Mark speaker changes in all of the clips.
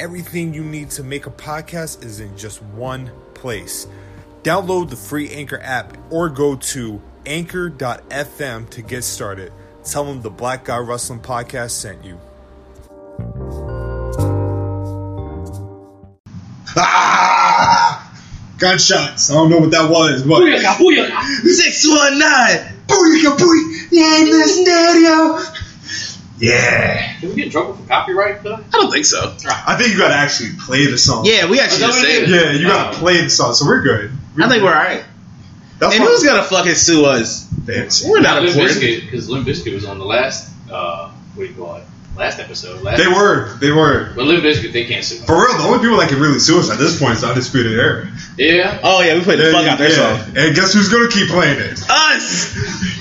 Speaker 1: everything you need to make a podcast is in just one place. Download the free Anchor app or go to anchor.fm to get started. Tell them the Black Guy Wrestling Podcast sent you.
Speaker 2: Ah! Gunshots. I don't know what that was, but
Speaker 3: Booyaka, booyaka.
Speaker 2: 619. Booyaka booy. Yeah, in the stereo. Yeah.
Speaker 3: Can we get in trouble for copyright though?
Speaker 4: I don't think so.
Speaker 2: I think you gotta actually play the song.
Speaker 4: Yeah, we
Speaker 3: Oh,
Speaker 4: actually
Speaker 3: is
Speaker 4: just
Speaker 3: that what it
Speaker 4: saved it.
Speaker 2: Yeah, you gotta
Speaker 3: Oh.
Speaker 2: play the song, so we're good.
Speaker 4: I think we're alright.
Speaker 2: That's
Speaker 4: And
Speaker 2: what
Speaker 4: who's gonna fucking sue us?
Speaker 2: fancy.
Speaker 4: We're not
Speaker 3: Limp
Speaker 4: important.
Speaker 3: Bizkit, because Limp Bizkit was on the last, uh, what do you call it? Last episode. Last
Speaker 2: They were. They were.
Speaker 3: But Limp Bizkit, they can't sue.
Speaker 2: For real, the only people that can really sue us at this point is the Undisputed Era.
Speaker 3: Yeah.
Speaker 4: Oh yeah, we played the
Speaker 2: Yeah,
Speaker 4: fuck out their
Speaker 2: yeah.
Speaker 4: song.
Speaker 2: And guess who's gonna keep playing it?
Speaker 4: Us.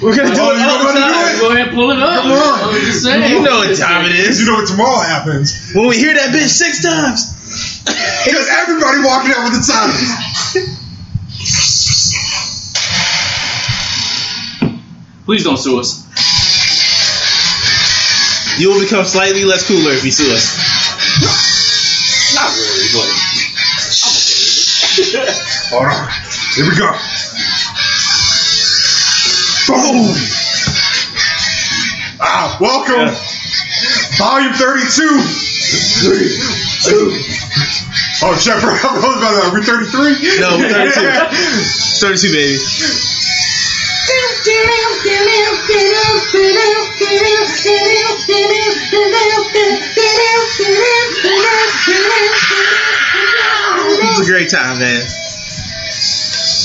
Speaker 4: We're gonna do
Speaker 2: Oh,
Speaker 4: it
Speaker 2: you
Speaker 4: all the
Speaker 2: gonna do
Speaker 4: time.
Speaker 2: it?
Speaker 3: Go ahead and pull it up.
Speaker 2: Come on.
Speaker 3: I'm just saying.
Speaker 4: You know what time it
Speaker 2: You
Speaker 4: is.
Speaker 2: know what tomorrow happens?
Speaker 4: When we hear that bitch six times.
Speaker 2: Because everybody walking out with the time.
Speaker 3: Please don't sue us.
Speaker 4: you will become slightly less cooler if you sue us.
Speaker 3: Not really, but I'm okay with it.
Speaker 2: Hold on. Here we go. Boom. Ah, welcome. Volume 32. Three, two. Oh, Jeff, I was about to, are we 33?
Speaker 4: No, we're 32.
Speaker 2: Yeah.
Speaker 4: Thirty-two, baby. It was a great time, man.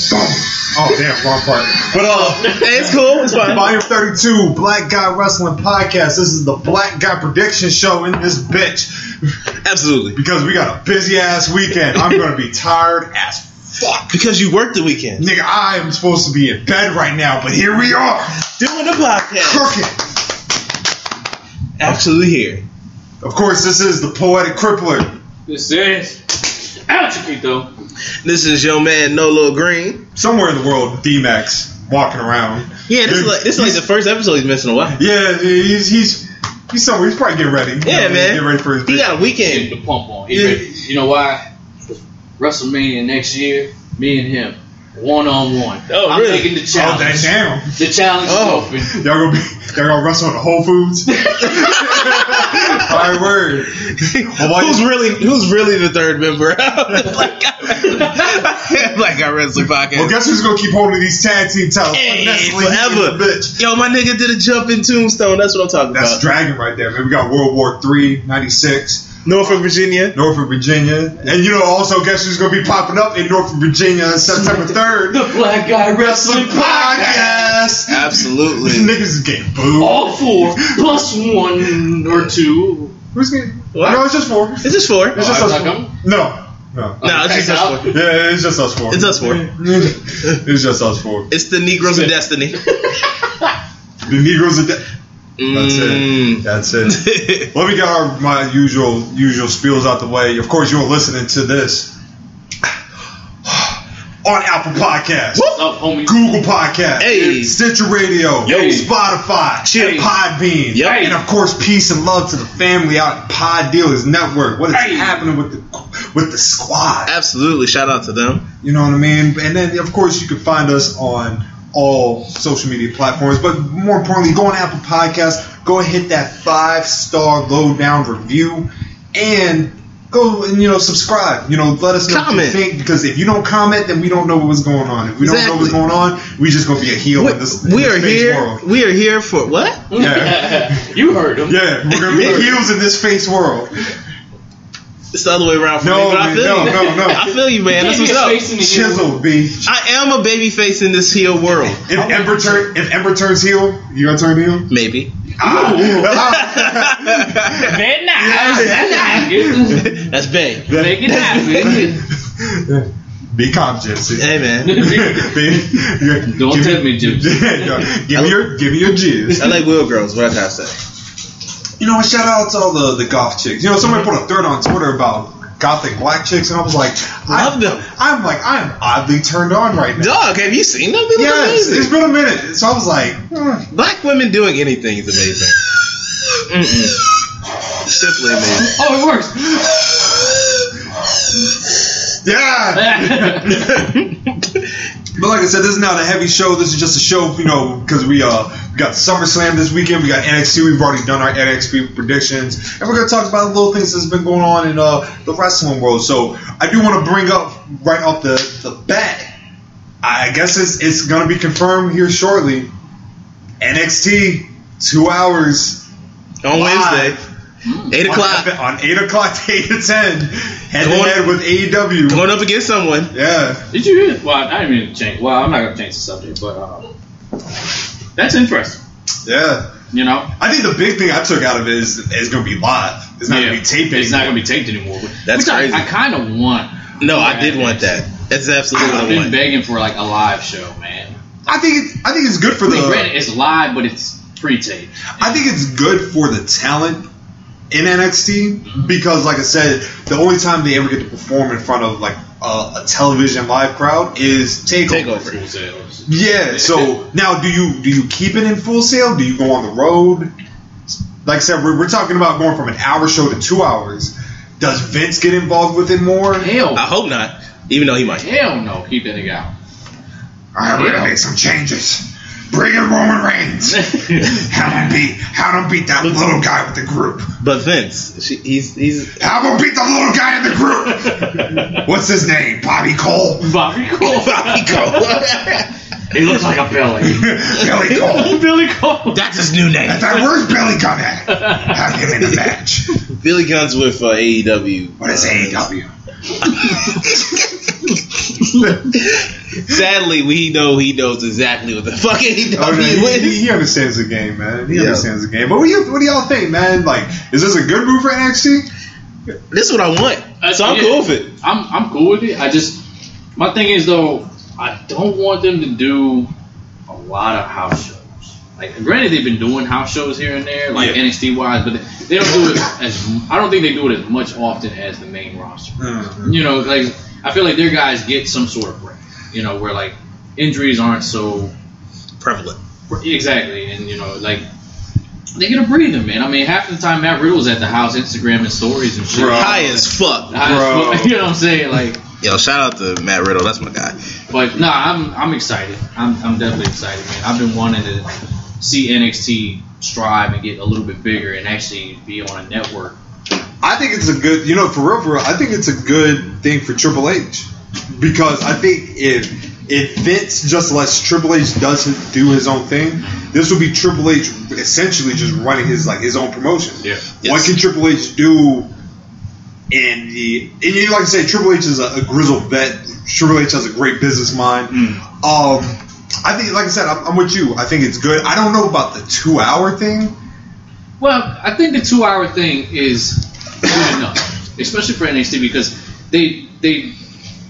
Speaker 2: Boom. Oh, damn, wrong part.
Speaker 4: But uh, it's cool. It's fine.
Speaker 2: Volume 32, Black Guy Wrestling Podcast. This is the Black Guy Prediction Show in this bitch.
Speaker 4: Absolutely.
Speaker 2: Because we got a busy ass weekend. I'm going to be tired as
Speaker 4: Fuck. Because you worked the weekend
Speaker 2: Nigga, I am supposed to be in bed right now, but here we are,
Speaker 4: doing the podcast.
Speaker 2: crooked.
Speaker 4: Absolutely here.
Speaker 2: Of course, this is the poetic crippler.
Speaker 3: This is Al Chiquito.
Speaker 4: This is your man Nolo Green.
Speaker 2: Somewhere in the world, D Max walking around.
Speaker 4: Yeah, this is like this is like the first episode he's missing a while.
Speaker 2: Yeah, he's he's he's somewhere. He's probably getting ready. You
Speaker 4: Yeah,
Speaker 2: know,
Speaker 4: man.
Speaker 2: Getting ready for his.
Speaker 4: He got a
Speaker 3: Getting
Speaker 4: weekend.
Speaker 3: the pump on. He ready. You know why? 'Cause WrestleMania next year, me and him, one on one.
Speaker 4: Oh,
Speaker 3: I'm
Speaker 4: really?
Speaker 3: taking the
Speaker 2: oh,
Speaker 3: challenge.
Speaker 2: that damn.
Speaker 3: The challenge
Speaker 4: Oh.
Speaker 3: is open.
Speaker 2: Y'all gonna be y'all gonna wrestle in the Whole Foods. All right, word. why-
Speaker 4: who's really who's really the third member of the Black Guy Black Guy Wrestling Podcast?
Speaker 2: Well, guess who's gonna keep holding these tag team titles
Speaker 4: Hey,
Speaker 2: Nestle,
Speaker 4: forever.
Speaker 2: bitch.
Speaker 4: Yo, my nigga did a jump in Tombstone. That's what I'm talking
Speaker 2: That's
Speaker 4: about.
Speaker 2: Dragon right there, man. We got World War Three, '96.
Speaker 4: Norfolk, Virginia.
Speaker 2: Norfolk, Virginia. And you know, also, guess who's going to be popping up in Norfolk, Virginia on September 3rd?
Speaker 3: The Black Guy Wrestling Podcast.
Speaker 2: Podcast! These
Speaker 4: Absolutely.
Speaker 2: niggas is getting booed.
Speaker 3: All four plus one or two.
Speaker 2: Who's getting.
Speaker 4: What?
Speaker 2: No, it's just four.
Speaker 4: Is this four?
Speaker 2: It's just
Speaker 3: Oh,
Speaker 2: us
Speaker 3: it's not
Speaker 2: four.
Speaker 3: coming?
Speaker 2: No. No.
Speaker 4: No, it's just us four.
Speaker 2: Yeah, it's just us four.
Speaker 4: It's us four.
Speaker 2: it's just us four.
Speaker 4: It's the Negroes of Destiny.
Speaker 2: The Negroes are dead. That's it.
Speaker 4: Mm.
Speaker 2: That's it. Let me get our, my usual usual spiels out the way. Of course, you're listening to this on Apple Podcasts.
Speaker 3: What's up, homie?
Speaker 2: Google Podcast,
Speaker 4: Hey.
Speaker 2: Stitcher Radio,
Speaker 3: Yo.
Speaker 2: Spotify,
Speaker 4: Hey.
Speaker 2: Podbean,
Speaker 4: Yep.
Speaker 2: and of course, peace and love to the family out at Pod Dealers Network. What is
Speaker 3: Hey.
Speaker 2: happening with the with the squad?
Speaker 4: Absolutely. Shout out to them.
Speaker 2: You know what I mean? And then, of course, you can find us on all social media platforms. But more importantly, go on Apple Podcasts, go and hit that five star low down review, and go and you know subscribe. You know, let us know what you
Speaker 4: Comment.
Speaker 2: think because if you don't comment, then we don't know what's going on. If we don't know what's
Speaker 4: Exactly.
Speaker 2: going on, we just gonna be a heel
Speaker 4: We,
Speaker 2: in this, in
Speaker 4: we
Speaker 2: this
Speaker 4: are
Speaker 2: face
Speaker 4: here.
Speaker 2: world.
Speaker 4: We are here for what?
Speaker 2: Yeah.
Speaker 3: you heard him.
Speaker 2: Yeah, we're gonna be heels in this face world.
Speaker 4: It's the other way around for
Speaker 2: No,
Speaker 4: me. But I
Speaker 2: man,
Speaker 4: feel
Speaker 2: no,
Speaker 4: you.
Speaker 2: no, no.
Speaker 4: I feel you, man. That's
Speaker 3: Can't
Speaker 4: what's
Speaker 3: be a
Speaker 4: up.
Speaker 3: face in the heel.
Speaker 2: Chisel, B.
Speaker 4: I am a baby face in this heel world.
Speaker 2: If Ember turn, if Ember turns heel, you gonna turn heel?
Speaker 4: Maybe.
Speaker 3: Bad night. Bad night.
Speaker 4: That's big.
Speaker 3: Make it happen.
Speaker 2: Bang Be conscious.
Speaker 4: Hey man,
Speaker 2: Don't
Speaker 3: Don't tip me, Jim.
Speaker 2: give me your give me your jizz.
Speaker 4: I like wheel girls. What I say?
Speaker 2: You know, shout out to all the, the goth chicks. You know, somebody put a thread on Twitter about gothic black chicks, and I was like,
Speaker 4: Love
Speaker 2: I,
Speaker 4: them.
Speaker 2: I'm like, I'm oddly turned on right now.
Speaker 4: Dog, have you seen them? They look
Speaker 2: Yes,
Speaker 4: amazing.
Speaker 2: it's been a minute. So I was like, hmm.
Speaker 4: Black women doing anything is amazing. Mm-mm. Simply amazing.
Speaker 3: Oh, it works.
Speaker 2: yeah. But like I said, this is not a heavy show. This is just a show, you know, because we uh we got SummerSlam this weekend. We got NXT. We've already done our NXT predictions, and we're gonna talk about little things that's been going on in uh the wrestling world. So I do want to bring up right off the the bat. I guess it's it's gonna be confirmed here shortly. NXT two hours
Speaker 4: On
Speaker 2: Live.
Speaker 4: Wednesday, eight o'clock.
Speaker 2: on, on eight o'clock to eight to ten head to
Speaker 4: Going-
Speaker 2: head with AEW.
Speaker 4: Going up against someone.
Speaker 2: Yeah,
Speaker 3: Did you hear? Well, I didn't mean to change. Well, I'm not gonna change the subject, but uh, that's interesting.
Speaker 2: yeah.
Speaker 3: You know,
Speaker 2: I think the big thing I took out of it is it's going to be live. It's not
Speaker 3: Yeah.
Speaker 2: going to be taped
Speaker 3: It's
Speaker 2: anymore.
Speaker 3: not gonna be taped anymore.
Speaker 4: That's
Speaker 3: which I-
Speaker 4: crazy.
Speaker 3: I, kind of want.
Speaker 4: No, I did want that. That's absolutely
Speaker 3: I've
Speaker 4: what I
Speaker 3: been
Speaker 4: want.
Speaker 3: begging for like a live show, man.
Speaker 2: I think it's, I think it's good for
Speaker 3: I mean, granted,
Speaker 2: the
Speaker 3: it's live, but it's pre-taped.
Speaker 2: I think it's good for the talent in
Speaker 3: Mm-hmm.
Speaker 2: NXT because, like I said, the only time they ever get to perform in front of like a, a television live crowd is takeover.
Speaker 4: Takeover.
Speaker 3: Full sales.
Speaker 2: Yeah. So now, do you do you keep it in full sale? Do you go on the road? Like I said, we're, we're talking about going from an hour show to two hours. Does Vince get involved with it more?
Speaker 3: Hell,
Speaker 4: I hope not. Even though he might.
Speaker 3: hell no, keep that nigga out.
Speaker 2: Alright, we're gonna make some changes. Bring in Roman Reigns. Have him beat have him beat that little guy with the group.
Speaker 4: But Vince, she, he's he's
Speaker 2: Have him beat the little guy in the group. What's his name? Bobby Cole.
Speaker 3: Bobby Cole.
Speaker 4: Bobby Cole.
Speaker 3: He looks like a Billy.
Speaker 2: Billy Cole.
Speaker 3: Billy Cole.
Speaker 4: That's his new name.
Speaker 2: That where's Billy Gunn at? Have him in the match.
Speaker 4: Billy Gunn's with uh, AEW.
Speaker 2: What is E AEW?
Speaker 4: Sadly, we know he knows exactly what the fuck AEW is.
Speaker 2: understands the game, man. He
Speaker 4: Yeah.
Speaker 2: the game. But what do, you, what do y'all think, man? Like, is this a good move for NXT?
Speaker 4: This is what I want.
Speaker 3: Uh,
Speaker 4: so I'm
Speaker 3: yeah.
Speaker 4: cool with it.
Speaker 3: I'm I'm cool with it. I just my thing is though, I don't want them to do a lot of house shows. Like granted, they've been doing house shows here and there, like
Speaker 2: Yeah.
Speaker 3: NXT wise, but they don't do it as I don't think they do it as much often as the main roster. You know, like I feel like their guys get some sort of break. You know, where like injuries aren't so
Speaker 4: Prevalent.
Speaker 3: Exactly, and you know, like they get a breather, man. I mean, half the time Matt Riddle's at the house, Instagram and stories and shit.
Speaker 2: Bro.
Speaker 4: High as fuck.
Speaker 3: I
Speaker 2: Bro.
Speaker 3: just- you know what I'm saying? Like,
Speaker 4: Yo, shout out to Matt Riddle. That's my guy.
Speaker 3: but no, I'm I'm excited. I'm I'm definitely excited, man. I've been wanting to see NXT strive and get a little bit bigger and actually be on a network.
Speaker 2: I think it's a good, you know, for real, for real. I think it's a good thing for Triple H because I think if if Vince just lets Triple H doesn't do his own thing, this would be Triple H essentially just running his like his own promotion.
Speaker 3: Yeah.
Speaker 4: Yes.
Speaker 2: What can Triple H do? In the and you know, like I say, Triple H is a, a grizzled vet. Triple H has a great business mind. Um, I think, like I said, I'm, I'm with you. I think it's good. I don't know about the two hour thing.
Speaker 3: Well, I think the two hour thing is good enough, especially for NXT because they they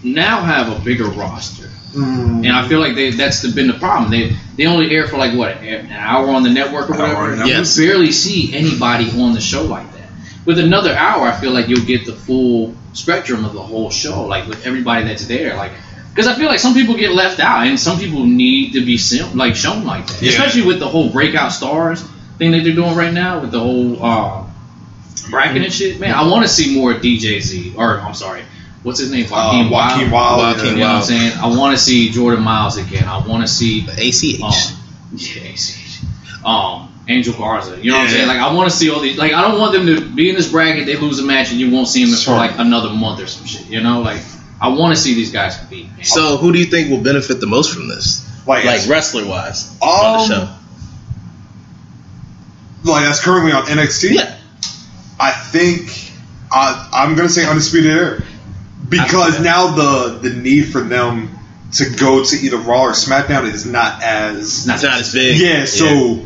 Speaker 3: now have a bigger roster, and I feel like they that's the, been the problem. They they only air for like what an hour on the network or
Speaker 2: An hour
Speaker 3: whatever.
Speaker 2: on the
Speaker 4: Yes.
Speaker 3: You barely see anybody on the show like that. With another hour, I feel like you'll get the full spectrum of the whole show, like with everybody that's there, like. Because I feel like some people get left out, and some people need to be sim- like shown like that,
Speaker 2: Yeah.
Speaker 3: especially with the whole breakout stars thing that they're doing right now with the whole uh, bracket and shit. Man, I want to see more DJZ or I'm sorry, what's his name? Joaquin
Speaker 2: Uh, Joaquin
Speaker 3: Wild.
Speaker 2: Wild,
Speaker 4: Joaquin
Speaker 3: You know
Speaker 2: yeah.
Speaker 3: what I'm
Speaker 4: Wild.
Speaker 3: saying? I want to see Jordan Miles again. I want to see
Speaker 4: ACH.
Speaker 3: um, yeah, ACH. Um, Angel Garza. You know what I'm
Speaker 4: Yeah.
Speaker 3: saying? Like I want to see all these. Like I don't want them to be in this bracket. They lose a match and you won't see them
Speaker 2: Sure.
Speaker 3: for like another month or some shit. You know, like I want to see these guys compete. man.
Speaker 4: So who do you think will benefit the most from this?
Speaker 2: Like,
Speaker 4: Like wrestler wise.
Speaker 2: Um,
Speaker 4: on the show.
Speaker 2: like that's currently on NXT.
Speaker 4: Yeah.
Speaker 2: I think I, I'm going to say Undisputed Era because
Speaker 3: Okay.
Speaker 2: now the the need for them to go to either Raw or SmackDown is not
Speaker 3: It's
Speaker 2: as
Speaker 3: not-
Speaker 4: It's not as big.
Speaker 2: yeah. So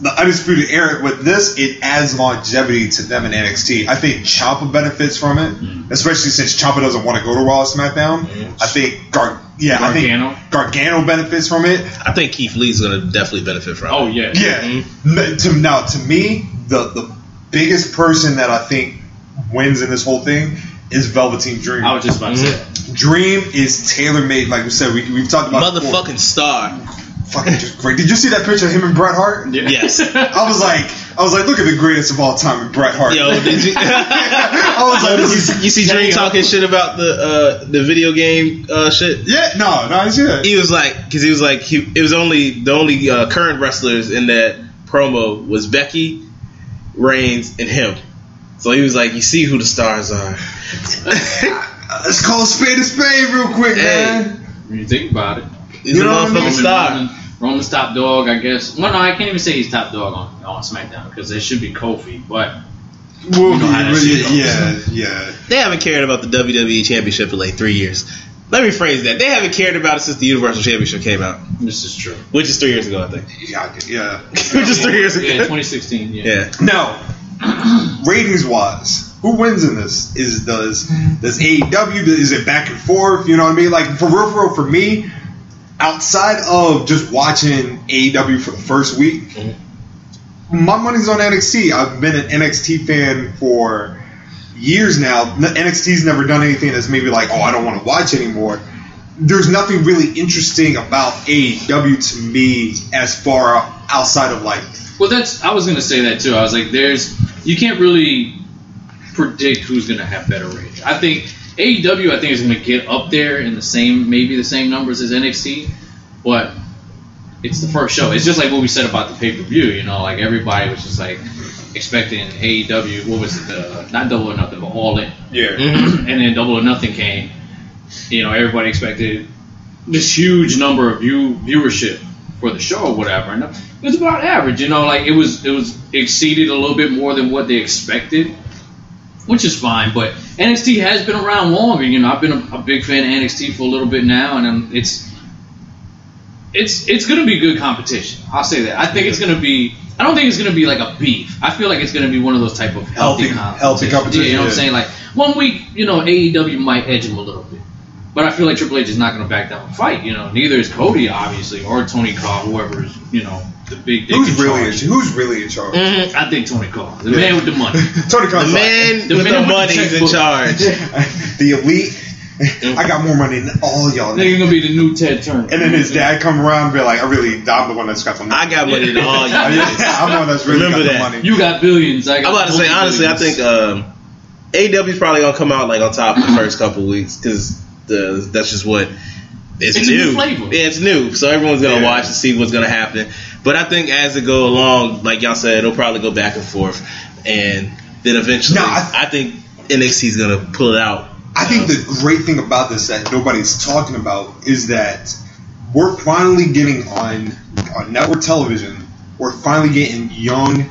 Speaker 2: the Undisputed Era, with this, it adds longevity to them in NXT. I think Ciampa benefits from it, especially since Ciampa doesn't want to go to Raw or SmackDown. I think Gar- yeah, I
Speaker 3: Gargano?
Speaker 2: think Gargano benefits from it.
Speaker 4: I think Keith Lee's gonna definitely benefit from.
Speaker 3: Oh
Speaker 4: it.
Speaker 3: yeah.
Speaker 2: Yeah.
Speaker 3: Mm-hmm.
Speaker 2: N- To, now, to me, the the biggest person that I think wins in this whole thing is Velveteen Dream.
Speaker 3: I was just about to say. that.
Speaker 2: Dream is tailor made. Like we said, we, we've talked about it before.
Speaker 4: motherfucking star.
Speaker 2: fucking just great. Did you see that picture of him and Bret Hart?
Speaker 3: Yeah.
Speaker 4: Mm-hmm. Yes.
Speaker 2: I was like, I was like, look at the greatest of all time, with Bret Hart.
Speaker 4: Yo, did you,
Speaker 2: I was like, this is,
Speaker 4: you see Dre talking shit about the uh, the video game uh, shit?
Speaker 2: yeah, no, no, I see that.
Speaker 4: He was like, because he was like, he, it was only the only uh, current wrestlers in that promo was Becky, Reigns, and him. So he was like, you see who the stars are.
Speaker 2: Uh, Let's call a spade a spade real quick,
Speaker 4: Hey.
Speaker 2: man.
Speaker 3: When you think about it,
Speaker 4: He's
Speaker 2: You
Speaker 4: a
Speaker 2: know what I
Speaker 4: motherfucking
Speaker 2: mean?
Speaker 4: star.
Speaker 3: Roman, Roman's top dog, I guess. Well, no, I can't even say he's top dog on, on SmackDown because it should be Kofi, but
Speaker 2: We'll
Speaker 3: You know how that
Speaker 2: be-
Speaker 3: shit goes.
Speaker 2: yeah, yeah.
Speaker 4: They haven't cared about the WWE Championship in like three years. Let me phrase that. They haven't cared about it since the Universal Championship came out,
Speaker 3: this is true.
Speaker 4: which is three years ago, I think.
Speaker 2: Yeah, I could- yeah.
Speaker 4: which is three years
Speaker 3: Yeah,
Speaker 4: ago.
Speaker 3: 2016. Yeah.
Speaker 4: Yeah.
Speaker 2: Now, ratings wise, who wins in this? Is does does AEW? Is it back and forth? You know what I mean? Like for real, for real, for me, outside of just watching AEW for the first week, my money's on NXT. I've been an NXT fan for years now. N- NXT's never done anything that's maybe like, oh, I don't want to watch anymore. There's nothing really interesting about AEW to me as far outside of like
Speaker 3: Well, that's. I was gonna say that too. I was like, there's. You can't really predict who's gonna have better ratings. I think AEW. I think is gonna get up there in the same, maybe the same numbers as NXT, but it's the first show. It's just like what we said about the pay per view. You know, like everybody was just like expecting AEW. What was it? The, not double or nothing, but all in.
Speaker 2: yeah.
Speaker 3: and then Double or Nothing came, you know, everybody expected this huge number of view viewership for the show or whatever, and it was about average. You know, like it was it was exceeded a little bit more than what they expected, which is fine. But NXT has been around longer. You know, I've been a, a big fan of NXT for a little bit now, and um it's it's it's gonna be good competition. I'll say that. I think it's gonna be. I don't think it's gonna be like a beef. I feel like it's gonna be one of those type of healthy,
Speaker 2: Healthy- healthy competition,
Speaker 3: You know what I'm
Speaker 2: yeah.
Speaker 3: saying? Like one week, you know, AEW might edge him a little bit. But I feel like Triple H is not going to back down and fight. You know, neither is Cody, obviously, or Tony Khan, whoever is, you know, the big. dick in
Speaker 2: Who's really
Speaker 3: charge.
Speaker 2: in, who's really in charge?
Speaker 3: I think Tony Khan, the man with the money.
Speaker 2: Tony Khan's
Speaker 4: Mm. The man
Speaker 3: The
Speaker 4: with
Speaker 3: man
Speaker 4: the
Speaker 3: with the
Speaker 4: money's in
Speaker 3: checkbook.
Speaker 4: charge.
Speaker 2: like, the elite. I got more money than all y'all.
Speaker 3: I think he's going to be the new Ted Turner.
Speaker 2: And then his dad come around and be like, "I really, I'm the one that's got the money.
Speaker 4: I got money to all
Speaker 3: Oh,
Speaker 4: you.
Speaker 2: I'm the one that's really
Speaker 4: Remember that.
Speaker 2: got the money."
Speaker 3: You got billions. I got
Speaker 4: I'm about to say honestly, I
Speaker 3: billions.
Speaker 4: think um, AEW is probably gonna come out like on top the first couple weeks because that's just what it's,
Speaker 3: It's a
Speaker 4: new.
Speaker 3: new flavor.
Speaker 4: Yeah, it's new, so everyone's gonna
Speaker 2: Yeah.
Speaker 4: watch and see what's gonna happen. But I think as it go along, like y'all said, it'll probably go back and forth, and then eventually,
Speaker 2: No,
Speaker 4: I,
Speaker 2: I th-
Speaker 4: think NXT's gonna pull it out.
Speaker 2: I think the great thing about this that nobody's talking about is that we're finally getting on on network television. We're finally getting young,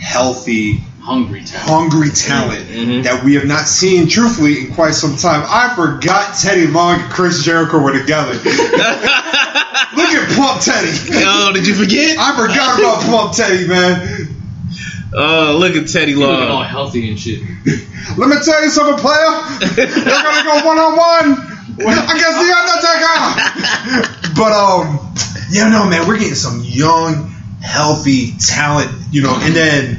Speaker 2: healthy
Speaker 3: hungry town.
Speaker 2: hungry talent
Speaker 4: Mhm.
Speaker 2: that we have not seen truthfully in quite some time. I forgot Teddy Long and Chris Jericho were together. Look at Plump Teddy.
Speaker 4: Oh, did you forget?
Speaker 2: I forgot about Plump Teddy, man.
Speaker 4: Oh, look at Teddy
Speaker 3: Looking
Speaker 2: uh,
Speaker 3: all
Speaker 4: Long.
Speaker 3: healthy and shit.
Speaker 2: Let me tell you something, player. They're gonna go one on one against the Undertaker. But um, yeah, no, man, we're getting some young, healthy talent, you know. And then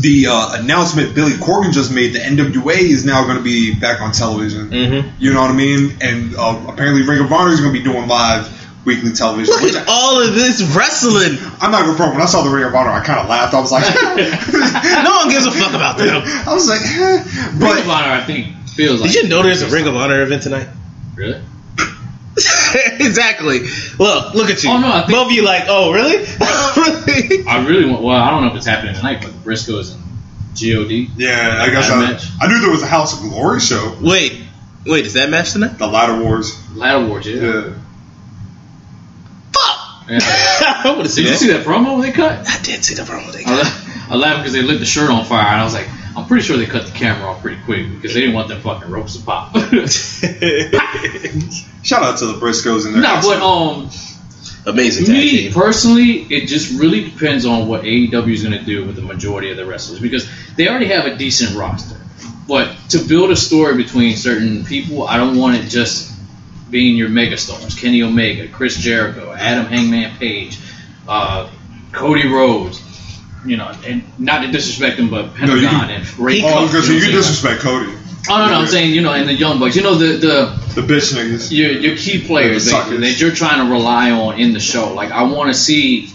Speaker 2: the uh, announcement Billy Corgan just made: the NWA is now going to be back on television.
Speaker 4: Mhm.
Speaker 2: You know what I mean? And uh, apparently, Ring of Honor is going to be doing live weekly television.
Speaker 4: Look
Speaker 2: which
Speaker 4: at
Speaker 2: I,
Speaker 4: all of this wrestling.
Speaker 2: I'm not gonna front. When I saw the Ring of Honor, I kind of laughed. I was like,
Speaker 4: No one gives a fuck about them.
Speaker 2: I was like, eh.
Speaker 3: Ring
Speaker 2: but
Speaker 3: of Honor, I think, feels like.
Speaker 4: Did you know there's a Ring of Honor event tonight?
Speaker 3: Really?
Speaker 4: exactly. Look, look at you.
Speaker 3: Oh, no, I think-
Speaker 4: Both of you like, oh, really? really?
Speaker 3: I really want. Well, I don't know if it's happening tonight, but the Briscoes and God.
Speaker 2: Yeah, I guess
Speaker 3: Ladder
Speaker 2: I,
Speaker 3: match.
Speaker 2: I knew there was a House of Glory show.
Speaker 4: Wait, wait, is that match tonight?
Speaker 2: The Ladder Wars.
Speaker 3: Ladder Wars, yeah.
Speaker 2: Yeah.
Speaker 4: Fuck!
Speaker 3: yeah.
Speaker 4: I would have
Speaker 3: Did
Speaker 4: seen
Speaker 3: you
Speaker 4: that.
Speaker 3: see that promo they cut?
Speaker 4: I did see the promo they
Speaker 3: I
Speaker 4: got.
Speaker 3: laugh- I laughed because they lit the shirt on fire, and I was like, I'm pretty sure they cut the camera off pretty quick because they didn't want them fucking ropes to pop. nah,
Speaker 2: Shout out to the Briscoes and their
Speaker 3: but um,
Speaker 4: amazing
Speaker 3: To
Speaker 4: tag
Speaker 3: me
Speaker 4: team.
Speaker 3: personally, it just really depends on what AEW is going to do with the majority of the wrestlers because they already have a decent roster. But to build a story between certain people, I don't want it just being your megastars: Kenny Omega, Chris Jericho, Adam Hangman Page, uh, Cody Rhodes. You know, and not to disrespect them, but
Speaker 2: No,
Speaker 3: Pentagon
Speaker 2: you can-
Speaker 3: and Ray.
Speaker 2: Oh, I was
Speaker 3: Kroc,
Speaker 2: gonna say
Speaker 3: you know what
Speaker 2: you
Speaker 3: I'm saying?
Speaker 2: disrespect Cody.
Speaker 3: Oh no, no, I'm saying you know, and the Young Bucks. You know, the the
Speaker 2: the bitch niggas.
Speaker 3: your, your key players
Speaker 2: Suckers.
Speaker 3: basically, that you're trying to rely on in the show. Like I want to see,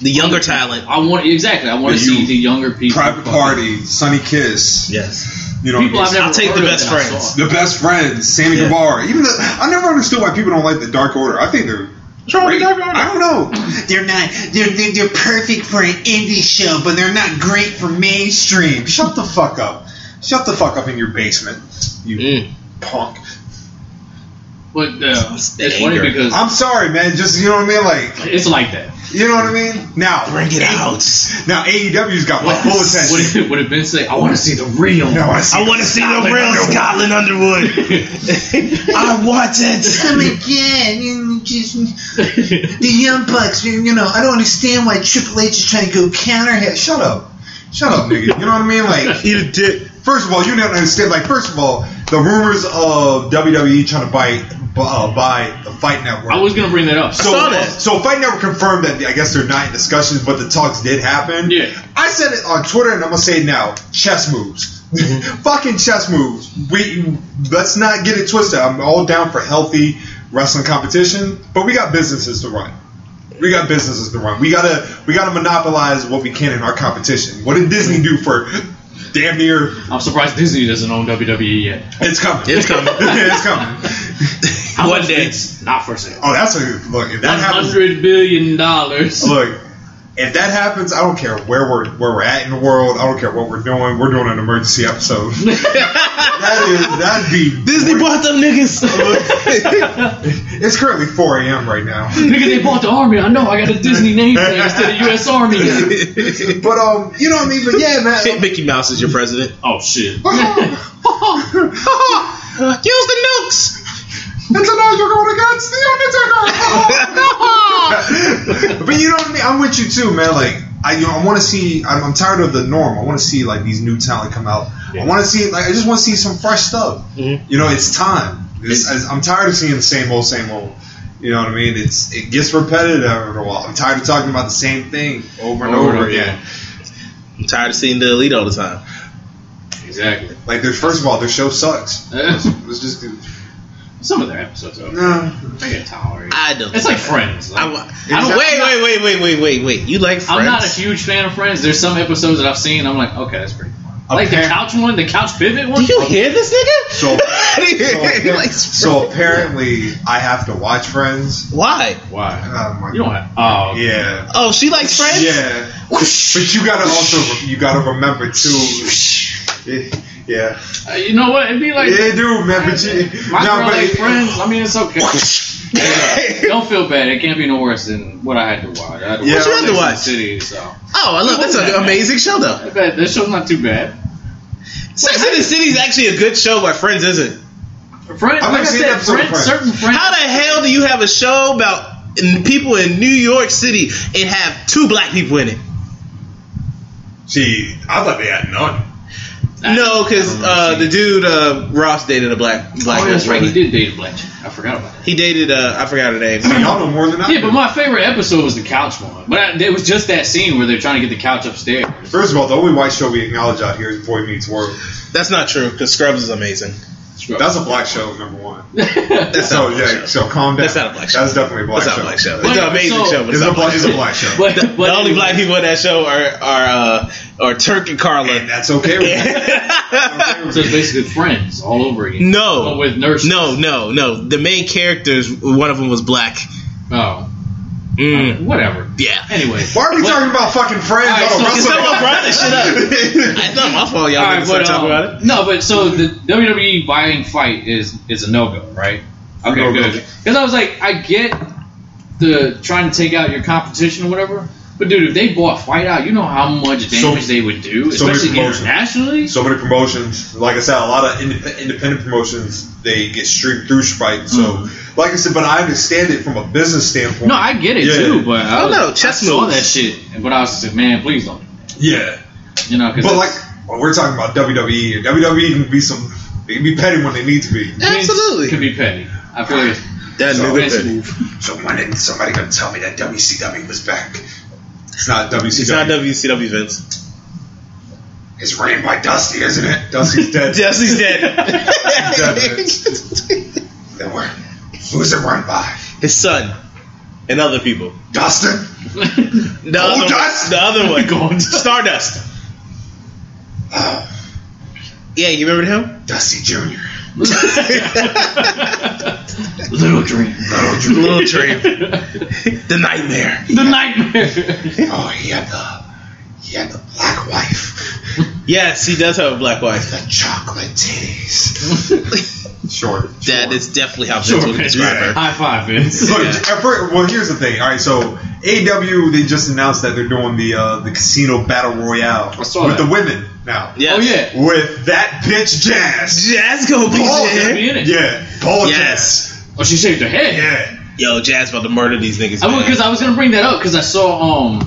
Speaker 4: The younger talent.
Speaker 3: I want exactly, I want to
Speaker 2: Yeah,
Speaker 3: see
Speaker 2: you-
Speaker 3: the younger people.
Speaker 2: Private party, Sunny Kiss.
Speaker 4: Yes.
Speaker 2: You know,
Speaker 3: People
Speaker 2: what
Speaker 3: I've
Speaker 2: I
Speaker 3: never
Speaker 2: mean?
Speaker 4: I'll take
Speaker 3: heard
Speaker 4: the
Speaker 3: of
Speaker 4: best
Speaker 3: that I
Speaker 4: friends.
Speaker 3: saw.
Speaker 2: the best friends, Sammy
Speaker 4: Yeah.
Speaker 2: Guevara. Even the I never understood why people don't like the Dark Order. I think they're
Speaker 4: wrong with
Speaker 2: great.
Speaker 4: the Dark Order?
Speaker 2: I don't know.
Speaker 5: They're not. They're, they're they're perfect for an indie show, but they're not great for mainstream.
Speaker 2: Dream, shut the fuck up. Shut the fuck up in your basement, you
Speaker 4: Mm.
Speaker 2: punk.
Speaker 3: But uh,
Speaker 4: It's
Speaker 3: it's,
Speaker 4: the
Speaker 3: funny
Speaker 4: anger.
Speaker 3: because
Speaker 2: I'm sorry, man. Just you know what I mean. Like
Speaker 3: it's like that.
Speaker 2: you know what I mean. Now
Speaker 4: Bring it
Speaker 2: A-
Speaker 4: out.
Speaker 2: Now AEW's got my full
Speaker 3: What
Speaker 2: attention.
Speaker 3: did, what did Ben say? I want to see the real.
Speaker 2: Now I see.
Speaker 4: I want to see the real Scotland Underwood. I want it.
Speaker 5: I'm like, yeah, you just the Young Bucks. You, you know, I don't understand why Triple H is trying to go counter him.
Speaker 2: Shut up. Shut up, nigga. You know what I mean? Like
Speaker 4: Eat a dick.
Speaker 2: First of all, you don't understand. Like, first of all, the rumors of WWE trying to buy bu- uh, buy the Fight Network.
Speaker 3: I was gonna bring that up.
Speaker 2: so,
Speaker 4: saw that.
Speaker 2: so Fight Network confirmed that I guess they're not in discussions, but the talks did happen.
Speaker 3: Yeah.
Speaker 2: I said it on Twitter, and I'm gonna say it now: chess moves, fucking chess moves. We let's not get it twisted. I'm all down for healthy wrestling competition, but we got businesses to run. We got businesses to run. We gotta we gotta monopolize what we can in our competition. What did Disney do for damn near
Speaker 3: I'm surprised Disney doesn't own WWE yet.
Speaker 2: it's coming.
Speaker 4: It's coming.
Speaker 2: it's coming.
Speaker 3: How
Speaker 4: One
Speaker 3: much
Speaker 4: day.
Speaker 3: It's not for sale.
Speaker 2: Oh, that's a look. If that
Speaker 3: One
Speaker 2: happens,
Speaker 3: hundred billion dollars.
Speaker 2: look. If that happens, I don't care where we're where we're at in the world. I don't care what we're doing. We're doing an emergency episode. that is that'd be
Speaker 4: Disney bought them niggas.
Speaker 2: It's currently 4 a.m. right now.
Speaker 3: Nigga, they bought the army. I know. I got a Disney name tag instead of U.S. Army.
Speaker 2: But um, you know what I mean. But yeah,
Speaker 4: Shit,
Speaker 2: man.
Speaker 4: Mickey Mouse is your president.
Speaker 3: Oh shit.
Speaker 4: Use the nukes.
Speaker 2: It's a no, you're going against the Undertaker. but you know what I mean. I'm with you too, man. Like I, you know, I want to see. I'm, I'm tired of the norm. I want to see like these new talent come out. I want to see like I just want to see some fresh stuff. You know, it's time. It's, I'm tired of seeing the same old, same old. You know what I mean? It's it gets repetitive after a while. I'm tired of talking about the same thing over and over,
Speaker 3: Over and over
Speaker 2: again.
Speaker 4: I'm tired of seeing the elite all the time.
Speaker 3: Exactly.
Speaker 2: Like, there's first of all, their show sucks. It's just
Speaker 3: Some of their episodes are.
Speaker 2: no.
Speaker 3: I can tolerate.
Speaker 4: I don't.
Speaker 3: It's like Friends.
Speaker 4: I,
Speaker 3: Like,
Speaker 4: wa-
Speaker 3: I don't-
Speaker 4: wait, wait, wait, wait, wait, wait, wait. You like Friends?
Speaker 3: I'm not a huge fan of Friends. There's some episodes that I've seen. I'm like, okay, that's pretty fun. Like the
Speaker 2: Apparent-
Speaker 3: couch one, the couch pivot one. Oh,
Speaker 4: Do you hear this nigga?
Speaker 2: So, so,
Speaker 4: He
Speaker 2: apparently,
Speaker 4: likes
Speaker 2: so
Speaker 4: Friends.
Speaker 2: apparently, I have to watch Friends.
Speaker 4: Why?
Speaker 3: Why?
Speaker 2: Oh my
Speaker 3: You don't
Speaker 2: God.
Speaker 3: have. Oh, okay.
Speaker 2: Yeah.
Speaker 4: Oh, she likes Friends.
Speaker 2: Yeah. But you gotta also you gotta remember too. Yeah.
Speaker 3: Uh, you know what? It'd be like
Speaker 2: Yeah, dude, man. But you,
Speaker 3: my
Speaker 2: no,
Speaker 3: girl
Speaker 2: but
Speaker 3: like
Speaker 2: it-
Speaker 3: Friends. I mean, it's okay. don't feel bad. It can't be no worse than what I had to watch. I had to watch
Speaker 2: Yeah. What you
Speaker 4: to
Speaker 2: had
Speaker 3: Sex and the
Speaker 4: watch?
Speaker 3: City, so
Speaker 4: Oh, I love that's an amazing show though.
Speaker 3: I bet this show's not too bad.
Speaker 4: Sex and the City is actually a good show, where Friends isn't.
Speaker 3: Friends,
Speaker 2: I've
Speaker 3: like I
Speaker 2: never seen an
Speaker 3: said,
Speaker 2: episode of
Speaker 3: Friends,
Speaker 2: Friends.
Speaker 3: certain Friends.
Speaker 4: How the hell do you have a show about n- people in New York City and have two black people in it?
Speaker 2: Gee, I thought they had none.
Speaker 4: No, because uh, the dude uh, Ross dated a black black
Speaker 3: oh, that's right.
Speaker 4: woman.
Speaker 3: He did date a black chick. I forgot about that.
Speaker 4: He dated uh, I forgot her name.
Speaker 2: Y'all know more than I.
Speaker 3: Yeah, but
Speaker 2: do.
Speaker 3: my favorite episode was the couch one. But I, it was just that scene where they're trying to get the couch upstairs.
Speaker 2: First of all, the only white show we acknowledge out here is Boy Meets World.
Speaker 4: That's not true because Scrubs is amazing.
Speaker 2: That's a black show, number one.
Speaker 4: That's
Speaker 2: So
Speaker 4: not a black
Speaker 2: Oh, yeah,
Speaker 4: show.
Speaker 2: so calm down.
Speaker 4: That's not a black show.
Speaker 2: That's definitely a black
Speaker 4: That's not
Speaker 2: show.
Speaker 4: a black show. It's an
Speaker 3: But-
Speaker 4: amazing
Speaker 3: so-
Speaker 4: show, but
Speaker 2: It's
Speaker 4: it's
Speaker 2: a
Speaker 4: not
Speaker 2: black. It's a black show.
Speaker 3: but,
Speaker 4: The,
Speaker 3: but
Speaker 4: the only black people in that show are are uh, are Turk and
Speaker 2: and
Speaker 4: Carla.
Speaker 2: that's okay. With that's okay with
Speaker 3: So it's basically friends all over again.
Speaker 4: No,
Speaker 3: But with nurses.
Speaker 4: No, no, no. The main characters, one of them was black.
Speaker 3: Oh.
Speaker 4: Mm.
Speaker 3: Whatever.
Speaker 4: Yeah.
Speaker 3: Anyway.
Speaker 2: Why are we
Speaker 3: But-
Speaker 2: talking about fucking friends?
Speaker 3: All right,
Speaker 2: on a
Speaker 3: so-
Speaker 2: wrestling
Speaker 4: Someone brought this shit up. It's not my fault. Y'all
Speaker 3: All right,
Speaker 4: niggas start
Speaker 3: but,
Speaker 4: talking
Speaker 3: um,
Speaker 4: about it.
Speaker 3: No, but so the WWE buying fight is is a no go, right? Okay,
Speaker 2: No-go.
Speaker 3: good. Because I was like, I get the trying to take out your competition or whatever, But dude, if they bought Fight Out, you know how much
Speaker 2: So-
Speaker 3: damage they would do,
Speaker 2: so many
Speaker 3: especially
Speaker 2: promotions.
Speaker 3: internationally.
Speaker 2: So many promotions. Like I said, a lot of indep- independent promotions they get streamed through Sprite. So, like I said, but I understand it from a business standpoint.
Speaker 3: Mm-hmm. no, I get it
Speaker 2: Yeah.
Speaker 3: too, but I,
Speaker 4: I don't
Speaker 3: was-
Speaker 4: know, chess
Speaker 3: I saw
Speaker 4: moves.
Speaker 3: that shit, but I was just like, man, please don't.
Speaker 2: yeah,
Speaker 3: You know, because
Speaker 2: but like when we're talking about E, WWE, WWE can be some they can be petty when they need to be.
Speaker 4: Absolutely.
Speaker 3: could be petty. I feel like
Speaker 4: That
Speaker 2: So
Speaker 4: nigga
Speaker 3: it's
Speaker 4: petty.
Speaker 3: move.
Speaker 2: So when did somebody gonna tell me that WCW was back? It's not WCW.
Speaker 4: It's not WCW Vince.
Speaker 2: It's ran by Dusty, isn't it? Dusty's dead.
Speaker 4: Yes, he's dead.
Speaker 2: Then where? Who's it run by?
Speaker 4: His son and other people.
Speaker 2: Dustin? Oh,
Speaker 4: The other one,
Speaker 2: Goldust?
Speaker 4: the other one, Stardust.
Speaker 2: Oh,
Speaker 4: Yeah, you remember him?
Speaker 2: Dusty Jr.
Speaker 3: Little dream,
Speaker 2: Little Jr.
Speaker 4: Little Dream, the nightmare.
Speaker 3: the nightmare.
Speaker 2: Oh, he had the he had the black wife,
Speaker 4: Yes, he does have a black wife.
Speaker 2: the chocolate titties. Sure.
Speaker 4: That is definitely how
Speaker 3: Sure,
Speaker 4: Vince would
Speaker 3: man.
Speaker 4: describe her.
Speaker 3: High five, Vince. Oh,
Speaker 2: Look, at first- well, here's the thing. All right, so AW they just announced that they're doing the uh, the casino battle royale
Speaker 3: I saw
Speaker 2: with
Speaker 3: that.
Speaker 2: the women now.
Speaker 4: Yes.
Speaker 3: Oh yeah,
Speaker 2: With that bitch Jazz.
Speaker 4: Jazz gonna be
Speaker 2: Paul,
Speaker 3: gonna
Speaker 4: there.
Speaker 3: be in it.
Speaker 2: Yeah, Paul
Speaker 4: Yes.
Speaker 2: Jazz.
Speaker 3: Oh, she shaved her head.
Speaker 2: Yeah.
Speaker 4: Yo, Jazz about to murder these niggas.
Speaker 3: I
Speaker 4: man.
Speaker 3: because I was gonna bring that up because I saw um.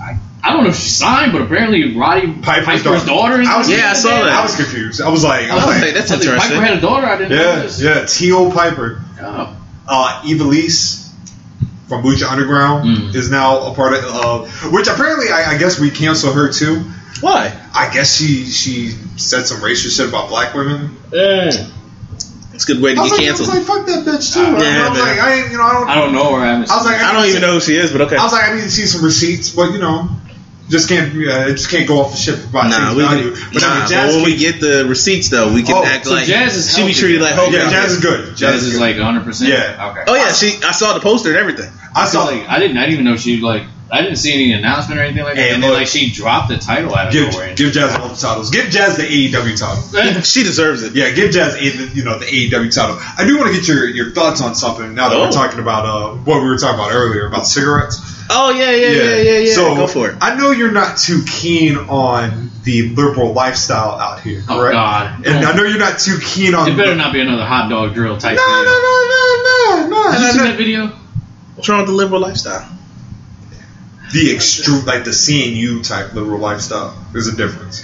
Speaker 3: I- I don't know if she signed, but apparently Roddy
Speaker 2: Piper's
Speaker 3: Piper's
Speaker 2: daughter.
Speaker 3: daughter. is
Speaker 2: I was-
Speaker 3: in
Speaker 4: Yeah, I
Speaker 3: it.
Speaker 4: saw that.
Speaker 2: I was confused. I was like, I
Speaker 4: I
Speaker 2: was
Speaker 4: was
Speaker 2: like,
Speaker 4: like, that's
Speaker 3: I was like,
Speaker 4: interesting.
Speaker 3: Piper had a daughter. I didn't know
Speaker 2: yeah,
Speaker 3: this.
Speaker 2: yeah. T.O. Piper,
Speaker 3: Oh.
Speaker 2: uh, Evilise from Lucha Underground
Speaker 3: Mm.
Speaker 2: is now a part of, uh, which apparently I, I guess we cancel her too.
Speaker 4: why?
Speaker 2: I guess she she said some racist shit about black women.
Speaker 4: It's a good way to
Speaker 2: I was,
Speaker 4: get
Speaker 2: like, I was
Speaker 4: canceled.
Speaker 2: like, fuck that bitch too. right?
Speaker 4: Yeah,
Speaker 2: I was
Speaker 4: man.
Speaker 2: like, I ain't, you know, I don't.
Speaker 3: I don't know where I haven't.
Speaker 2: I was like,
Speaker 4: I don't
Speaker 2: need to
Speaker 4: even
Speaker 2: see-
Speaker 4: know who she is, but okay.
Speaker 2: I was like, I need to see some receipts, but you know, just can't, uh, just can't go off the ship about
Speaker 4: Nah,
Speaker 2: face
Speaker 4: we
Speaker 2: value.
Speaker 4: can,
Speaker 2: But I
Speaker 4: nah,
Speaker 2: mean,
Speaker 4: but
Speaker 2: Jazz,
Speaker 4: when we get the receipts, though, we can
Speaker 2: Oh,
Speaker 4: act
Speaker 3: so
Speaker 4: like
Speaker 3: Jazz is
Speaker 4: she be
Speaker 3: healthy,
Speaker 4: treated like
Speaker 3: right?
Speaker 4: Hogan.
Speaker 2: yeah, Jazz is good. Jazz,
Speaker 3: Jazz
Speaker 2: is
Speaker 3: is
Speaker 2: good.
Speaker 3: like 100. percent
Speaker 2: Yeah.
Speaker 3: Okay.
Speaker 4: Oh yeah, she. I saw the poster and everything.
Speaker 2: I
Speaker 3: So
Speaker 2: saw
Speaker 3: like I didn't. I didn't even know she like. I didn't see any announcement or anything like that.
Speaker 2: Hey,
Speaker 3: and then
Speaker 2: look.
Speaker 3: like she dropped the title out of nowhere.
Speaker 2: give give Jazz all the titles. Give Jazz the AEW title.
Speaker 4: She deserves it.
Speaker 2: Yeah, give Jazz a, you know the AEW title. I do want to get your, your thoughts on something now that we're
Speaker 4: Oh.
Speaker 2: talking about uh, what we were talking about earlier about cigarettes.
Speaker 4: Oh yeah, yeah, yeah, yeah, yeah.
Speaker 2: So
Speaker 4: Go for it.
Speaker 2: I know you're not too keen on the liberal lifestyle out here,
Speaker 3: oh
Speaker 2: correct?
Speaker 3: God.
Speaker 2: And I know you're not too keen on.
Speaker 3: it better not be another hot dog drill type.
Speaker 2: No,
Speaker 3: video.
Speaker 2: no, no, no, no,
Speaker 3: Did you
Speaker 2: Uh, no,
Speaker 3: see
Speaker 2: no.
Speaker 3: that video?
Speaker 4: What's wrong with the liberal lifestyle?
Speaker 2: The extreme, like the CNU type liberal lifestyle. There's a difference.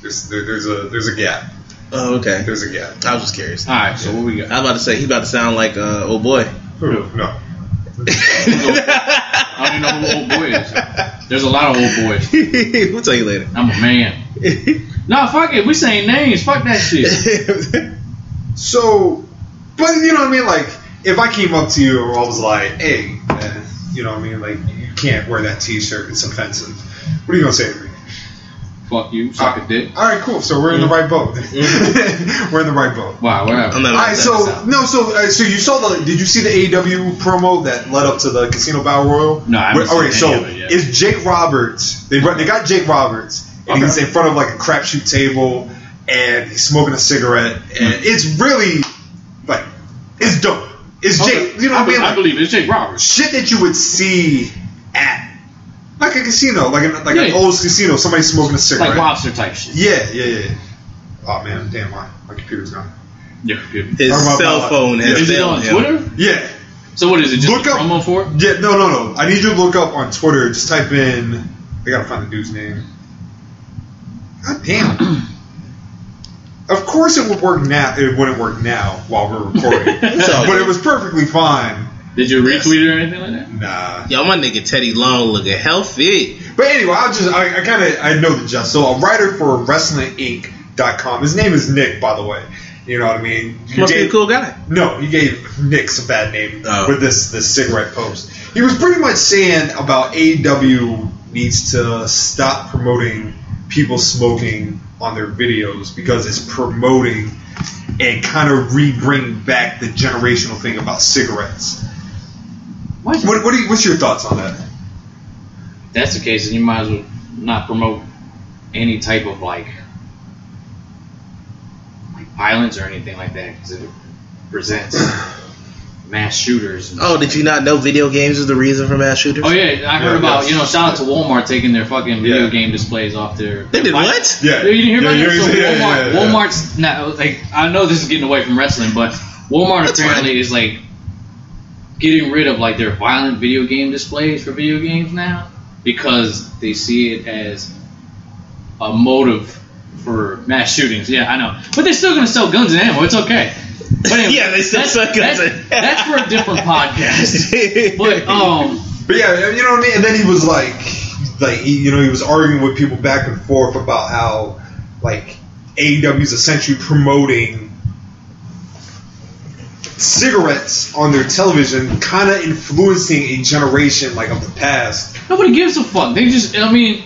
Speaker 2: There's there, there's a there's a gap.
Speaker 4: Oh okay.
Speaker 2: There's a gap.
Speaker 4: I was just curious.
Speaker 3: All right. So what we
Speaker 4: I
Speaker 3: got?
Speaker 4: was about to say he about to sound like uh, old boy.
Speaker 2: No.
Speaker 3: I don't even know who old boy is. There's a lot of old boys.
Speaker 4: we'll tell you later.
Speaker 3: I'm a man. Nah, fuck it. We saying names. Fuck that shit.
Speaker 2: So, but you know what I mean? Like, if I came up to you and I was like, hey, man, you know what I mean? Like, you can't wear that t shirt, it's offensive. What are you going to say to me?
Speaker 3: Fuck you. Suck a dick.
Speaker 2: All right, cool. So we're in the right boat. we're in the right boat.
Speaker 3: Wow.
Speaker 4: I'm
Speaker 3: Whatever.
Speaker 4: not
Speaker 2: All right,
Speaker 4: upset.
Speaker 2: so no, so uh, so you saw the? Did you see the AEW promo that led up to the Casino Battle Royal?
Speaker 3: No, I haven't
Speaker 2: All right,
Speaker 3: seen
Speaker 2: so
Speaker 3: any of it yet.
Speaker 2: it's Jake Roberts. They brought- they got Jake Roberts, and he's in front of like a crapshoot table, and he's smoking a cigarette, and
Speaker 3: Hmm.
Speaker 2: it's really like it's dope. It's
Speaker 3: Okay.
Speaker 2: Jake, you know what I mean?
Speaker 3: I
Speaker 2: Like,
Speaker 3: believe it's Jake Roberts.
Speaker 2: shit that you would see at like a casino, like an, like an
Speaker 3: Yeah.
Speaker 2: old casino, somebody smoking a cigarette.
Speaker 3: Like lobster type shit.
Speaker 2: Yeah, yeah, yeah. Oh man, damn, my my computer's gone.
Speaker 3: Yeah. good.
Speaker 4: His
Speaker 2: Or my
Speaker 4: cell
Speaker 2: wallet.
Speaker 4: phone has
Speaker 3: Is it on
Speaker 4: failed him.
Speaker 3: Twitter?
Speaker 2: Yeah.
Speaker 3: So what is it? Just
Speaker 2: Look
Speaker 3: a
Speaker 2: up-
Speaker 3: promo for it?
Speaker 2: Yeah, no, no, no. I need you to look up on Twitter. Just type in. I gotta find the dude's name. God damn. of course, it would work now. It wouldn't work now while we're recording,
Speaker 4: It's all
Speaker 2: but
Speaker 4: good.
Speaker 2: it was perfectly fine.
Speaker 3: Did you retweet it or anything like that?
Speaker 2: Nah.
Speaker 4: Yo, my nigga Teddy Long looking healthy.
Speaker 2: But anyway, I'll just. I, I kind of. I know the gist. So, a writer for WrestlingInc.com. His name is Nick, by the way. You know what I mean? You
Speaker 4: Must be
Speaker 2: gave-
Speaker 4: a cool guy.
Speaker 2: No, he gave Nick's a bad name
Speaker 4: Oh.
Speaker 2: with this this cigarette post. He was pretty much saying about AEW needs to stop promoting people smoking on their videos because it's promoting and kind of re-bring back the generational thing about cigarettes.
Speaker 3: What?
Speaker 2: What, what are you, what's your thoughts on that?
Speaker 3: If that's the case, then you might as well not promote any type of like, like violence or anything like that because it presents mass shooters. And
Speaker 4: Oh, did you not know video games is the reason for mass shooters?
Speaker 3: Oh yeah, I heard
Speaker 1: Yeah,
Speaker 3: about
Speaker 1: yes.
Speaker 3: you know. Shout out to Walmart taking their fucking video
Speaker 1: Yeah.
Speaker 3: game displays off their.
Speaker 4: They did what?
Speaker 1: Yeah.
Speaker 3: You didn't
Speaker 1: yeah,
Speaker 3: hear about
Speaker 1: you're-
Speaker 3: that? So
Speaker 1: yeah, yeah,
Speaker 3: Walmart,
Speaker 1: yeah, yeah.
Speaker 3: Walmart's now like I know this is getting away from wrestling, but Walmart
Speaker 4: That's
Speaker 3: apparently
Speaker 4: fine.
Speaker 3: is like getting rid of like their violent video game displays for video games now because they see it as a motive for mass shootings. Yeah, I know, but they're still going to sell guns and ammo. It's okay. But anyway,
Speaker 4: Yeah, they still
Speaker 3: that's-
Speaker 4: sell guns
Speaker 3: that's-
Speaker 4: and-
Speaker 3: that's for a different podcast. But um.
Speaker 2: But yeah, you know what I mean. And then he was like, like he, you know, he was arguing with people back and forth about how like AEW's essentially promoting cigarettes on their television, kind of influencing a generation like of the past.
Speaker 3: Nobody gives a fuck. They just, I mean,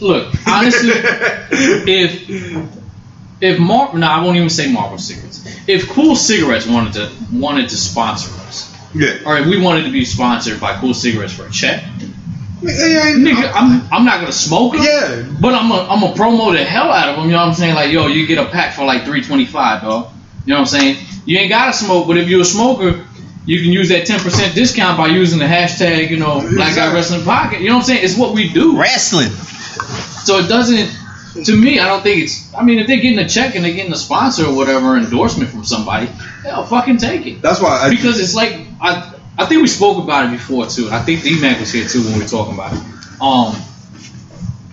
Speaker 3: look, honestly, if if Mar, no, I won't even say Marvel cigarettes. If Cool Cigarettes wanted to wanted to sponsor us,
Speaker 2: Yeah,
Speaker 3: or if we wanted to be sponsored by Cool Cigarettes for a check, nigga,
Speaker 2: nigga,
Speaker 3: I'm I'm not gonna smoke 'em,
Speaker 2: Uh-huh. Yeah.
Speaker 3: but I'm gonna I'm gonna promo the hell out of them. You know what I'm saying? Like, yo, you get a pack for like three twenty five, dog. You know what I'm saying? You ain't gotta smoke, but if you're a smoker. You can use that ten percent discount by using the hashtag, you know, Black Guy
Speaker 2: Exactly.
Speaker 3: Wrestling Pocket. You know what I'm saying? It's what we do.
Speaker 5: Wrestling.
Speaker 3: So it doesn't. To me, I don't think it's. I mean, if they're getting a check and they're getting a sponsor or whatever endorsement from somebody, hell, fucking take it.
Speaker 2: that's why I
Speaker 3: Because it's like I, I think we spoke about it before too. I think D Mac was here too when we were talking about it. Um,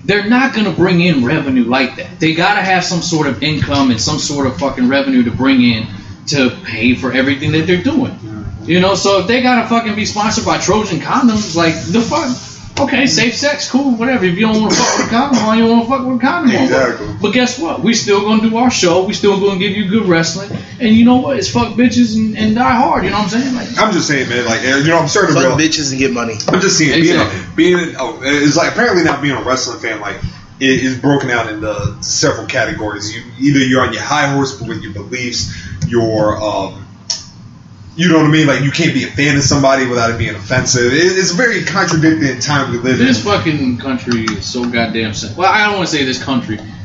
Speaker 3: they're not gonna bring in revenue like that. They gotta have some sort of income and some sort of fucking revenue to bring in to pay for everything that they're doing. You know, so if they gotta fucking be sponsored by Trojan condoms, like the fuck, okay, safe sex, cool, whatever. If you don't want to fuck with a condom on, you don't want to fuck with a condom on.
Speaker 2: Exactly.
Speaker 3: But guess what? We still gonna do our show. We still gonna give you good wrestling. And you know what? It's fuck bitches and, and die hard. You know what I'm saying? Like,
Speaker 2: I'm just saying, man. Like you know, I'm starting to
Speaker 4: Fuck
Speaker 2: realize.
Speaker 4: bitches and get money.
Speaker 2: I'm just seeing
Speaker 3: Exactly.
Speaker 2: being a, being oh, it's like apparently not being a wrestling fan like it is broken out into several categories. You either you're on your high horse with your beliefs, your um, you know what I mean. Like you can't be a fan of somebody without it being offensive. It, it's a very contradicting time we live in.
Speaker 3: This fucking country is so goddamn. Sen- well, I don't want to say this country.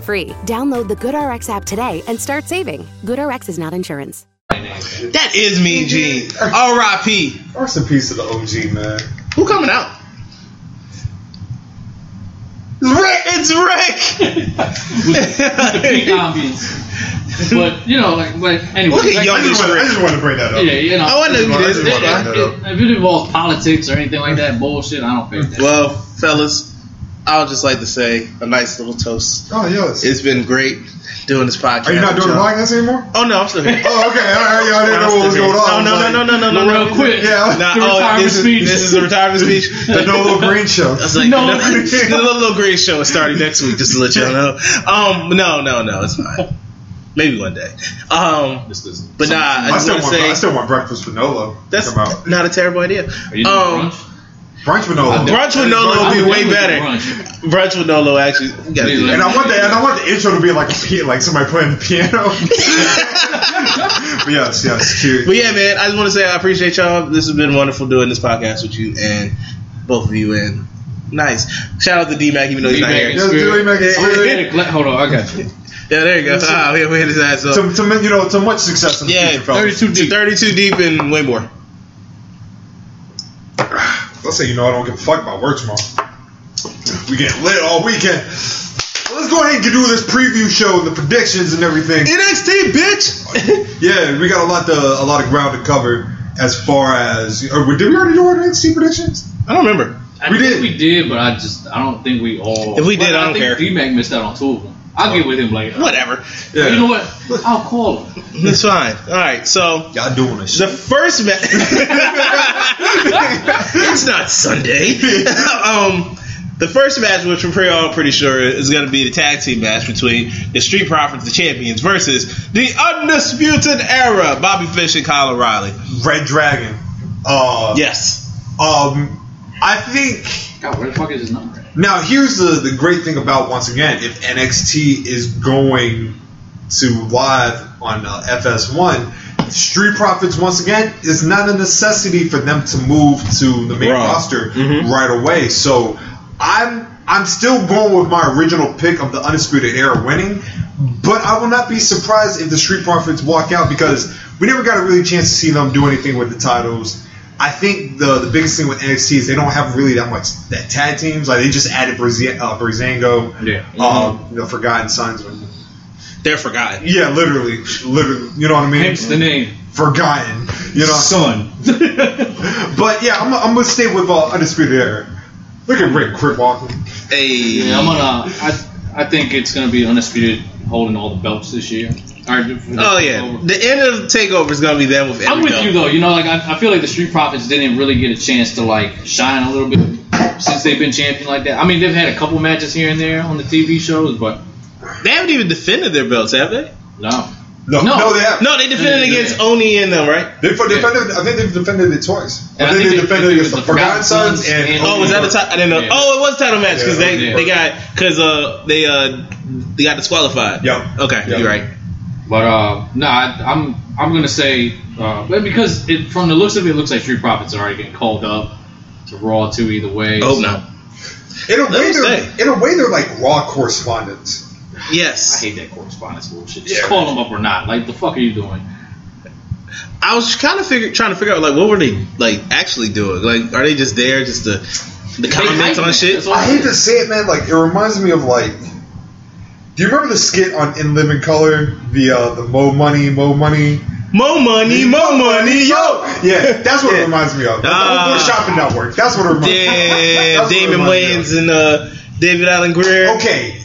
Speaker 6: free. Download the GoodRx app today and start saving. GoodRx is not insurance.
Speaker 4: That is Mean Gene. R.I.P.
Speaker 2: Rest in peace to the OG man.
Speaker 4: Who coming out? Rick, it's Rick.
Speaker 3: Peak ambience. But you know, like, like anyway,
Speaker 4: Look at
Speaker 3: like,
Speaker 2: I
Speaker 4: young-
Speaker 2: just, wanna, I just wanted to bring that up.
Speaker 3: yeah, you know,
Speaker 4: I wonder who
Speaker 2: I
Speaker 4: it is.
Speaker 2: just wanted to bring that up.
Speaker 3: if, if it involves politics or anything like that, bullshit, I don't think that.
Speaker 4: Well, fellas, I would just like to say a nice little toast.
Speaker 2: Oh yes.
Speaker 4: It's been great doing this podcast.
Speaker 2: Are you not
Speaker 4: with
Speaker 2: doing the
Speaker 4: y'all.
Speaker 2: podcast anymore?
Speaker 4: Oh no, I'm still here.
Speaker 2: Oh okay. All right, y'all didn't know what was going on.
Speaker 4: No, no, no, no, no, no, no,
Speaker 3: real quick,
Speaker 2: Yeah.
Speaker 4: Nah,
Speaker 3: The
Speaker 4: oh,
Speaker 3: retirement
Speaker 4: this,
Speaker 3: speech.
Speaker 4: Is, this is the retirement speech.
Speaker 2: The Nolo Green show.
Speaker 4: I was like,
Speaker 3: No.
Speaker 4: no. the little, little green show is starting next week, just to let y'all know. Um, no, no, no, it's fine. Maybe one day. Um,
Speaker 3: This is-
Speaker 4: but nah, I
Speaker 2: I
Speaker 4: just
Speaker 2: still,
Speaker 4: want
Speaker 2: want,
Speaker 4: to say
Speaker 2: I still want breakfast with Nolo. to
Speaker 4: that's
Speaker 2: come out.
Speaker 4: not a terrible idea.
Speaker 3: Are you doing
Speaker 4: Um,
Speaker 3: brunch?
Speaker 2: brunch with Nolo.
Speaker 4: brunch with Nolo
Speaker 3: I'm
Speaker 4: would be
Speaker 3: down
Speaker 4: way
Speaker 3: with the
Speaker 4: better.
Speaker 3: brunch.
Speaker 4: Brunch with Nolo actually. We gotta do that.
Speaker 2: And I want the and I want the intro to be like a pi- like somebody playing the piano. but yes, yes, cheers.
Speaker 4: But yeah, man, I just want to say I appreciate y'all. This has been wonderful doing this podcast with you and both of you. And nice shout out to D Mac, even though he's not
Speaker 3: D-Mac
Speaker 4: here.
Speaker 3: is-
Speaker 2: Just do it, make it-
Speaker 3: I'm gonna get a gla- Hold on, I got you.
Speaker 4: Yeah, there you go. Ah, we we hit his ass up.
Speaker 2: to, to you know to much success in the
Speaker 4: yeah,
Speaker 2: future, fellas.
Speaker 4: 32 deep. 32 deep and way more.
Speaker 2: Let's say you know I don't give a fuck about work tomorrow. We getting lit all weekend. Well, let's go ahead and do this preview show and the predictions and everything.
Speaker 4: NXT, bitch.
Speaker 2: Yeah, we got a lot to a lot of ground to cover as far as or did we already do our NXT predictions?
Speaker 4: I don't remember.
Speaker 3: I
Speaker 2: We
Speaker 3: think
Speaker 2: did.
Speaker 3: we did, but I just I don't think we all.
Speaker 4: If we did, I don't
Speaker 3: think
Speaker 4: care.
Speaker 3: D-Mac missed out on two of them. I'll get with him later.
Speaker 4: Whatever.
Speaker 2: Yeah,
Speaker 3: You know what? I'll call him.
Speaker 4: It's fine. All right. So
Speaker 2: y'all doing this.
Speaker 4: the
Speaker 2: shit.
Speaker 4: first match. it's not Sunday. um, The first match, which we're pretty all pretty sure is going to be the tag team match between the Street Profits, the champions, versus the Undisputed Era, Bobby Fish and Kyle O'Reilly.
Speaker 2: Red Dragon. Uh,
Speaker 4: Yes,
Speaker 2: Um, I think
Speaker 3: God, where the fuck is his number? at?
Speaker 2: Now, here's the, the great thing about once again, if NXT is going to live on uh, FS1, Street Profits once again is not a necessity for them to move to the main
Speaker 4: Raw.
Speaker 2: roster right away. So I'm I'm still going with my original pick of the Undisputed Era winning, but I will not be surprised if the Street Profits walk out because we never got a really chance to see them do anything with the titles. I think the the biggest thing with NXT is they don't have really that much that tag teams. Like they just added Brazi- uh, Brazango,
Speaker 3: Yeah.
Speaker 2: um, you know, Forgotten Sons.
Speaker 4: they're forgotten.
Speaker 2: Yeah, literally, literally. You know what I mean?
Speaker 3: Hence the name.
Speaker 2: Forgotten. You know.
Speaker 7: Son.
Speaker 2: but yeah, I'm, I'm gonna stay with uh, Undisputed Era. Look at Rick Crip walking.
Speaker 4: Hey,
Speaker 3: Yeah, I'm gonna. I, I think it's gonna be undisputed holding all the belts this year. Or-
Speaker 4: oh yeah, the end of the takeover is going to be them with.
Speaker 3: I'm
Speaker 4: every
Speaker 3: with
Speaker 4: belt.
Speaker 3: you though. You know, like I, I feel like the Street Profits didn't really get a chance to like shine a little bit since they've been champion like that. I mean, they've had a couple matches here and there on the TV shows, but
Speaker 4: They haven't even defended their belts, have they?
Speaker 3: no.
Speaker 2: No,
Speaker 3: No.
Speaker 2: no, they have.
Speaker 4: No, they defended
Speaker 3: Yeah.
Speaker 4: against Oni and them, right?
Speaker 2: They put- defended. I think they've defended it twice.
Speaker 3: And
Speaker 2: I
Speaker 3: I
Speaker 2: think
Speaker 3: think
Speaker 2: they
Speaker 3: they-
Speaker 2: defended
Speaker 3: they-
Speaker 2: against the
Speaker 3: the
Speaker 2: Forgotten Sons and.
Speaker 3: and-
Speaker 4: Oh, was that the title? I didn't know.
Speaker 3: Yeah.
Speaker 4: Oh, it was title match because they
Speaker 3: Yeah.
Speaker 4: they got because uh they uh they got disqualified.
Speaker 2: Yep.
Speaker 4: Okay,
Speaker 2: Yep.
Speaker 4: you're right.
Speaker 3: But uh, no, I, I'm I'm gonna say, uh, but because it, from the looks of it, it looks like Street Profits are already getting called up to Raw too. Either way,
Speaker 4: Oh
Speaker 3: so-
Speaker 4: no.
Speaker 2: in a way,
Speaker 4: Let me
Speaker 2: they're in a way they're like raw correspondents.
Speaker 3: I
Speaker 4: Yes,
Speaker 3: hate that correspondence bullshit. Just call them up or not. Like the fuck are you doing?
Speaker 4: I was kind of figure, trying to figure out like what were they like actually doing? Like, are they just there just to the comments
Speaker 3: hype
Speaker 4: on
Speaker 3: it.
Speaker 4: shit?
Speaker 3: That's all-
Speaker 2: I hate to say it, man. Like it reminds me of like. Do you remember the skit on In Living Color? The uh, the Mo Money, Mo Money.
Speaker 4: Mo money, mo money, yo.
Speaker 2: Yeah, that's what
Speaker 4: Yeah.
Speaker 2: it reminds me of. The
Speaker 4: Ah.
Speaker 2: Old Shopping Network. That's what it reminds me
Speaker 4: Yeah,
Speaker 2: of.
Speaker 4: Damon Wayans and uh David Allen Greer.
Speaker 2: Okay,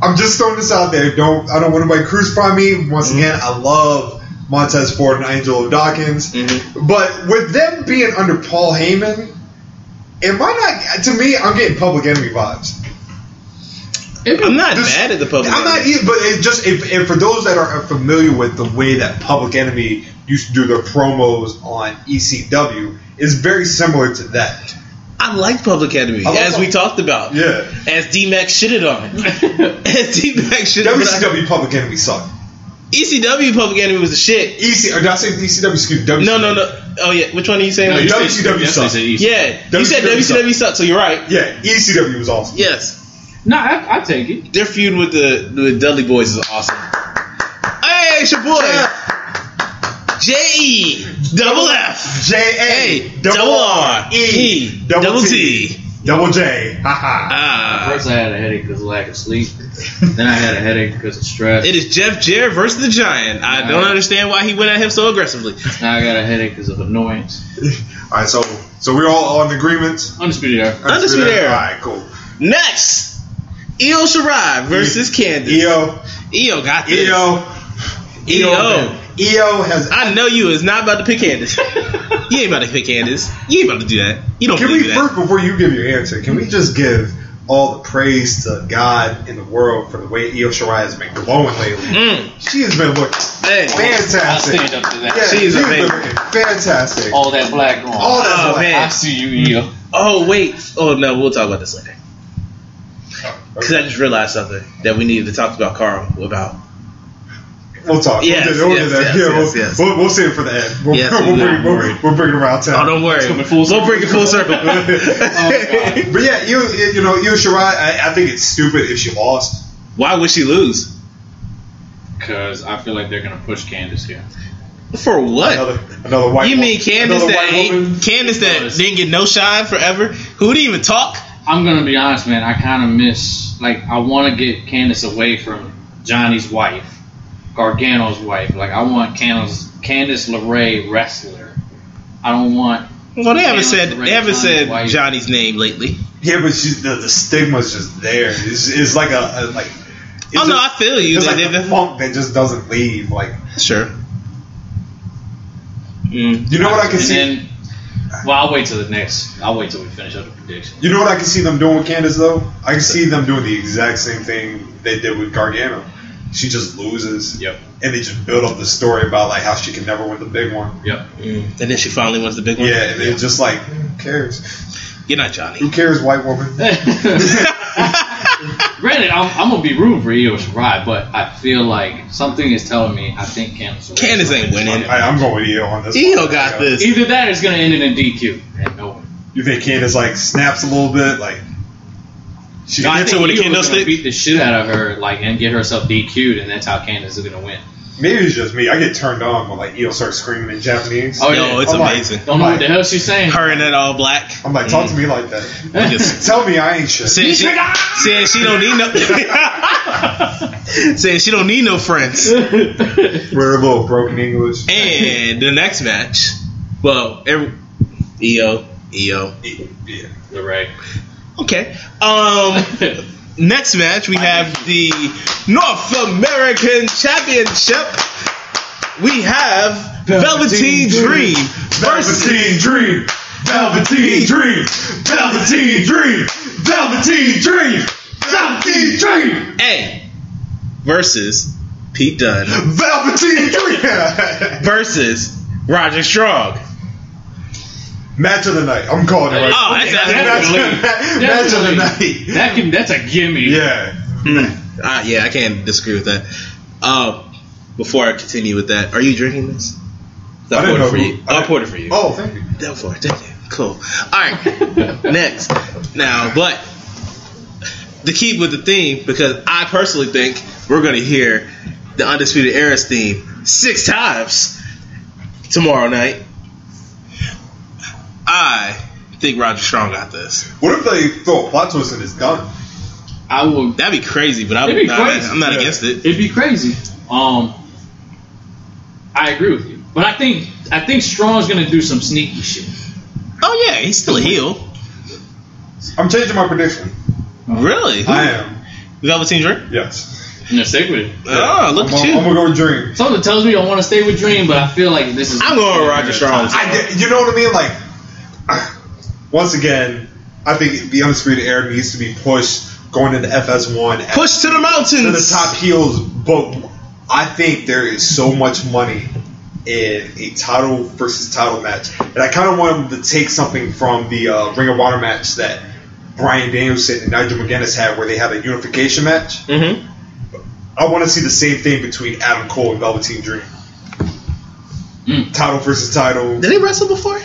Speaker 2: I'm just throwing this out there. Don't I don't want anybody crucify me. Once
Speaker 4: Mm-hmm.
Speaker 2: again, I love Montez Ford and Angelo Dawkins,
Speaker 4: Mm-hmm.
Speaker 2: but with them being under Paul Heyman, it might not. To me, I'm getting Public Enemy vibes.
Speaker 4: I'm not
Speaker 2: This-
Speaker 4: mad at the public.
Speaker 2: I'm not either, but it just if, if for those that are familiar with the way that Public Enemy used to do their promos on E ECW, is very similar to that.
Speaker 4: I like Public Enemy,
Speaker 2: e- I like
Speaker 4: as we
Speaker 2: Public-
Speaker 4: talked about.
Speaker 2: Yeah.
Speaker 4: As D Mac shitted on it. as D Mac shitted on it.
Speaker 2: WCW Public Enemy sucked.
Speaker 4: ECW E Public Enemy was the shit.
Speaker 2: EC or did I say ECW? Excuse me. WCW.
Speaker 4: No, no, no. Oh yeah, which one are you saying?
Speaker 2: No,
Speaker 3: you said- yes,
Speaker 2: WCW
Speaker 3: they
Speaker 2: sucks.
Speaker 3: said East.
Speaker 4: yeah, you said
Speaker 2: WCW
Speaker 4: WCW sucked, so you're right.
Speaker 2: Yeah, ECW was awesome.
Speaker 4: Yes,
Speaker 3: No, I, I take it.
Speaker 4: their feud with the the Dudley Boys is awesome. Hey, it's your boy. J E double F
Speaker 2: J
Speaker 4: A
Speaker 2: A
Speaker 4: double R E double T.
Speaker 2: double J. Haha.
Speaker 4: Ah,
Speaker 3: First, I had a headache because of lack of sleep. then I had a headache because of stress.
Speaker 4: it is Jeff Jarrett versus the Giant. I don't understand why he went at him so aggressively.
Speaker 3: now I got a headache because of annoyance.
Speaker 2: All right, so so we're all on agreement.
Speaker 3: Undisputed era.
Speaker 4: Undisputed Era.
Speaker 2: All right, cool.
Speaker 4: Next, Io Shirai versus
Speaker 2: E
Speaker 4: Candice.
Speaker 2: EO,
Speaker 4: Io got this.
Speaker 2: EO, E
Speaker 4: EO.
Speaker 2: EO has.
Speaker 4: E I know you is not about to pick Candace. you ain't about to pick Candace. You ain't about to do that. You don't
Speaker 2: Can
Speaker 4: believe
Speaker 2: we
Speaker 4: that.
Speaker 2: first before you give your answer? Can we just give all the praise to God in the world for the way Io Shirai has been glowing lately?
Speaker 4: Mm.
Speaker 2: She has been looking
Speaker 4: Hey.
Speaker 3: I
Speaker 2: fantastic.
Speaker 3: stand up to that.
Speaker 2: Yeah,
Speaker 4: She is
Speaker 2: she's been
Speaker 4: amazing.
Speaker 2: looking fantastic.
Speaker 3: All that black on.
Speaker 2: All that
Speaker 4: Oh,
Speaker 2: black.
Speaker 4: man.
Speaker 3: I see you, E Eo.
Speaker 4: Oh wait. Oh no, we'll talk about this later.
Speaker 2: Oh,
Speaker 4: Because I just realized something that we needed to talk about Carl about.
Speaker 2: We'll talk.
Speaker 4: Yes,
Speaker 2: we'll, do that. we'll, do
Speaker 4: yes,
Speaker 2: that.
Speaker 4: yes,
Speaker 2: yeah, we'll,
Speaker 4: yes, yes.
Speaker 2: We'll, we'll save it for the end. We'll,
Speaker 4: Yes,
Speaker 2: we'll,
Speaker 4: no,
Speaker 2: bring,
Speaker 4: don't
Speaker 2: we'll,
Speaker 4: worry.
Speaker 2: we'll bring it around town.
Speaker 4: Oh, don't worry.
Speaker 3: coming full
Speaker 4: We'll bring it full circle.
Speaker 2: Um, but yeah, you you know Io Shirai. I, I think it's stupid if she lost.
Speaker 4: Why would she lose?
Speaker 3: Because I feel like they're going to push Candace here.
Speaker 4: For what?
Speaker 2: Another another white.
Speaker 4: you
Speaker 2: wo-
Speaker 4: mean Candace
Speaker 2: another
Speaker 4: that
Speaker 2: white woman.
Speaker 4: ain't, Candace that
Speaker 3: Notice.
Speaker 4: didn't get no shine forever? Who didn't even talk?
Speaker 3: I'm gonna be honest, man. I kind of miss like I want to get Candace away from Johnny's wife, Gargano's wife. Like I want Candace, Candace LeRae wrestler. I don't want.
Speaker 4: Well, they haven't
Speaker 3: Candace
Speaker 4: said
Speaker 3: LeRae,
Speaker 4: they haven't
Speaker 3: Johnny
Speaker 4: said
Speaker 3: White.
Speaker 4: Johnny's name lately.
Speaker 2: Yeah, but she's, the the stigma's just there. It's, it's like a, a like. It's
Speaker 4: oh no, I
Speaker 2: just-
Speaker 4: feel you.
Speaker 2: It's
Speaker 4: They-
Speaker 2: like
Speaker 4: they've
Speaker 2: the
Speaker 4: been-
Speaker 2: funk that just doesn't leave. Like
Speaker 4: Sure. Mm.
Speaker 2: you know what I can
Speaker 3: and
Speaker 2: see.
Speaker 3: then Well, I'll wait till the next. I'll wait till we finish up the prediction.
Speaker 2: You know what I can see them doing with Candace though? I can see them doing the exact same thing they did with Gargano. She just loses.
Speaker 3: Yep.
Speaker 2: And they just build up the story about like how she can never win the big one.
Speaker 3: Yep.
Speaker 4: And then she finally wins the big one.
Speaker 2: Yeah, and it's just like who cares?
Speaker 4: You're not Johnny.
Speaker 2: Who cares, white woman?
Speaker 3: Granted, I'm, I'm gonna be rude for Io Shirai, but I feel like something is telling me I think Candace. will-
Speaker 4: Candace ain't winning.
Speaker 2: I, I'm going with Io on this.
Speaker 4: Io
Speaker 2: one.
Speaker 4: got this.
Speaker 3: Either that or it's gonna end in a DQ. And no.
Speaker 2: You think Candace like snaps a little bit, like she
Speaker 4: No, I
Speaker 3: I
Speaker 4: think-
Speaker 3: think
Speaker 4: with a
Speaker 3: Io's gonna
Speaker 4: candlestick?
Speaker 3: beat the shit out of her, like, and get herself DQ'd, and that's how Candace is gonna win.
Speaker 2: maybe it's just me. I get turned on when like Io starts screaming in Japanese.
Speaker 3: Oh,
Speaker 4: Yo,
Speaker 3: yeah.
Speaker 4: it's
Speaker 2: I'm like-
Speaker 4: amazing.
Speaker 3: Don't know what the hell she's saying.
Speaker 4: Her in that all black.
Speaker 2: I'm like, talk to me like that.
Speaker 4: Just
Speaker 2: Tell me I ain't shit.
Speaker 4: saying, she, saying she don't need no. saying she don't need no friends.
Speaker 2: We're a little broken English.
Speaker 4: And the next match, well, every, E EO, EO.
Speaker 2: Yeah.
Speaker 3: Lorraine.
Speaker 4: Okay. Um, next match we have the North American Championship. We have Velveteen
Speaker 2: Velveteen
Speaker 4: Dream versus
Speaker 2: Velveteen Dream, Velveteen Dream, Velveteen Dream, Velveteen Dream, Velveteen Dream,
Speaker 4: A versus Pete Dunne
Speaker 2: Velveteen Dream.
Speaker 4: versus Roger Strong.
Speaker 2: Match of the night. I'm calling it right.
Speaker 4: Oh, that's
Speaker 2: Match,
Speaker 4: absolutely.
Speaker 2: match of the night.
Speaker 3: That can, that's a gimme.
Speaker 2: Yeah.
Speaker 4: Uh, yeah, I can't disagree with that. Um, before I continue with that, are you drinking this?
Speaker 2: I
Speaker 4: I'll pour
Speaker 2: didn't
Speaker 4: it
Speaker 2: know
Speaker 4: for
Speaker 2: who-
Speaker 4: you.
Speaker 2: I
Speaker 4: I'll
Speaker 2: didn't-
Speaker 4: pour it for you.
Speaker 2: Oh, thank you.
Speaker 4: Down for it. Thank you. Cool. All right. Next. Now, but to keep with the theme, because I personally think we're going to hear the Undisputed Era's theme six times tomorrow night. I think Roger Strong got this.
Speaker 2: What if they throw a plot twist and it's done?
Speaker 3: I will.
Speaker 4: That'd be crazy, but I'm,
Speaker 3: It'd be
Speaker 4: I'm
Speaker 3: crazy.
Speaker 4: not, I'm not
Speaker 2: Yeah.
Speaker 4: against it.
Speaker 3: It'd be crazy. Um, I agree with you, but I think I think Strong's gonna do some sneaky shit.
Speaker 4: Oh, yeah, he's still a heel.
Speaker 2: Uh-huh. I'm changing my prediction.
Speaker 4: Really?
Speaker 2: I am.
Speaker 4: Velveteen Dream?
Speaker 2: Yes.
Speaker 3: And stick with it.
Speaker 4: Oh, look
Speaker 2: I'm,
Speaker 4: at
Speaker 2: gonna-
Speaker 4: you.
Speaker 2: I'm gonna go with Dream.
Speaker 3: Something tells me I want to stay with Dream, but I feel like this is.
Speaker 4: I'm going with Roger Strong.
Speaker 2: I get- you know what I mean? Like, once again, I think the Undisputed Era needs to be pushed going into FS1 at-
Speaker 4: Push to the mountains.
Speaker 2: to the top heels, but I think there is so much money in a title versus title match, and I kind of want them to take something from the uh, Ring of Honor match that Brian Danielson and Nigel McGuinness had, where they had a unification match.
Speaker 4: Mm-hmm.
Speaker 2: I want to see the same thing between Adam Cole and Velveteen Dream.
Speaker 3: Mm.
Speaker 2: Title versus title.
Speaker 4: Did they wrestle before?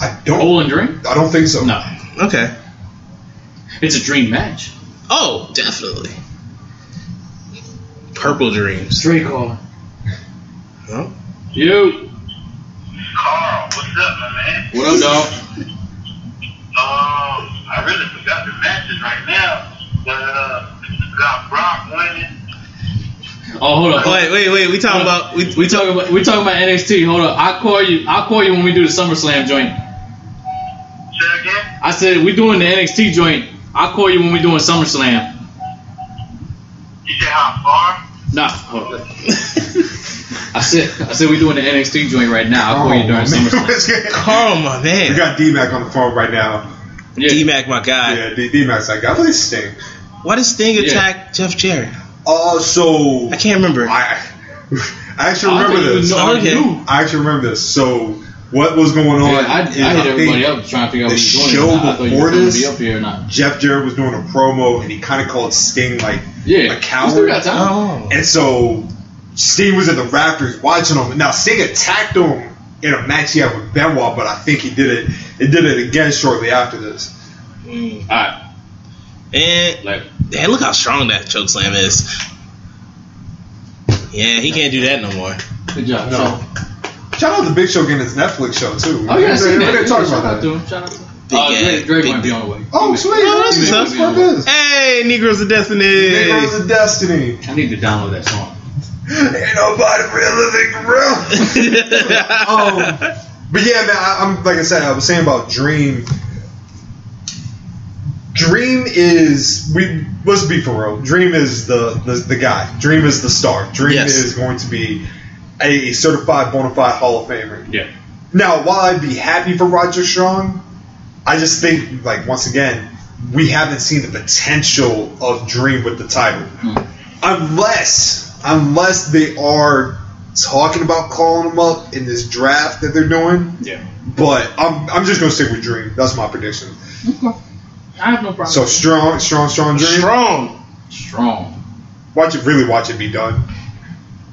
Speaker 2: I don't.
Speaker 3: Cole and Dream?
Speaker 2: I don't think so.
Speaker 3: No,
Speaker 4: Okay.
Speaker 3: it's a Dream match.
Speaker 4: Oh, definitely. Purple Dreams.
Speaker 3: Dream caller.
Speaker 4: Huh?
Speaker 3: You.
Speaker 7: Carl, what's up, my man?
Speaker 3: What up, dog?
Speaker 7: Um, I really forgot the matches right now, but uh, got Brock winning.
Speaker 3: Oh, hold on.
Speaker 4: Wait, wait, wait. We talking about we we
Speaker 3: We talking about we talking about NXT. Hold on. I will call you. I will call you when we do the SummerSlam joint.
Speaker 7: Say again?
Speaker 3: I said we doing the NXT joint. I will call you when we doing SummerSlam.
Speaker 7: You said how far?
Speaker 3: Nah, hold on. I said I said we doing the NXT joint right now. I will call
Speaker 2: Oh,
Speaker 3: you during SummerSlam.
Speaker 4: Carl, my
Speaker 2: we
Speaker 4: man.
Speaker 2: got D Mac on the phone right now.
Speaker 3: Yeah.
Speaker 4: D Mac, my guy.
Speaker 2: Yeah, D Mac's like, I like Sting.
Speaker 4: Why does Sting
Speaker 3: Yeah.
Speaker 4: attack Jeff Jarrett?
Speaker 2: Oh, so
Speaker 4: I can't remember.
Speaker 2: I, I actually
Speaker 3: I
Speaker 2: remember
Speaker 3: don't even
Speaker 2: this.
Speaker 3: know how to
Speaker 4: Okay.
Speaker 3: do.
Speaker 2: I actually remember this. So what was going on?
Speaker 3: Yeah, I, I
Speaker 2: is
Speaker 3: hit everybody
Speaker 2: think
Speaker 3: up trying to figure out
Speaker 2: the
Speaker 3: what he's doing.
Speaker 2: show
Speaker 3: I thought you
Speaker 2: before
Speaker 3: were gonna
Speaker 2: this-
Speaker 3: be up here or not.
Speaker 2: Jeff Jarrett was doing a promo and he kind of called Sting like
Speaker 3: Yeah,
Speaker 2: a
Speaker 3: we still
Speaker 2: coward.
Speaker 3: got time.
Speaker 4: oh.
Speaker 2: And so Sting was in the Raptors watching him. Now Sting attacked him in a match he had with Benoit, but I think he did it. It did it again shortly after this.
Speaker 3: All right,
Speaker 4: And
Speaker 3: like
Speaker 4: man, look how strong that choke slam is. Yeah, he can't do that no more.
Speaker 3: good job.
Speaker 2: No.
Speaker 3: Sean.
Speaker 2: Shout out to Big Show getting his Netflix show too.
Speaker 3: Oh yeah, I
Speaker 2: we're
Speaker 3: seen
Speaker 2: gonna
Speaker 3: that.
Speaker 2: talk
Speaker 3: Shout out
Speaker 2: about
Speaker 3: to
Speaker 2: that.
Speaker 3: him. Shout out to him.
Speaker 4: Big
Speaker 3: Uh,
Speaker 4: guy,
Speaker 3: Drake, Drake
Speaker 4: big
Speaker 3: might be
Speaker 4: dude.
Speaker 3: on the way.
Speaker 2: Oh sweet,
Speaker 4: Oh, that's
Speaker 2: that's
Speaker 4: what's
Speaker 2: what
Speaker 3: up.
Speaker 2: it is.
Speaker 4: Hey, Negroes of Destiny.
Speaker 2: Negroes of Destiny.
Speaker 3: I need to download that song.
Speaker 2: Ain't nobody really think real. um, but yeah, man, I, I'm like I said, I was saying about Dream. Dream is we let's be for real. Dream is the the, the guy. Dream is the star. Dream
Speaker 4: Yes.
Speaker 2: is going to be a certified bona fide Hall of Famer.
Speaker 3: Yeah,
Speaker 2: Now, while I'd be happy for Roger Strong, I just think, like, once again, we haven't seen the potential of Dream with the title.
Speaker 4: Hmm.
Speaker 2: Unless, unless they are talking about calling him up in this draft that they're doing.
Speaker 3: Yeah.
Speaker 2: But I'm, I'm just going to stick with Dream. That's my prediction.
Speaker 3: I have no problem.
Speaker 2: So, strong, strong, strong Dream.
Speaker 4: Strong.
Speaker 3: strong.
Speaker 2: Watch it, really watch it be done.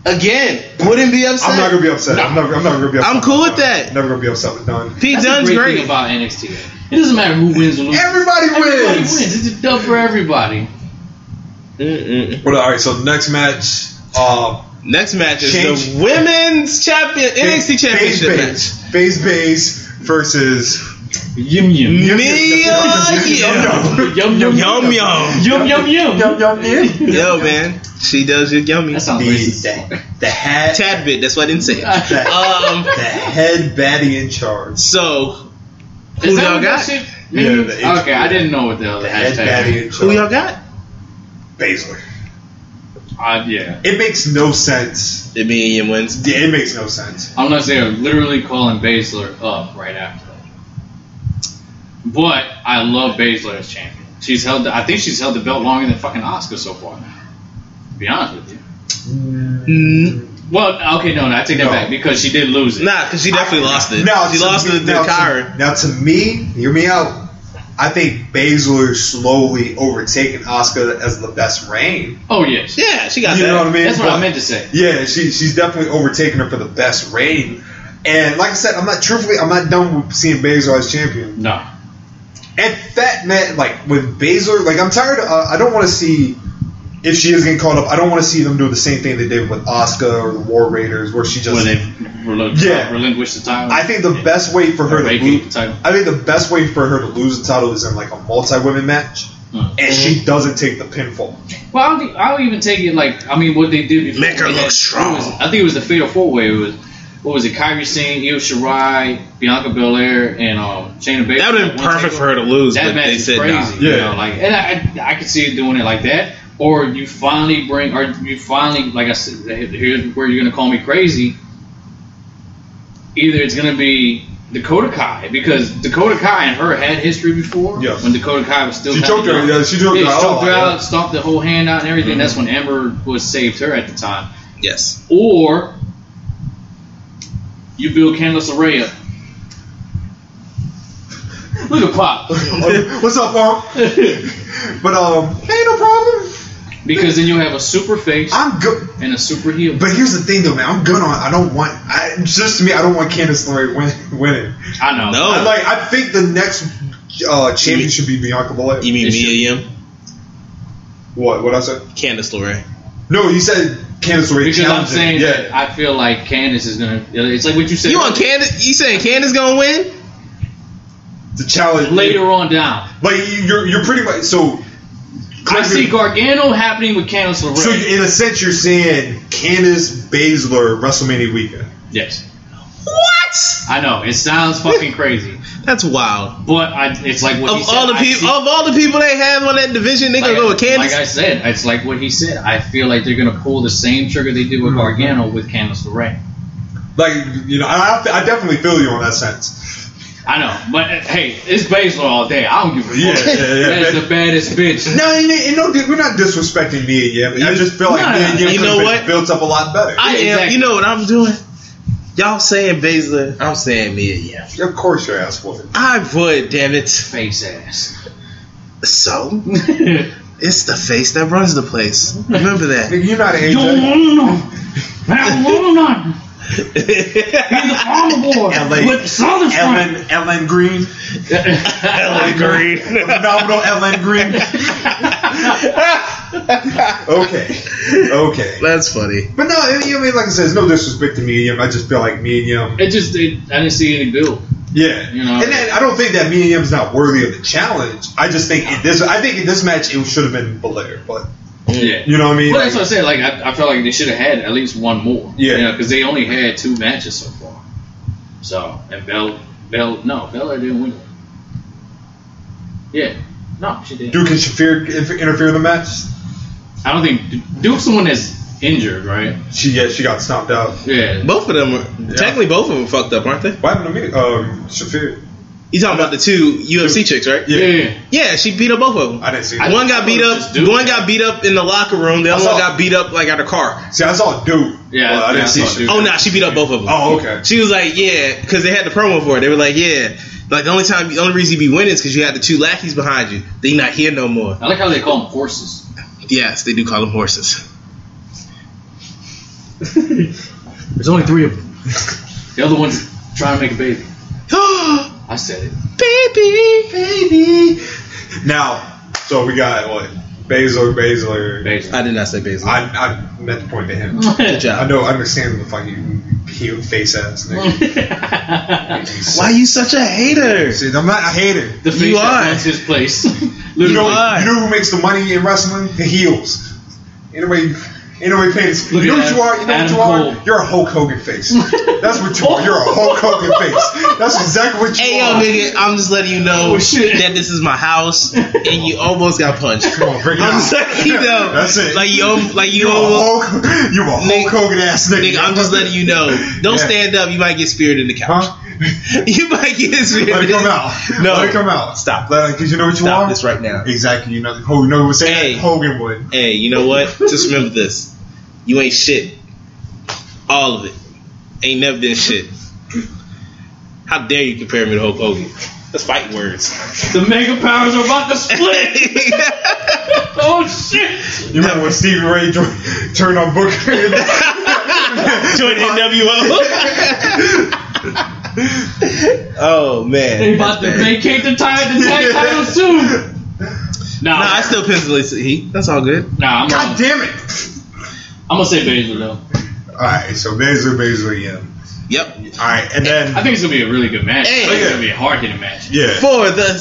Speaker 4: Again, wouldn't be upset.
Speaker 2: I'm not gonna be upset. I'm not. I'm not gonna be. upset
Speaker 4: I'm cool with that.
Speaker 2: Never gonna be upset with Dunn.
Speaker 4: Pete
Speaker 3: That's
Speaker 4: Dunne's
Speaker 3: the great,
Speaker 4: great.
Speaker 3: thing about NXT. It doesn't matter who wins or loses.
Speaker 2: Everybody
Speaker 3: Everybody
Speaker 2: wins.
Speaker 3: It's a dub for everybody.
Speaker 4: Mm-mm.
Speaker 2: Well, all right. So next match, uh,
Speaker 4: Next match is
Speaker 2: Change.
Speaker 4: the women's champion NXT championship match.
Speaker 2: Base, base, base versus
Speaker 3: Yum yum.
Speaker 4: Mia
Speaker 3: Yum yum
Speaker 4: Yum Yum.
Speaker 3: Yum yum yum.
Speaker 4: Yo, man, she does your yummy.
Speaker 3: That sounds racist.
Speaker 2: the, the hat,
Speaker 4: Tad bit. That's why I didn't say it. Um,
Speaker 2: the head baddie in charge.
Speaker 4: so
Speaker 3: Is
Speaker 4: Who y'all
Speaker 3: that what
Speaker 4: got?
Speaker 3: that shit means?
Speaker 2: Yeah, the
Speaker 3: okay, I didn't know what the other
Speaker 2: The head
Speaker 3: hashtag.
Speaker 2: baddie
Speaker 3: meant.
Speaker 2: in charge.
Speaker 4: who y'all got?
Speaker 2: Baszler.
Speaker 3: Uh, yeah,
Speaker 2: It makes no sense.
Speaker 4: The Mia wins.
Speaker 2: Yeah, it makes no sense.
Speaker 3: unless they are literally calling Baszler up right after that. But I love Baszler as champion. She's held. The, I think she's held the belt longer than fucking Oscar so far. Now, to be honest with you. Well, okay, no, no I take that
Speaker 2: No.
Speaker 3: back because she did lose it.
Speaker 4: Nah, because she definitely lost it.
Speaker 2: Now
Speaker 4: she
Speaker 2: to
Speaker 4: lost
Speaker 2: me-
Speaker 4: it to
Speaker 2: now
Speaker 4: Kyra.
Speaker 2: Now to me, hear me out. I think Baszler slowly overtaking Oscar as the best reign.
Speaker 3: Oh yes,
Speaker 4: Yeah, she got
Speaker 2: You
Speaker 4: that.
Speaker 2: know what I mean?
Speaker 3: that's what
Speaker 2: But-
Speaker 3: I meant to say.
Speaker 2: Yeah, she, she's definitely overtaken her for the best reign. And like I said, I'm not truthfully, I'm not done with seeing Baszler as champion.
Speaker 3: No,
Speaker 2: And Fat Man, like with Baszler, like I'm tired. Of, uh, I don't want to see if she is getting called up. I don't want to see them do the same thing they did with Oscar or the War Raiders, where she just.
Speaker 3: when they relin-
Speaker 2: Yeah.
Speaker 3: relinquished the title.
Speaker 2: I think the best way for her to
Speaker 3: Vacate the
Speaker 2: lose,
Speaker 3: title.
Speaker 2: I think the best way for her to lose the title is in like a multi-women match,
Speaker 3: Hmm.
Speaker 2: and she doesn't take the pinfall.
Speaker 3: Well, I don't, think, I don't even take it like I mean what they did. Before
Speaker 4: Make her
Speaker 3: They
Speaker 4: look
Speaker 3: had-
Speaker 4: strong.
Speaker 3: it was- I think it was the fatal four way. It was what was it? Kyrie Singh, Io Shirai, Bianca Belair, and um, Shayna Baszler.
Speaker 4: That would have been perfect for her to lose,
Speaker 3: That
Speaker 4: but
Speaker 3: match
Speaker 4: they
Speaker 3: is
Speaker 4: said
Speaker 3: crazy.
Speaker 4: nah.
Speaker 3: You
Speaker 2: Yeah.
Speaker 3: know, like, and I, I could see it doing it like that. Or you finally bring, or you finally, like I said, here's where you're gonna call me crazy. Either it's gonna be Dakota Kai because Dakota Kai and her had history before.
Speaker 2: Yes.
Speaker 3: When Dakota Kai was still
Speaker 2: She
Speaker 3: kinda
Speaker 2: choked her,
Speaker 3: young.
Speaker 2: yeah, she choked her out,
Speaker 3: choked her
Speaker 2: yeah. Mm-hmm.
Speaker 3: out, stomped the whole hand out and everything. That's when Amber was saved her at the time.
Speaker 4: Yes.
Speaker 3: Or you build Candice LeRae up. Look at Pop.
Speaker 2: Oh, What's up, mom? but um, hey, no problem.
Speaker 3: Because then you have a super face
Speaker 2: I'm good.
Speaker 3: and a super heel.
Speaker 2: But here's the thing, though, man. I'm good on. I don't want. I, just to me, I don't want Candice LeRae win, winning.
Speaker 3: I know.
Speaker 4: No.
Speaker 2: I like. I think the next uh, champion should be Bianca Belair.
Speaker 4: You mean
Speaker 3: It
Speaker 4: Mia Yim?
Speaker 2: What? What I said?
Speaker 4: Candice LeRae.
Speaker 2: No, he said Candice LeRae.
Speaker 3: Because I'm
Speaker 2: challenged him.
Speaker 3: saying that
Speaker 2: yeah.
Speaker 3: I feel like Candice is gonna. It's like what you said.
Speaker 4: You want Candice? You saying Candice gonna win?
Speaker 2: the challenge
Speaker 3: later on down.
Speaker 2: Like you're you're pretty much so.
Speaker 3: I see Gargano happening with Candice LeRae.
Speaker 2: So in a sense, you're saying Candice Baszler WrestleMania weekend.
Speaker 3: yes,
Speaker 4: What?
Speaker 3: I know. It sounds fucking crazy,
Speaker 4: That's wild.
Speaker 3: but I, it's like what
Speaker 4: Of
Speaker 3: he said.
Speaker 4: all the
Speaker 3: I see-
Speaker 4: people, of all the people they have on that division, they gonna
Speaker 3: like,
Speaker 4: go with
Speaker 3: Like I
Speaker 4: Candice.
Speaker 3: said, it's like what he said. I feel like they're gonna pull the same trigger they did with
Speaker 4: Mm-hmm.
Speaker 3: Gargano with Candice LeRae.
Speaker 2: Like you know, I, I definitely feel you on that sense.
Speaker 3: I know, but uh, hey, it's Baszler all day. I don't give a fuck.
Speaker 2: Yeah, yeah, yeah.
Speaker 3: That's the baddest bitch.
Speaker 2: No, and, and no, we're not disrespecting Mia Yim. I just feel like
Speaker 3: No, no,
Speaker 2: Mia Yim
Speaker 3: no.
Speaker 4: You
Speaker 2: could've
Speaker 4: know
Speaker 2: been
Speaker 4: what?
Speaker 2: built up a lot better.
Speaker 4: I am.
Speaker 3: Exactly.
Speaker 4: You know what I'm doing? Y'all saying Baszler? I'm saying Mia Yim.
Speaker 2: of course, your ass would.
Speaker 4: I would, damn it.
Speaker 3: Face ass.
Speaker 4: So it's the face that runs the place. Remember that.
Speaker 2: You're not
Speaker 3: You don't
Speaker 2: AJ.
Speaker 3: want to know. I don't want to know. He's a farmer boy
Speaker 2: LA
Speaker 3: with Southern strength.
Speaker 2: Ellen, Ellen Green,
Speaker 4: Agreed.
Speaker 2: phenomenal Ellen Green. okay, okay,
Speaker 4: That's funny.
Speaker 2: but no, I mean, like I said, it's no disrespect to Mia Yim. I just feel like Mia Yim,
Speaker 3: It just, it, I didn't see any build.
Speaker 2: yeah,
Speaker 3: You know.
Speaker 2: and then I don't think that Mia Yim's not worthy of the challenge. I just think in this, I think in this match it should have been Belair, but
Speaker 3: Yeah.
Speaker 2: you know what I mean.
Speaker 3: Well, that's
Speaker 2: Like-
Speaker 3: what I said. Like, I, I felt like they should have had at least one more.
Speaker 2: Yeah.
Speaker 3: Because they only had two matches so far. So, and Bell, Bell, no, Bella didn't win it. Yeah. No, she didn't.
Speaker 2: Duke and Shafir interfere in the match?
Speaker 3: I don't think Duke's the one that's injured, right?
Speaker 2: She yeah, she got stomped out.
Speaker 3: Yeah.
Speaker 4: Both of them, were, technically, both of them fucked up, aren't they?
Speaker 2: What happened to me? Um, Shafir.
Speaker 4: You talking about the two UFC chicks, right?
Speaker 3: Yeah. yeah.
Speaker 4: Yeah, she beat up both of them.
Speaker 2: I didn't see.
Speaker 3: I-
Speaker 2: That.
Speaker 4: one got beat
Speaker 3: Just
Speaker 4: up.
Speaker 3: do it.
Speaker 4: One got beat up in the locker room. The other
Speaker 2: saw-
Speaker 4: one got beat up like at a car.
Speaker 2: See, I saw a dude.
Speaker 3: Yeah,
Speaker 2: Well,
Speaker 3: yeah,
Speaker 2: I
Speaker 3: I
Speaker 2: didn't see.
Speaker 3: saw a
Speaker 2: Shafir.
Speaker 3: dude.
Speaker 4: Oh no, she beat up both of them.
Speaker 2: Oh, okay.
Speaker 4: She was like, yeah, because they had the promo for it. They were like, yeah, like the only time, the only reason you be winning is because you had the two lackeys behind you. They not here no more.
Speaker 3: I like how they call them horses.
Speaker 4: Yes, they do call them horses.
Speaker 3: There's only three of them. The other one's trying to make a baby. I said it.
Speaker 4: baby, baby.
Speaker 2: Now, so we got what? Basil, Basil.
Speaker 3: Basil.
Speaker 4: I did not say basil.
Speaker 2: I I meant to point to him.
Speaker 4: Good
Speaker 2: I
Speaker 4: job.
Speaker 2: know. I understand the fucking heel face ass nigga.
Speaker 4: Why you such a hater?
Speaker 2: See, I'm not a hater.
Speaker 3: the face
Speaker 4: You are.
Speaker 3: that wants his place.
Speaker 2: You know,
Speaker 4: Why?
Speaker 2: you know who makes the money in wrestling? The heels. Anyway, anyway, Pence, you
Speaker 3: Look
Speaker 2: know
Speaker 3: at
Speaker 2: what you are. You know
Speaker 3: Adam
Speaker 2: what you
Speaker 3: Cole.
Speaker 2: are. You're a Hulk Hogan face. That's what you are. You're a Hulk Hogan face. That's exactly what you
Speaker 4: Hey yo,
Speaker 2: are.
Speaker 4: nigga, I'm just letting you know
Speaker 3: Oh, shit.
Speaker 4: that this is my house, and you almost got punched.
Speaker 2: Come on, bring it
Speaker 4: I'm
Speaker 2: out.
Speaker 4: just letting you know.
Speaker 2: That's it.
Speaker 4: Like you, al- like you,
Speaker 2: you a
Speaker 4: almost.
Speaker 2: Hulk. You a Hulk
Speaker 4: Nigga-
Speaker 2: Hogan ass nigga.
Speaker 4: Nigga, I'm just letting you know. Don't
Speaker 2: Yeah.
Speaker 4: stand up. You might get speared in the couch.
Speaker 2: Huh?
Speaker 4: You might get speared.
Speaker 2: Let it
Speaker 4: in
Speaker 2: come
Speaker 4: the-
Speaker 2: out.
Speaker 4: No,
Speaker 2: Let it come out.
Speaker 4: Stop.
Speaker 2: Because you know what you
Speaker 4: Stop
Speaker 2: are?
Speaker 4: this right now.
Speaker 2: Exactly. You know who you know who would say
Speaker 4: Hey.
Speaker 2: that? Hogan would.
Speaker 4: Hey, you know what? Just remember this. You ain't shit. All of it. Ain't never been shit. How dare you compare me to Hulk Hogan? That's fight words.
Speaker 3: the mega powers are about to split. oh shit!
Speaker 2: You remember when Stevie Ray jo- turned on Booker?
Speaker 4: Join NWO. oh
Speaker 3: They
Speaker 4: man.
Speaker 3: about to vacate the tag the tag title soon.
Speaker 4: Nah,
Speaker 3: Nah,
Speaker 4: I still pencil it to heat. That's all good.
Speaker 3: nah. I'm,
Speaker 2: God
Speaker 3: gonna,
Speaker 2: damn it!
Speaker 3: I'm gonna say Basil though.
Speaker 2: All right, so Basil, Basil, yeah.
Speaker 4: Yep.
Speaker 2: All right, and then
Speaker 3: I think it's gonna be a really good match. I think
Speaker 4: Hey.
Speaker 3: it's gonna be a hard hitting match.
Speaker 2: yeah.
Speaker 4: For the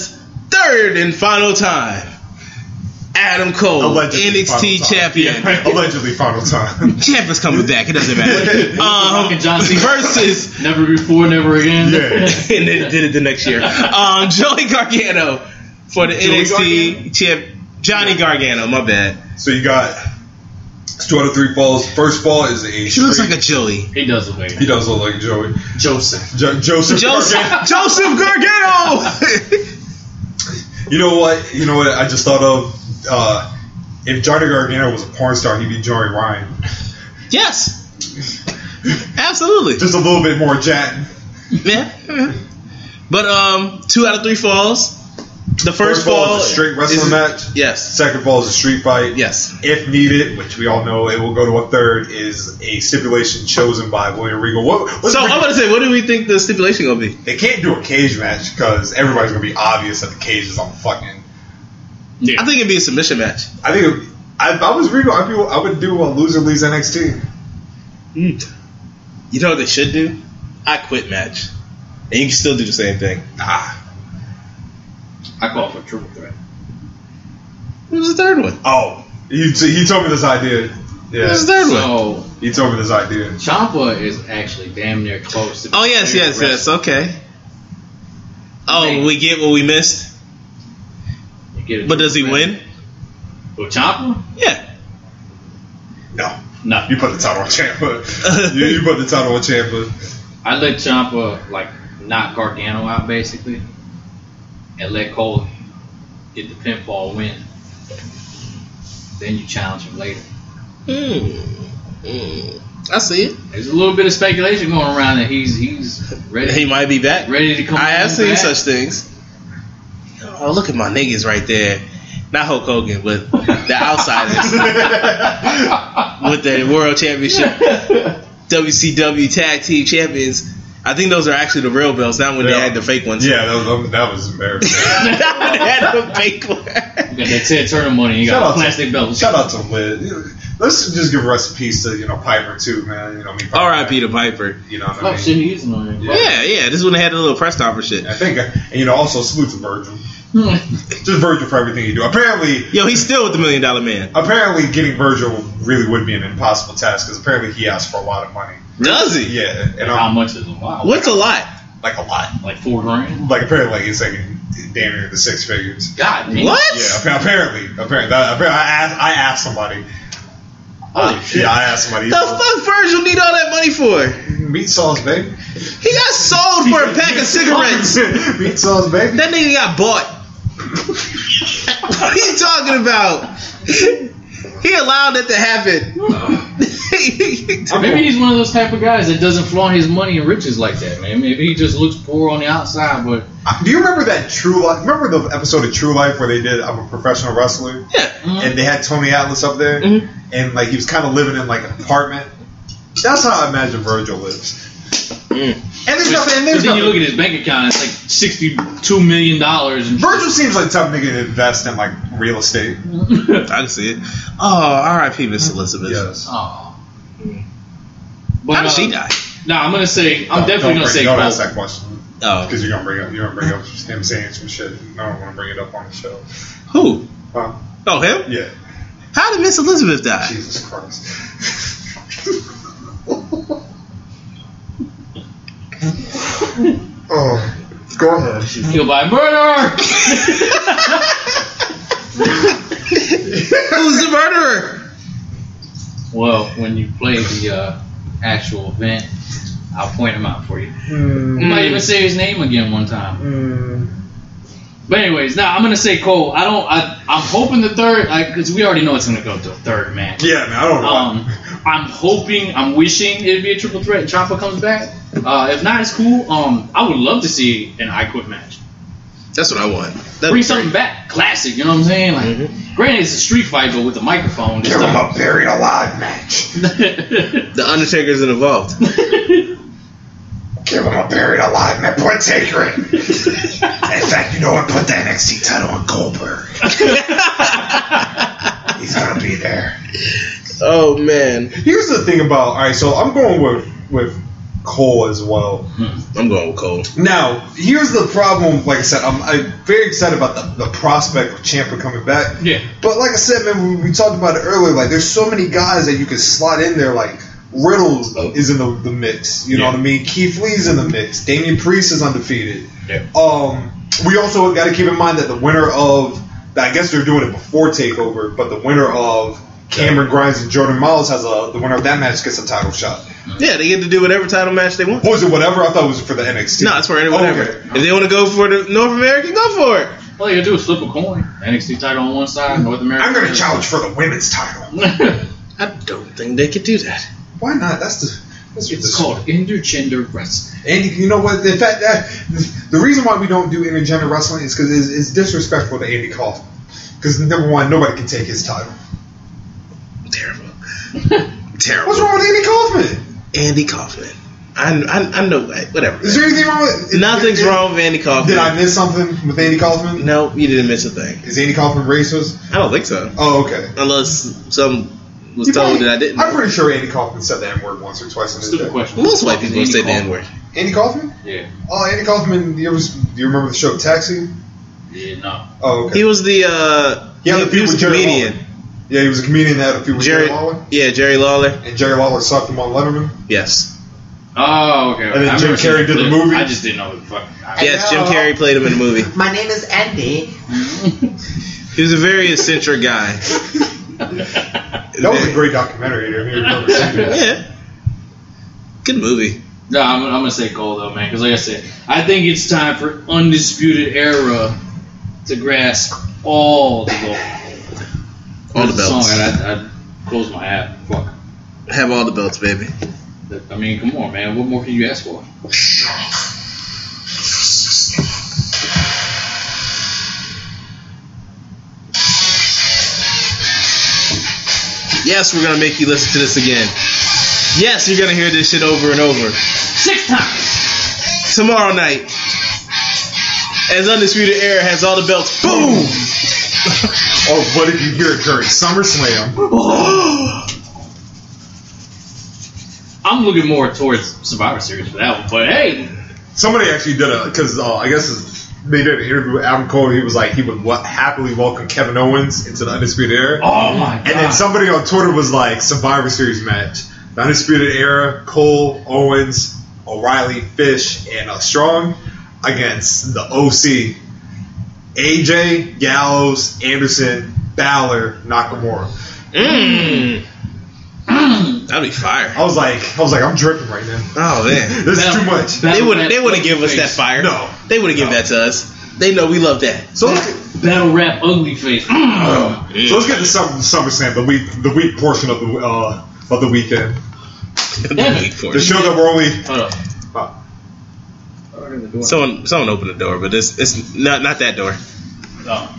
Speaker 4: third and final time, Adam Cole,
Speaker 2: Allegedly final
Speaker 4: NXT
Speaker 2: time.
Speaker 4: champion.
Speaker 2: Allegedly, final time.
Speaker 4: Champion's coming back. It doesn't matter.
Speaker 3: Rock
Speaker 4: um,
Speaker 3: and John Cena.
Speaker 4: versus,
Speaker 3: Never before, never again.
Speaker 2: Yeah.
Speaker 4: and then did it the next year. Um, Joey Gargano for the
Speaker 2: Gargano?
Speaker 4: NXT champ. Johnny Gargano. My bad.
Speaker 2: so you got it's two out of three falls. First fall is a.
Speaker 4: She looks like a Joey.
Speaker 3: he does look like
Speaker 2: He does look like Joey.
Speaker 3: Joseph.
Speaker 2: Jo- Joseph.
Speaker 4: Joseph,
Speaker 2: Gargano.
Speaker 4: Joseph Gargano.
Speaker 2: You know what? You know what? I just thought of. Uh, if Johnny Gargano was a porn star, he'd be Johnny Ryan.
Speaker 4: yes, absolutely.
Speaker 2: Just a little bit more jack.
Speaker 4: Yeah. yeah. But um, two out of three falls. The first, fall
Speaker 2: is a straight wrestling
Speaker 4: is-
Speaker 2: match.
Speaker 4: Yes.
Speaker 2: Second fall is a street fight.
Speaker 4: Yes.
Speaker 2: If needed, which we all know it will go to a third, is a stipulation chosen by William Regal. What, what's
Speaker 4: So
Speaker 2: Regal-
Speaker 4: I'm gonna say, what do we think the stipulation gonna be?
Speaker 2: They can't do a cage match because everybody's gonna be obvious that the cage is on fucking.
Speaker 3: Yeah.
Speaker 4: I think it'd be a submission match.
Speaker 2: I think it- I, if I was Regal, I'd be, I would do a loser leaves NXT.
Speaker 4: Mm. You know what they should do? I quit match. And you can still do the same thing.
Speaker 2: Nah.
Speaker 3: I call for triple threat.
Speaker 4: What was the third one?
Speaker 2: Oh, he, he told me this idea.
Speaker 4: What
Speaker 2: Yeah,
Speaker 4: was the third one?
Speaker 3: So
Speaker 2: he told me this idea.
Speaker 3: Champa is actually damn near close. To
Speaker 4: Oh, yes, yes, yes. Okay. Oh, we get what we missed. But does he win?
Speaker 3: Well, Champa?
Speaker 4: Yeah.
Speaker 2: No,
Speaker 3: No.
Speaker 2: you put the title on Champa. you, you put the title on Champa.
Speaker 3: I let Champa like knock Gargano out basically, and let Cole get the pinfall win. Then you challenge him later.
Speaker 4: Mm. I see it.
Speaker 3: There's a little bit of speculation going around that he's he's ready.
Speaker 4: He might be back.
Speaker 3: Ready to come
Speaker 4: I have
Speaker 3: back.
Speaker 4: seen such things. Oh, look at my niggas right there. Not Hulk Hogan, but the outsiders with the World Championship, WCW Tag Team Champions. I think those are actually the real belts, not when they
Speaker 2: Yeah.
Speaker 4: had the fake ones.
Speaker 2: Yeah, that was, um, that was embarrassing.
Speaker 4: not when they had the fake ones.
Speaker 3: You got that Ted Turner money. You
Speaker 2: Shout
Speaker 3: got
Speaker 2: out
Speaker 3: a
Speaker 2: to-
Speaker 3: plastic belt.
Speaker 2: Shout out to Liz. Let's just give rest in peace to you know Piper too, man. You know me.
Speaker 4: R.I.P. to Piper.
Speaker 2: You know what
Speaker 3: Oh,
Speaker 2: I
Speaker 3: shit,
Speaker 2: mean.
Speaker 3: he is on there.
Speaker 4: Yeah, yeah. This is when they had the little press conference shit.
Speaker 2: I think, and you know, also salute to Virgil.
Speaker 3: Hmm.
Speaker 2: Just Virgil for everything you do. Apparently,
Speaker 4: Yo, he's still with the Million Dollar Man.
Speaker 2: apparently, getting Virgil really would be an impossible task because apparently he asked for a lot of money.
Speaker 4: Does he?
Speaker 2: Yeah, and
Speaker 3: How
Speaker 2: I'm
Speaker 3: much is a lot?
Speaker 4: What's a lot?
Speaker 2: like a lot.
Speaker 3: Like four grand?
Speaker 2: Like apparently, like, it's like damn near the six figures.
Speaker 3: God, man.
Speaker 4: What?
Speaker 2: Yeah, appa- apparently, apparently, that- apparently I asked, I asked somebody.
Speaker 3: Holy shit.
Speaker 2: Yeah, I asked somebody.
Speaker 4: The fuck Virgil need all that money for?
Speaker 2: Meat sauce, baby.
Speaker 4: He got sold for a pack of cigarettes.
Speaker 2: Meat sauce, baby.
Speaker 4: That nigga got bought. what are you talking about? He allowed that to happen.
Speaker 3: Maybe he's one of those type of guys that doesn't flaunt his money and riches like that, man. Maybe he just looks poor on the outside, but
Speaker 2: Uh, Do you remember that True Life? Remember the episode of True Life where they did I'm a professional wrestler?
Speaker 4: yeah.
Speaker 3: Mm-hmm.
Speaker 2: and they had Tony Atlas up there, and like he was kind of living in like an apartment. That's how I imagine Virgil lives. And there's nothing.
Speaker 3: Mm. But
Speaker 2: And there's
Speaker 3: then you look
Speaker 2: nothing.
Speaker 3: at his bank account, it's like sixty-two million dollars.
Speaker 2: Virgil seems like the type of nigga to invest in like real estate.
Speaker 4: I can see it. Oh, R.I.P. Miss Elizabeth.
Speaker 2: Yes.
Speaker 3: Oh.
Speaker 4: How
Speaker 3: But
Speaker 4: did she
Speaker 3: uh,
Speaker 4: die?
Speaker 3: nah, I'm gonna say I'm definitely
Speaker 2: don't
Speaker 3: gonna
Speaker 2: bring,
Speaker 3: say
Speaker 2: Don't
Speaker 3: Cole.
Speaker 2: ask that question
Speaker 4: Oh,
Speaker 2: because you're gonna bring up you're gonna bring up him saying some shit. and I don't want to bring it up on the show.
Speaker 4: who?
Speaker 2: Huh?
Speaker 4: Oh, him?
Speaker 2: Yeah.
Speaker 4: How did Miss Elizabeth die?
Speaker 2: Jesus Christ. oh, go ahead.
Speaker 3: Killed by murder.
Speaker 4: Who's the murderer?
Speaker 3: well, when you play the uh, actual event, I'll point him out for you.
Speaker 4: Hmm.
Speaker 3: I might even say his name again one time. But anyways, now I'm gonna say Cole. I don't. I, I'm hoping the third, because we already know it's gonna go to a third match.
Speaker 2: Yeah, man. I don't know.
Speaker 3: Um, I'm hoping, I'm wishing it'd be a triple threat. and Ciampa comes back. Uh, if not, it's cool. Um, I would love to see an I Quit match.
Speaker 4: That's what I want. That'd
Speaker 3: Bring
Speaker 4: be
Speaker 3: something back, classic. You know what I'm saying? Like,
Speaker 4: Mm-hmm.
Speaker 3: granted, it's a street fight, but with a microphone. This
Speaker 2: Give him
Speaker 3: time.
Speaker 2: a buried alive match.
Speaker 4: great. The Undertaker's involved.
Speaker 2: Give him a buried alive man. Put Taker in. in fact, you know what? Put that NXT title on Goldberg. He's gonna be there.
Speaker 4: oh man,
Speaker 2: Here's the thing about all right. So I'm going with with Cole as well.
Speaker 4: I'm going with Cole.
Speaker 2: Now, here's the problem. Like I said, I'm, I'm very excited about the, the prospect of Champa coming back.
Speaker 3: Yeah.
Speaker 2: But like I said, man, we, we talked about it earlier. Like, there's so many guys that you can slot in there. Like, Riddle is in the, the mix. You know
Speaker 3: Yeah.
Speaker 2: what I mean? Keith Lee's in the mix. Damian Priest is undefeated.
Speaker 3: Yeah.
Speaker 2: Um, we also got to keep in mind that the winner of, I guess they're doing it before Takeover, but the winner of Cameron Grimes and Jordan Miles has a the winner of that match gets a title shot.
Speaker 4: Yeah, they get to do whatever title match they want.
Speaker 2: What was it? Whatever I thought it was for the NXT.
Speaker 4: No, it's for anyone.
Speaker 2: Oh, okay.
Speaker 4: whatever. If they want to go for the North American, go for it.
Speaker 3: All you gotta do is flip a coin. NXT title on one side, North America.
Speaker 2: I'm going to challenge for the women's title.
Speaker 4: I don't think they could do that.
Speaker 2: Why not? That's the. That's
Speaker 3: It's
Speaker 2: the-
Speaker 3: called intergender wrestling.
Speaker 2: And you know what? In fact, that, the reason why we don't do intergender wrestling is because it's, it's disrespectful to Andy Kaufman. Because number one, nobody can take his title.
Speaker 4: Terrible.
Speaker 2: What's
Speaker 4: Terrible.
Speaker 2: wrong with Andy Kaufman?
Speaker 4: Andy Kaufman. I, I, I know. like, Whatever.
Speaker 2: Is there anything wrong with?
Speaker 4: Nothing's
Speaker 2: did-
Speaker 4: wrong with Andy Kaufman.
Speaker 2: Did I miss something with Andy Kaufman?
Speaker 4: no, you didn't miss a thing.
Speaker 2: Is Andy Kaufman racist?
Speaker 4: I don't think so.
Speaker 2: Oh, okay.
Speaker 4: Unless some was
Speaker 2: You
Speaker 4: told
Speaker 2: probably-
Speaker 4: that I didn't.
Speaker 2: I'm pretty sure Andy Kaufman said that word once or twice in his
Speaker 3: Stupid
Speaker 2: day.
Speaker 3: question.
Speaker 4: Most white people would
Speaker 3: Andy
Speaker 4: say the
Speaker 3: Kaufman.
Speaker 4: N word.
Speaker 2: Andy Kaufman?
Speaker 3: Yeah.
Speaker 2: Oh, Andy Kaufman. You ever, do you remember the show Taxi?
Speaker 3: Yeah, no.
Speaker 2: Oh, okay.
Speaker 4: He was the uh,
Speaker 2: He had a feud
Speaker 4: he was
Speaker 2: with
Speaker 4: a
Speaker 2: Jerry
Speaker 4: comedian.
Speaker 2: Lawler. yeah, he was a comedian that had a few with Jerry,
Speaker 4: Jerry,
Speaker 2: Lawler,
Speaker 4: yeah, Jerry Lawler.
Speaker 2: and Jerry Lawler sucked him on Letterman.
Speaker 4: Yes,
Speaker 3: Oh, okay.
Speaker 2: And then
Speaker 3: I
Speaker 2: Jim
Speaker 3: remember seeing
Speaker 2: Carrey did the
Speaker 3: clip.
Speaker 2: movie.
Speaker 3: I just didn't know who the fuck. I-
Speaker 4: yes. Jim Carrey played him in the movie.
Speaker 5: My name is Andy.
Speaker 4: He was a very eccentric guy.
Speaker 2: That was a great documentary. dude. I mean, I remember seeing it.
Speaker 4: Yeah, good movie.
Speaker 3: No, I'm, I'm gonna say Cole though, man, because like I said, I think it's time for undisputed era to grasp all the gold.
Speaker 4: All the
Speaker 3: There's a
Speaker 4: belts.
Speaker 3: Song, and I, I close my app. Fuck.
Speaker 4: Have all the belts, baby.
Speaker 3: I mean, come on, man. What more can you ask for?
Speaker 4: Yes, we're gonna make you listen to this again. Yes, you're gonna hear this shit over and over.
Speaker 3: Six times.
Speaker 4: Tomorrow night, as Undisputed Era has all the belts. Boom!
Speaker 2: Or Oh, what if you hear it during SummerSlam?
Speaker 3: I'm looking more towards Survivor Series for that one, but hey,
Speaker 2: Somebody actually did a because uh, I guess it's- they did an interview with Adam Cole. He was like he would wa- happily welcome Kevin Owens into the Undisputed Era.
Speaker 3: oh my god.
Speaker 2: and then somebody on Twitter was like Survivor Series match, the Undisputed Era, Cole, Owens, O'Reilly, Fish, and uh, Strong against the OC, AJ, Gallows, Anderson, Balor, Nakamura.
Speaker 4: Mm. That'd be fire.
Speaker 2: I was like, I was like, I'm dripping right now.
Speaker 4: Mm. Oh man,
Speaker 2: This is
Speaker 3: Now-
Speaker 2: too much.
Speaker 3: that-
Speaker 4: they
Speaker 3: Battle
Speaker 4: would
Speaker 3: rap
Speaker 4: they wouldn't
Speaker 3: ugly
Speaker 4: give us that
Speaker 3: face.
Speaker 4: fire.
Speaker 2: No.
Speaker 4: they wouldn't give that to us. They know we love that.
Speaker 2: So let's get,
Speaker 3: Battle rap ugly face. Mm.
Speaker 2: so let's get to Summer, SummerSlam, the week, the week portion of the uh, of the weekend.
Speaker 3: Damn it.
Speaker 2: The show that we're only.
Speaker 3: Hold up.
Speaker 2: Oh.
Speaker 4: Someone someone opened the door, but it's it's not not that door.
Speaker 3: Oh.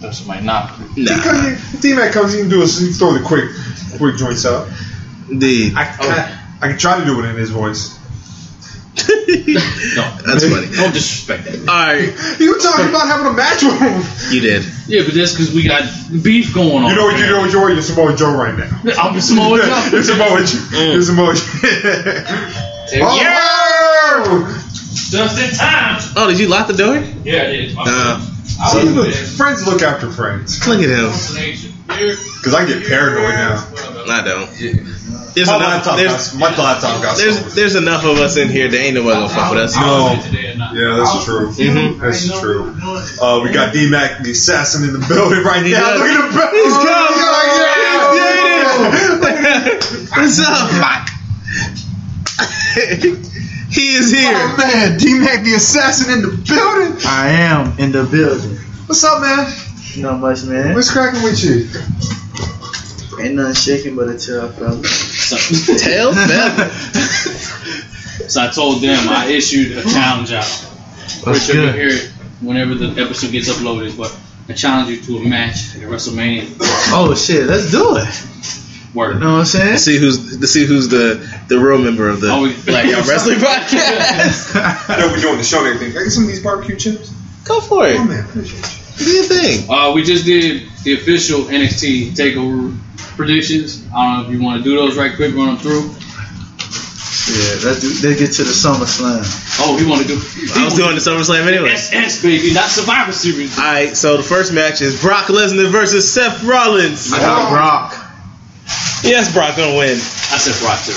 Speaker 3: That's my knock.
Speaker 4: Nah,
Speaker 2: Come here. Team that comes, you can do a you can throw the quick, quick joints up.
Speaker 4: the
Speaker 2: I can, I can try to do it in his voice.
Speaker 3: No.
Speaker 4: that's funny.
Speaker 3: Don't disrespect that.
Speaker 4: All right,
Speaker 2: You talking about having a match with him?
Speaker 4: you did.
Speaker 3: Yeah, but that's because we got beef going on.
Speaker 2: You know what? You know what? You're, you're Samoa Joe right now.
Speaker 3: I'm a Samoa
Speaker 2: You're
Speaker 3: Joe.
Speaker 2: Samoa Joe. You're Samoa Joe. Oh!
Speaker 3: Just in time.
Speaker 4: Oh, did you lock the door?
Speaker 3: Yeah, I did.
Speaker 4: Uh,
Speaker 2: See, look, friends look after friends.
Speaker 4: look at him.
Speaker 2: Because I get paranoid now.
Speaker 4: I don't. There's
Speaker 2: My
Speaker 4: enough.
Speaker 2: laptop,
Speaker 4: There's,
Speaker 2: got, my laptop got
Speaker 4: there's
Speaker 2: stolen.
Speaker 4: there's enough of us in here. They ain't nobody gonna fuck with us.
Speaker 3: Oh.
Speaker 2: No. Mm-hmm. Yeah, that's true. That's true. Uh, we got D Mac, the assassin, in the building right
Speaker 4: He
Speaker 2: now.
Speaker 4: does.
Speaker 2: Look at the belt.
Speaker 4: He's
Speaker 2: Look
Speaker 4: got him.
Speaker 2: at it.
Speaker 4: What's up, Mike? he is here.
Speaker 2: Oh man, D Mac, the assassin, in the building.
Speaker 5: I am in the building.
Speaker 2: What's up, man?
Speaker 5: Not much, man.
Speaker 2: What's cracking with you?
Speaker 5: Ain't nothing shaking but a tail, fella.
Speaker 3: So,
Speaker 4: Tails feather.
Speaker 3: so I told them I issued a challenge out. Pretty sure you hear it whenever the episode gets uploaded, but I challenge you to a match at WrestleMania.
Speaker 5: Oh shit, let's do it.
Speaker 3: Word.
Speaker 5: You know what I'm saying?
Speaker 4: see who's to see who's the the real member of the
Speaker 3: Oh, we-
Speaker 4: Black Out Wrestling Podcast.
Speaker 2: I know we're doing the show and everything. Can I get some of these barbecue chips?
Speaker 4: Go for it.
Speaker 2: Oh
Speaker 4: Do
Speaker 2: man, appreciate you.
Speaker 4: your thing.
Speaker 3: Uh, we just did the official NXT Takeover predictions. I don't know if you want to do those right quick, run them through.
Speaker 5: Yeah, let's do. Let's get to the SummerSlam.
Speaker 3: Oh, we want to do.
Speaker 4: I was doing the SummerSlam anyway.
Speaker 3: SS baby, not Survivor Series.
Speaker 4: All right, so the first match is Brock Lesnar versus Seth Rollins.
Speaker 5: I got Brock.
Speaker 4: Yes, Brock gonna win.
Speaker 3: I said Brock too.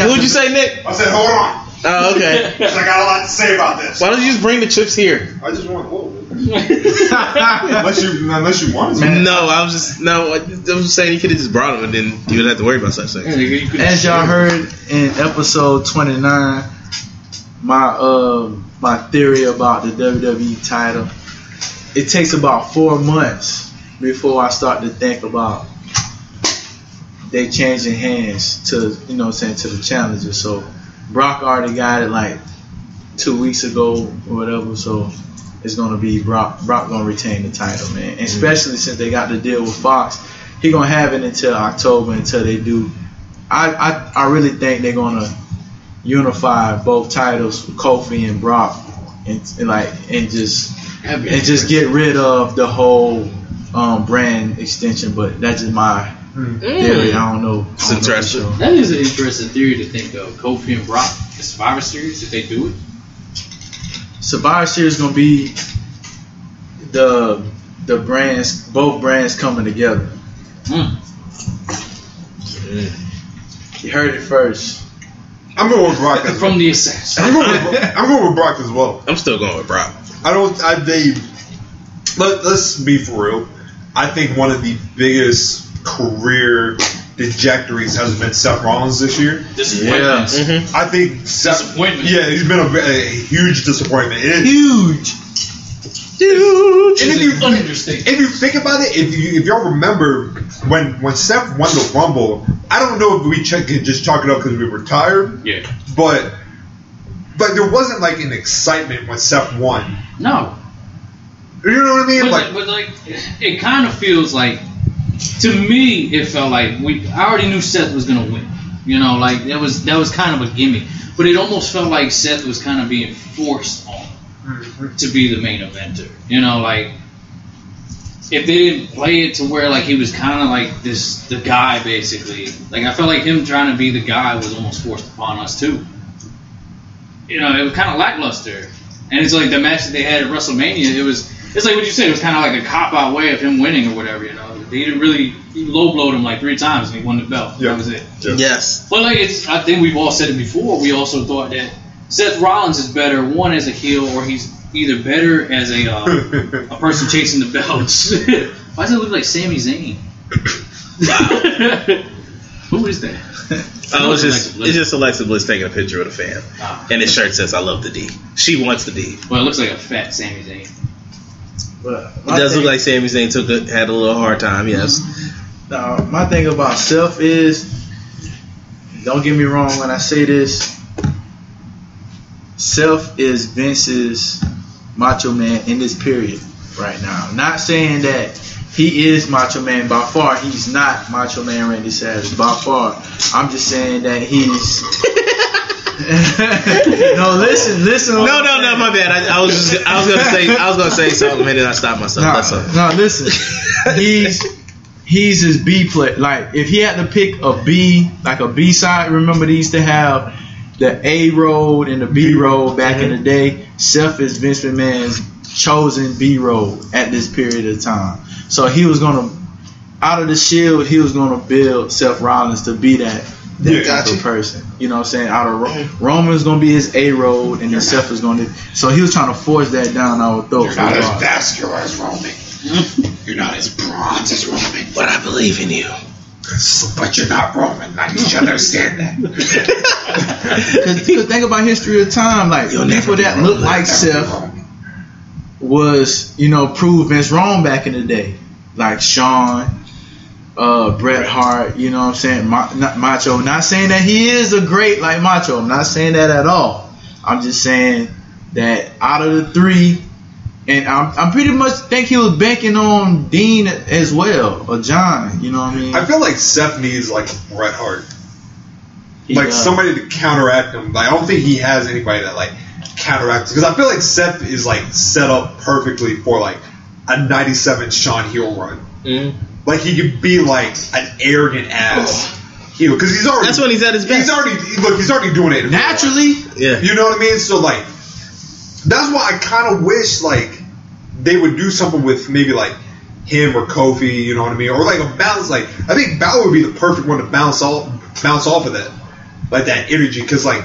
Speaker 4: Who'd you say, Nick?
Speaker 2: I said, hold on.
Speaker 4: Oh, okay.
Speaker 2: 'cause I got a lot to say about this.
Speaker 4: Why don't you just bring the chips here?
Speaker 2: I just want to hold it. unless you, unless you want to.
Speaker 4: No, I was just no. I I was just saying you could have just brought them, and then you would not have to worry about such
Speaker 3: Yeah,
Speaker 4: things.
Speaker 3: nigga, you could-
Speaker 5: As y'all heard in episode 29, my uh my theory about the WWE title, it takes about four months before I start to think about they changing hands to you know what I'm saying to the challenger. So Brock already got it like two weeks ago or whatever. So it's gonna be Brock. Brock gonna retain the title, man. Especially since they got the deal with Fox, he gonna have it until October until they do. I I, I really think they're gonna unify both titles, Kofi and Brock, and, and like and just
Speaker 3: That'd be
Speaker 5: and just get rid of the whole um, brand extension. But that's just my. Theory. I don't know. I don't know for
Speaker 4: Mm. interesting.
Speaker 5: sure.
Speaker 3: That is an interesting theory to think of. Kofi and Brock, the Survivor Series, if they do it.
Speaker 5: Survivor Series gonna be the the brands, both brands coming together.
Speaker 3: Hmm.
Speaker 5: You heard it first.
Speaker 2: I'm going with Brock as well.
Speaker 3: From the Assassin.
Speaker 2: I'm going, with, I'm going with Brock as well.
Speaker 4: I'm still going with Brock.
Speaker 2: I don't. I they. Let, let's be for real. I think one of the biggest career trajectories has been Seth Rollins this year.
Speaker 3: Disappointments.
Speaker 2: I think Seth.
Speaker 3: Disappointment.
Speaker 2: Yeah, he's been a, a huge disappointment. And-
Speaker 5: Huge.
Speaker 2: and if you
Speaker 3: Understatement.
Speaker 2: if you think about it, if you if y'all remember when when Seth won the Rumble, I don't know if we ch- could just chalk it up because we were tired,
Speaker 3: Yeah.
Speaker 2: but but there wasn't like an excitement when Seth won.
Speaker 3: No.
Speaker 2: You know what I mean?
Speaker 3: But
Speaker 2: Like
Speaker 3: but, like, it kind of feels like, to me, it felt like we. I already knew Seth was gonna win. You know, like that was that was kind of a gimme. But it almost felt like Seth was kind of being forced on to be the main eventer. You know, like if they didn't play it to where like he was kind of like this the guy basically. Like I felt like him trying to be the guy was almost forced upon us too. You know, it was kind of lackluster, and it's like the match that they had at WrestleMania. It was it's like what you said. It was kind of like a cop out way of him winning or whatever. You know, they didn't really he low blowed him like three times and he won the belt.
Speaker 2: Yeah.
Speaker 3: That was it.
Speaker 4: Yes.
Speaker 3: But like it's, I think we've all said it before. We also thought that Seth Rollins is better one as a heel, or he's either better as a uh, a person chasing the belts. Why does it look like Sami Zayn? Who is that?
Speaker 4: I was just
Speaker 3: Alexa Bliss.
Speaker 4: it's just Alexa Bliss taking a picture with a fan,
Speaker 3: Ah.
Speaker 4: and his shirt says "I love the D." She wants the D.
Speaker 3: Well, it looks like a fat Sami Zayn.
Speaker 5: But
Speaker 4: It does look like Sami Zayn took a, had a little hard time. Yes.
Speaker 5: Now, my thing about self is, don't get me wrong when I say this, self is Vince's Macho Man in this period right now. I'm not saying that he is Macho Man by far. He's not Macho Man Randy Savage by far. I'm just saying that he's. no, listen, listen.
Speaker 4: No, no, no. My bad. I, I was just I was gonna say I was gonna say something, and then I stopped myself.
Speaker 5: No,
Speaker 4: That's all.
Speaker 5: no, listen. He's he's his B play. Like if he had to pick a B, like a B side. Remember they used to have the A road and the B road back in
Speaker 4: Mm-hmm.
Speaker 5: the day. Seth is Vince McMahon's chosen B road at this period of time. So he was gonna out of the shield. He was gonna build Seth Rollins to be that. That
Speaker 2: Yeah,
Speaker 5: type
Speaker 2: gotcha.
Speaker 5: of person, you know what I'm saying? Out of Ro- Roman's gonna be his A road, and then Seth is gonna. So he was trying to force that down our throat. for
Speaker 8: Not
Speaker 5: a
Speaker 8: as
Speaker 5: while.
Speaker 8: vascular as Roman. You're not as bronze as Roman,
Speaker 4: But I believe in you.
Speaker 8: but you're not Roman. I need you to understand that.
Speaker 5: Because think about history of time, like
Speaker 4: You'll
Speaker 5: people
Speaker 4: never be
Speaker 5: that
Speaker 4: wrong.
Speaker 5: look like
Speaker 8: You're
Speaker 5: Seth
Speaker 8: Roman.
Speaker 5: was, you know, proved Vince wrong back in the day, like Sean, uh, Bret Hart. You know what I'm saying? Ma- not Macho. Not saying that he is a great like Macho. I'm not saying that at all. I'm just saying that out of the three, and I'm, I'm pretty much think he was banking on Dean as well or John. You know what I mean?
Speaker 2: I feel like Seth needs like a Bret Hart,
Speaker 5: He,
Speaker 2: like
Speaker 5: uh,
Speaker 2: somebody to counteract him. Like I don't think he has anybody that like counteracts because I feel like Seth is like set up perfectly for like a '97 Sean Hill run.
Speaker 4: Mm-hmm.
Speaker 2: Like he could be like an arrogant ass heel because he's already
Speaker 4: Oh. That's when he's at his best.
Speaker 2: he's already look he's already doing it
Speaker 5: naturally.
Speaker 4: Yeah.
Speaker 2: You know what I mean? So like that's why I kind of wish like they would do something with maybe like him or Kofi, you know what I mean? Or like a balance like I think Balor would be the perfect one to bounce off bounce off of that. Like that energy cuz like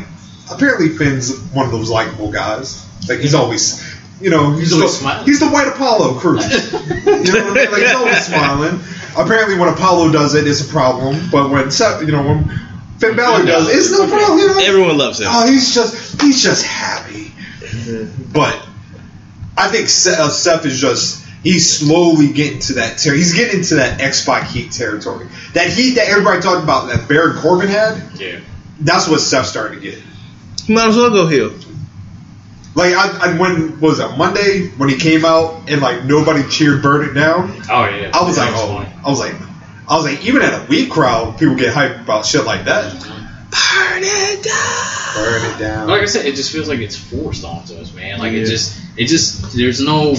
Speaker 2: apparently Finn's one of those likable guys. Like he's always you know, he's,
Speaker 3: always
Speaker 2: the,
Speaker 3: smiling.
Speaker 2: he's the white Apollo crew. You know what I mean? Like he's always smiling. Apparently, when Apollo does it, it's a problem. But when Seth, you know, when Finn Balor does, it, it's no problem. You know?
Speaker 4: Everyone loves him.
Speaker 2: Oh, he's just he's just happy. But I think Seth, uh, Seth is just he's slowly getting to that ter- he's getting into that X Pac heat territory. That heat that everybody talked about that Baron Corbin had.
Speaker 3: Yeah.
Speaker 2: That's what Seth's starting to get.
Speaker 4: Might as well go heel.
Speaker 2: Like I, I when was that Monday when he came out and like nobody cheered Burn It Down.
Speaker 3: Oh yeah.
Speaker 2: I was
Speaker 3: Yeah,
Speaker 2: like,
Speaker 3: that's funny.
Speaker 2: oh, I was like, I was like, even at a weak crowd, people get hyped about shit like that.
Speaker 4: Burn it down.
Speaker 2: Burn it
Speaker 3: But like I
Speaker 2: down.
Speaker 3: said, it just feels like it's forced onto us, man. Like
Speaker 2: Yeah.
Speaker 3: it just, it just, there's no,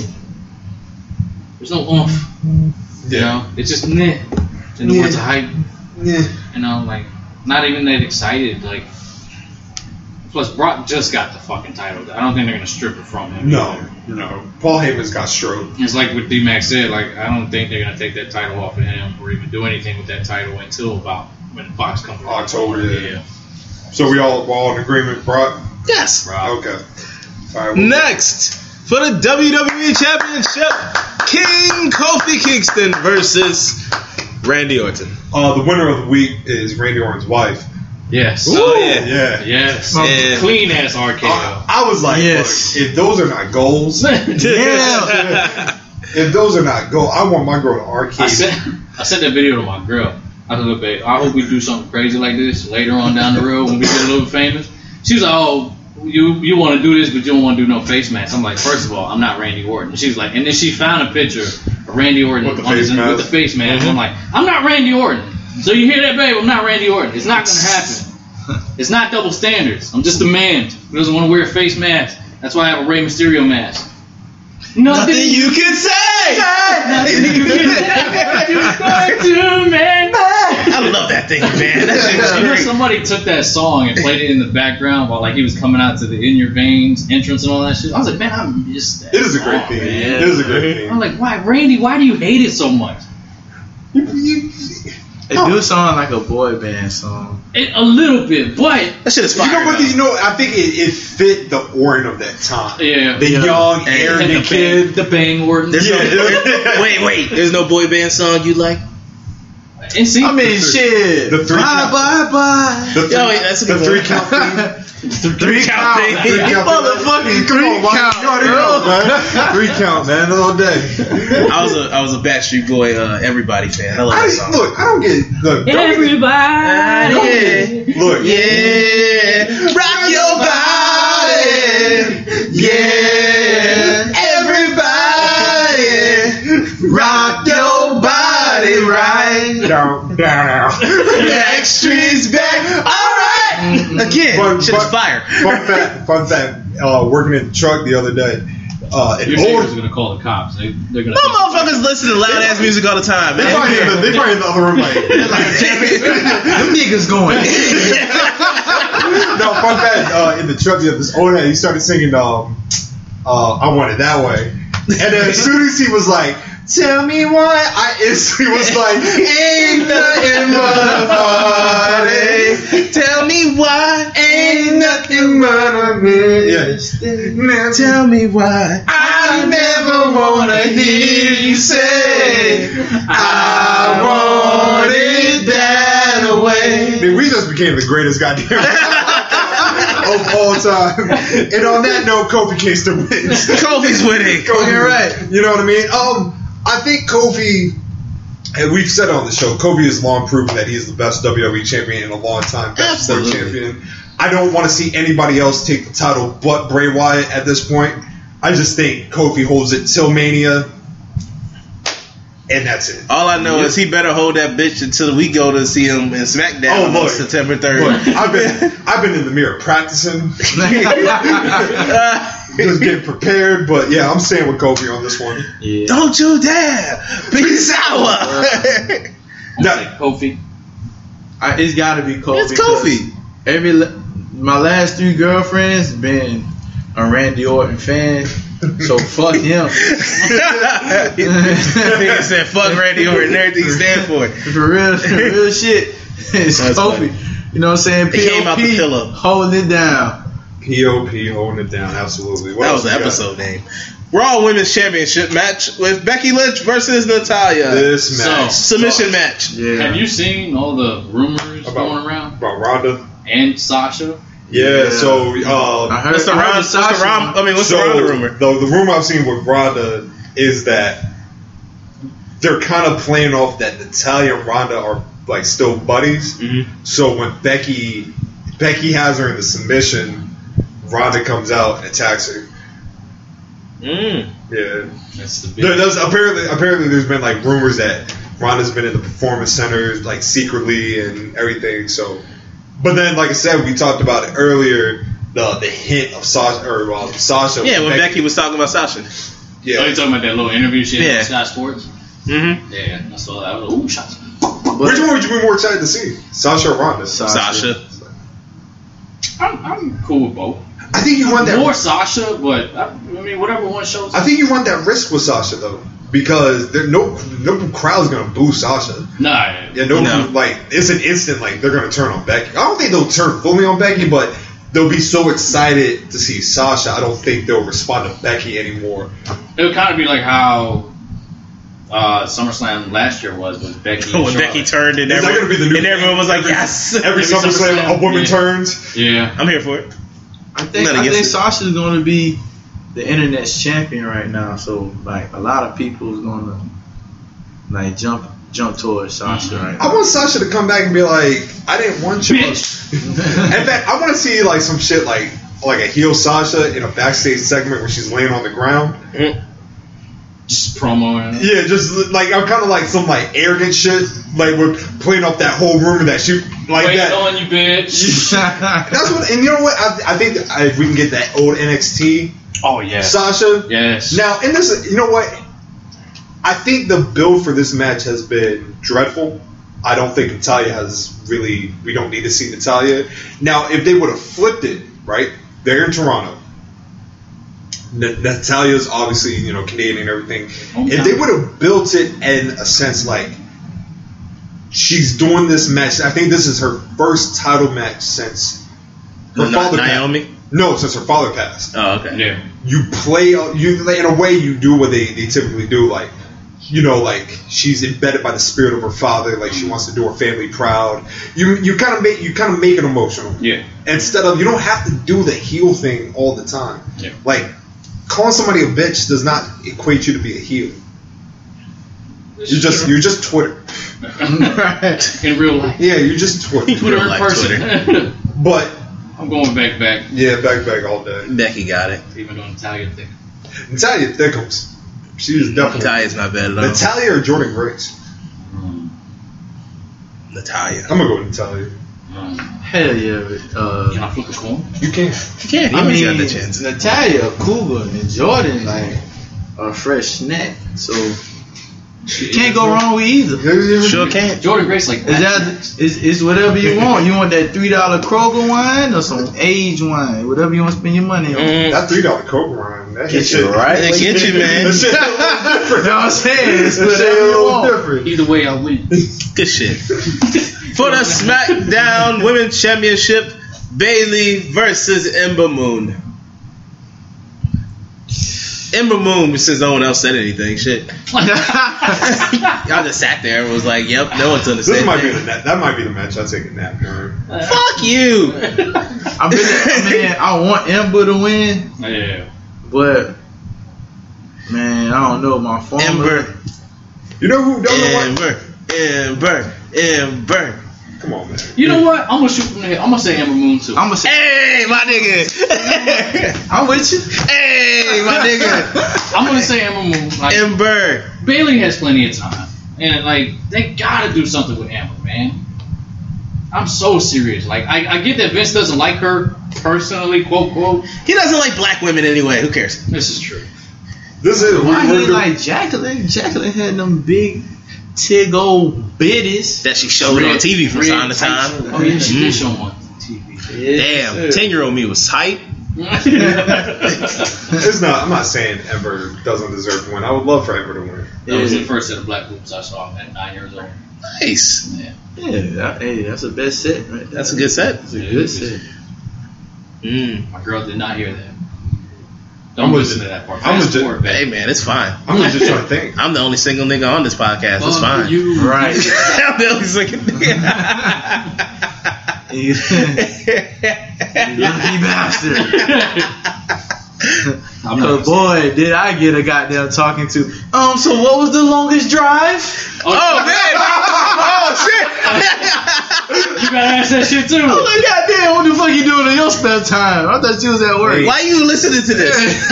Speaker 3: there's no oomph. You know, it's just meh. And the
Speaker 2: Yeah.
Speaker 3: words of hype.
Speaker 2: Yeah.
Speaker 3: You know, like not even that excited. Like, plus Brock just got the fucking title. I don't think they're gonna strip it from him.
Speaker 2: No, no. Paul Heyman's got stroke.
Speaker 3: It's like what D Max said. Like, I don't think they're gonna take that title off of him or even do anything with that title until about when Fox comes around.
Speaker 2: October, yeah.
Speaker 3: Yeah.
Speaker 2: So we all we're all in agreement, Brock. Ah,
Speaker 4: Yes.
Speaker 3: Brock.
Speaker 2: Okay. All right. well,
Speaker 4: Next for the WWE Championship, King Kofi Kingston versus Randy Orton.
Speaker 2: Uh, the winner of the week is Randy Orton's wife.
Speaker 3: Yes.
Speaker 4: Oh yeah.
Speaker 2: Yeah.
Speaker 3: Yes.
Speaker 4: Yeah.
Speaker 3: Clean ass RKO.
Speaker 2: I, I was like,
Speaker 5: Yes.
Speaker 2: look, if those are not goals,
Speaker 4: Yeah.
Speaker 2: if those are not goals, I want my girl to arcade.
Speaker 3: I sent I sent that video to my girl. I said, look, babe, I hope we do something crazy like this later on down the road when we get a little famous. She was like, oh, you you want to do this, but you don't want to do no face mask. I'm like, first of all, I'm not Randy Orton. She was like, and then she found a picture of Randy Orton
Speaker 2: With the
Speaker 3: on his-
Speaker 2: face mask. Mm-hmm.
Speaker 3: with the face mask. I'm like, I'm not Randy Orton. So you hear that, babe? I'm not Randy Orton. It's not gonna happen. It's not double standards. I'm just a man who doesn't want to wear a face mask. That's why I have a Rey Mysterio mask. Nothing,
Speaker 4: Nothing you can say. I love that thing, man. That thing
Speaker 3: You know,
Speaker 4: was great.
Speaker 3: somebody took that song and played it in the background while like he was coming out to the In Your Veins entrance and all that shit. I was like, man, I missed that.
Speaker 2: It is a
Speaker 4: oh,
Speaker 2: great
Speaker 3: song,
Speaker 2: thing.
Speaker 3: man.
Speaker 2: It is a great
Speaker 3: I'm
Speaker 2: thing.
Speaker 3: like, why, Randy? Why do you hate it so much?
Speaker 2: You, you,
Speaker 5: It do sound like a boy band song.
Speaker 3: It, a little bit, but
Speaker 4: That shit is fire.
Speaker 2: you know what?
Speaker 4: though.
Speaker 2: You know, I think it, it fit the Orin of that time.
Speaker 3: yeah,
Speaker 2: The
Speaker 5: Yeah.
Speaker 2: young,
Speaker 4: And it had
Speaker 3: the
Speaker 2: arrogant kid.
Speaker 3: bang, the bang word.
Speaker 4: There's no-
Speaker 2: Yeah.
Speaker 4: wait, wait. There's no boy band song you like?
Speaker 3: And see,
Speaker 5: I mean, shit.
Speaker 2: the three
Speaker 5: bye,
Speaker 2: count-
Speaker 5: bye, bye.
Speaker 2: The three,
Speaker 4: Yo, wait, that's a
Speaker 2: the
Speaker 4: good
Speaker 2: three
Speaker 4: one.
Speaker 2: count thing.
Speaker 4: Three count thing.
Speaker 2: Three count Come
Speaker 5: Motherfucking three
Speaker 2: on, why-
Speaker 5: count,
Speaker 2: you already know,
Speaker 5: bro.
Speaker 2: man. Three count, man, all day.
Speaker 4: I was a I was a Backstreet Boy uh, everybody fan. I love
Speaker 2: I,
Speaker 4: that song.
Speaker 2: look, I don't get look. Don't get,
Speaker 4: Everybody,
Speaker 2: look,
Speaker 4: yeah, rock your body, yeah, everybody, rock your body right.
Speaker 2: down, down, down.
Speaker 4: Backstreet's back, all right. Again,
Speaker 2: Mm-hmm. But-
Speaker 4: shit is
Speaker 2: but-
Speaker 4: fire.
Speaker 2: Fun fact, fun fact. Uh, working in the truck the other day, uh, an
Speaker 3: your neighbor's
Speaker 2: old.
Speaker 3: gonna call the cops. They, they're gonna.
Speaker 4: Them motherfuckers listen to loud ass music all the time,
Speaker 2: They
Speaker 4: man.
Speaker 2: probably, in the, they probably in the other room like.
Speaker 5: Them niggas going.
Speaker 2: no, fun fact. Uh, in the truck, you have this old head. He started singing, um, uh, "I Want It That Way," and then as soon as he was like, "Tell me why," I instantly was like, "Ain't nothing but a party."
Speaker 4: Tell me why ain't nothing but a
Speaker 2: Yeah.
Speaker 4: Tell me why
Speaker 2: I never wanna hear you say I want it that way. Man, we just became the greatest goddamn of all time. And on that note, Kofi Kingston wins.
Speaker 4: Kofi's winning.
Speaker 2: Kofi, you're right. You know what I mean? Um, I think Kofi, and we've said it on the show, Kofi has long proven that he is the best WWE champion in a long time, best world
Speaker 4: Absolutely.
Speaker 2: champion. I don't want to see anybody else take the title but Bray Wyatt at this point. I just think Kofi holds it till Mania, and that's it.
Speaker 4: All I know is he better hold that bitch until we go to see him in SmackDown
Speaker 2: Oh,
Speaker 4: on
Speaker 2: Lord.
Speaker 4: September
Speaker 2: Look,
Speaker 4: 3rd.
Speaker 2: I've been I've been in the mirror practicing, just getting prepared. But yeah, I'm staying with Kofi on this one.
Speaker 4: Don't you dare be sour.
Speaker 2: Now,
Speaker 3: Kofi.
Speaker 5: I, it's gotta be Kofi.
Speaker 4: It's Kofi.
Speaker 5: because Every la- my last three girlfriends been a Randy Orton fan, so fuck him.
Speaker 4: Nigga said fuck Randy Orton. Everything he stand for it.
Speaker 5: For real, for real shit. It's
Speaker 4: That's
Speaker 5: Kofi.
Speaker 4: funny.
Speaker 5: You know what I'm saying?
Speaker 4: He came out the
Speaker 5: POP,
Speaker 4: pillow.
Speaker 5: holding it down.
Speaker 2: Pop holding it down, absolutely. What
Speaker 4: That was
Speaker 2: else
Speaker 4: the
Speaker 2: we got?
Speaker 4: episode name. Raw Women's Championship match with Becky Lynch versus Natalia.
Speaker 2: This
Speaker 3: So,
Speaker 2: match
Speaker 4: Submission match.
Speaker 5: Yeah.
Speaker 3: Have you seen all the rumors going around
Speaker 2: about Ronda.
Speaker 3: and Sasha?
Speaker 2: Yeah,
Speaker 5: Yeah.
Speaker 2: so uh,
Speaker 5: I heard,
Speaker 4: What's the
Speaker 5: I heard
Speaker 4: Ron? What's the
Speaker 5: Sasha-
Speaker 4: Ron? I mean, what's
Speaker 2: so
Speaker 4: the Ronda rumor?
Speaker 2: The, the rumor I've seen with Ronda is that they're kind of playing off that Natalia and Ronda are like still buddies.
Speaker 4: Mm-hmm.
Speaker 2: So when Becky Becky has her in the submission, Ronda comes out and attacks her.
Speaker 4: Mm.
Speaker 2: Yeah,
Speaker 3: That's the
Speaker 2: there,
Speaker 3: big.
Speaker 2: there's, apparently apparently there's been like rumors that Ronda's been in the performance center like secretly and everything. So, but then like I said, we talked about it earlier. The, the hint of Sasha or uh, Sasha.
Speaker 4: Yeah, when Becky was talking about Sasha.
Speaker 3: Oh,
Speaker 2: Yeah.
Speaker 3: you talking about that little interview she did
Speaker 4: Yeah.
Speaker 3: on Sky Sports?
Speaker 4: Mm-hmm.
Speaker 3: Yeah, I saw that. I was like, ooh, shots.
Speaker 2: Which one would you be more excited to see? Sasha or Ronda?
Speaker 4: Sasha.
Speaker 3: I'm, I'm cool with both.
Speaker 2: I think you want that.
Speaker 3: More Sasha, but I, I mean, whatever one shows.
Speaker 2: I think you want that risk with Sasha though, because there no no crowd's gonna boo Sasha.
Speaker 3: nah,
Speaker 2: Yeah, no,
Speaker 4: No.
Speaker 2: like it's an instant like they're gonna turn on Becky. I don't think they'll turn fully on Becky, but they'll be so excited to see Sasha. I don't think they'll respond to Becky anymore.
Speaker 3: it would kind of be like how uh, SummerSlam last year was with Becky. and
Speaker 4: When Becky
Speaker 3: Charlotte.
Speaker 4: turned and,
Speaker 2: Is that
Speaker 4: everyone,
Speaker 2: gonna be the new
Speaker 4: and everyone was like,
Speaker 2: every-
Speaker 4: yes.
Speaker 2: Every, SummerSlam,
Speaker 3: SummerSlam,
Speaker 2: a woman
Speaker 3: yeah.
Speaker 2: turns.
Speaker 3: Yeah,
Speaker 4: I'm here for it.
Speaker 5: I think,
Speaker 4: Not
Speaker 5: I
Speaker 4: against
Speaker 5: think
Speaker 4: it.
Speaker 5: Sasha's going to be the internet's champion right now. So like a lot of people is going to like jump jump towards Sasha right
Speaker 2: I
Speaker 5: now.
Speaker 2: want Sasha to come back and be like, I didn't want you.
Speaker 3: Bitch.
Speaker 2: In fact, I want to see like some shit like like a heel Sasha in a backstage segment where she's laying on the ground.
Speaker 3: just promo. And
Speaker 2: Yeah, just like I'm kind of like some like arrogant shit. Like we're playing off that whole rumor that she like
Speaker 3: Wait
Speaker 2: that.
Speaker 3: on you, bitch.
Speaker 2: That's what, and you know what? I, I think that if we can get that old NXT
Speaker 3: Oh yeah.
Speaker 2: Sasha.
Speaker 3: Yes.
Speaker 2: Now, and this, you know what? I think the build for this match has been dreadful. I don't think Natalia has really. We don't need to see Natalia now. If they would have flipped it, right? They're in Toronto. N- Natalia's obviously you know Canadian and everything. If they would have built it in a sense like she's doing this match, I think this is her first title match since her
Speaker 4: Na-
Speaker 2: father. passed.
Speaker 4: Naomi?
Speaker 2: No, since her father passed
Speaker 4: Oh, okay.
Speaker 3: Yeah.
Speaker 2: you play you in a way you do what they, they typically do like you know like she's embedded by the spirit of her father like she wants to do her family proud you you kind of make you kind of make it emotional
Speaker 3: Yeah.
Speaker 2: instead of you don't have to do the heel thing all the time
Speaker 3: Yeah.
Speaker 2: like calling somebody a bitch does not equate you to be a heel you're just you're just twitter
Speaker 5: right.
Speaker 3: in real life.
Speaker 2: yeah you're just twitter
Speaker 3: Twitter
Speaker 4: Real
Speaker 3: in
Speaker 4: life
Speaker 3: person.
Speaker 2: but
Speaker 3: I'm going back back,
Speaker 2: yeah back back all day
Speaker 4: Becky got it.
Speaker 3: even though Natalia thick.
Speaker 2: natalia thickums she was definitely
Speaker 4: Natalia's not bad at all.
Speaker 2: natalia or jordan grace
Speaker 3: Um,
Speaker 4: Natalia.
Speaker 2: i'm gonna go with natalia
Speaker 5: Hell yeah. but,
Speaker 3: Can
Speaker 5: Uh,
Speaker 3: I flip a coin?
Speaker 2: you can
Speaker 4: She can't.
Speaker 5: I mean,
Speaker 4: got the chance.
Speaker 5: Natalia, Coogan, and Jordan, like, are a fresh snack. So, you can't go wrong with either.
Speaker 4: Sure can.
Speaker 3: Jordan Grace like
Speaker 5: Is
Speaker 3: that.
Speaker 5: that is is whatever you want? You want that three dollar Kroger wine or some age wine? Whatever you want to spend your money on.
Speaker 4: Mm.
Speaker 2: That three dollar coke rhyme. That
Speaker 4: Get
Speaker 2: shit-
Speaker 4: you right. It get you, man.
Speaker 2: That shit a little different.
Speaker 5: You know what
Speaker 2: That
Speaker 5: I'm saying? It's
Speaker 2: shit a
Speaker 5: whatever you
Speaker 2: little
Speaker 5: want.
Speaker 2: different.
Speaker 3: Either way, I win.
Speaker 4: Good shit. For the SmackDown Women's Championship, Bailey versus Ember Moon. Ember Moon, since no one else said anything, shit. Y'all just sat there and was like, "Yep, no one's
Speaker 2: This
Speaker 4: understanding."
Speaker 2: might be the na- that might be the match I take a nap during.
Speaker 4: Fuck you.
Speaker 5: I mean, man, I want Ember to win,
Speaker 3: Yeah.
Speaker 5: but man, I don't know my former.
Speaker 4: Ember,
Speaker 2: You know who? Don't know what?
Speaker 4: Ember, Ember, Ember.
Speaker 2: Come on, man.
Speaker 3: You know what? I'm gonna shoot from the head. I'm gonna say Amber Moon too.
Speaker 5: I'm gonna say,
Speaker 4: Hey, my nigga.
Speaker 5: I'm with you.
Speaker 4: hey, my nigga.
Speaker 3: I'm gonna say Amber Moon. Like,
Speaker 4: Ember.
Speaker 3: Bailey has plenty of time, and like they gotta do something with Amber, man. I'm so serious. Like I, I get that Vince doesn't like her personally, quote quote.
Speaker 4: He doesn't like black women anyway. Who cares?
Speaker 3: This is true.
Speaker 2: This is
Speaker 5: Why
Speaker 2: we're
Speaker 5: he
Speaker 2: doing-
Speaker 5: like Jacqueline? Jacqueline had them big tig old bitties.
Speaker 4: that she showed on TV from
Speaker 3: Red
Speaker 4: time to
Speaker 3: tights.
Speaker 4: time.
Speaker 3: Oh yeah, she did show one on TV.
Speaker 4: Damn, ten year old me was hype.
Speaker 3: that
Speaker 2: It's not. I'm not saying Ember doesn't deserve to win. I would love for Ember to win.
Speaker 3: was the first set of black boobs I saw at nine years old.
Speaker 4: Nice.
Speaker 5: Yeah, that- hey, that's the best set. Right?
Speaker 4: That's a good set.
Speaker 5: That's a good set.
Speaker 4: Mm.
Speaker 3: My girl did not hear that. Don't listen to that part.
Speaker 2: I'm
Speaker 3: Fast
Speaker 2: legit-
Speaker 3: forward, babe.
Speaker 4: Hey man, it's fine.
Speaker 2: I'm just trying to think.
Speaker 4: I'm the only single nigga on this podcast. It's
Speaker 3: Fuck
Speaker 4: fine.
Speaker 3: Oh, You.
Speaker 5: Right.
Speaker 4: I'm the only single nigga.
Speaker 5: you lucky bastard.
Speaker 3: I'm
Speaker 5: Cause
Speaker 3: not
Speaker 5: Oh, boy, did I get a goddamn talking to. Um, so what was the longest drive?
Speaker 4: oh man. Oh
Speaker 3: You gotta ask that shit too.
Speaker 5: I'm like, goddamn, what the fuck you doing in your spare time? I thought you was at work.
Speaker 4: shit. Why you listening to this?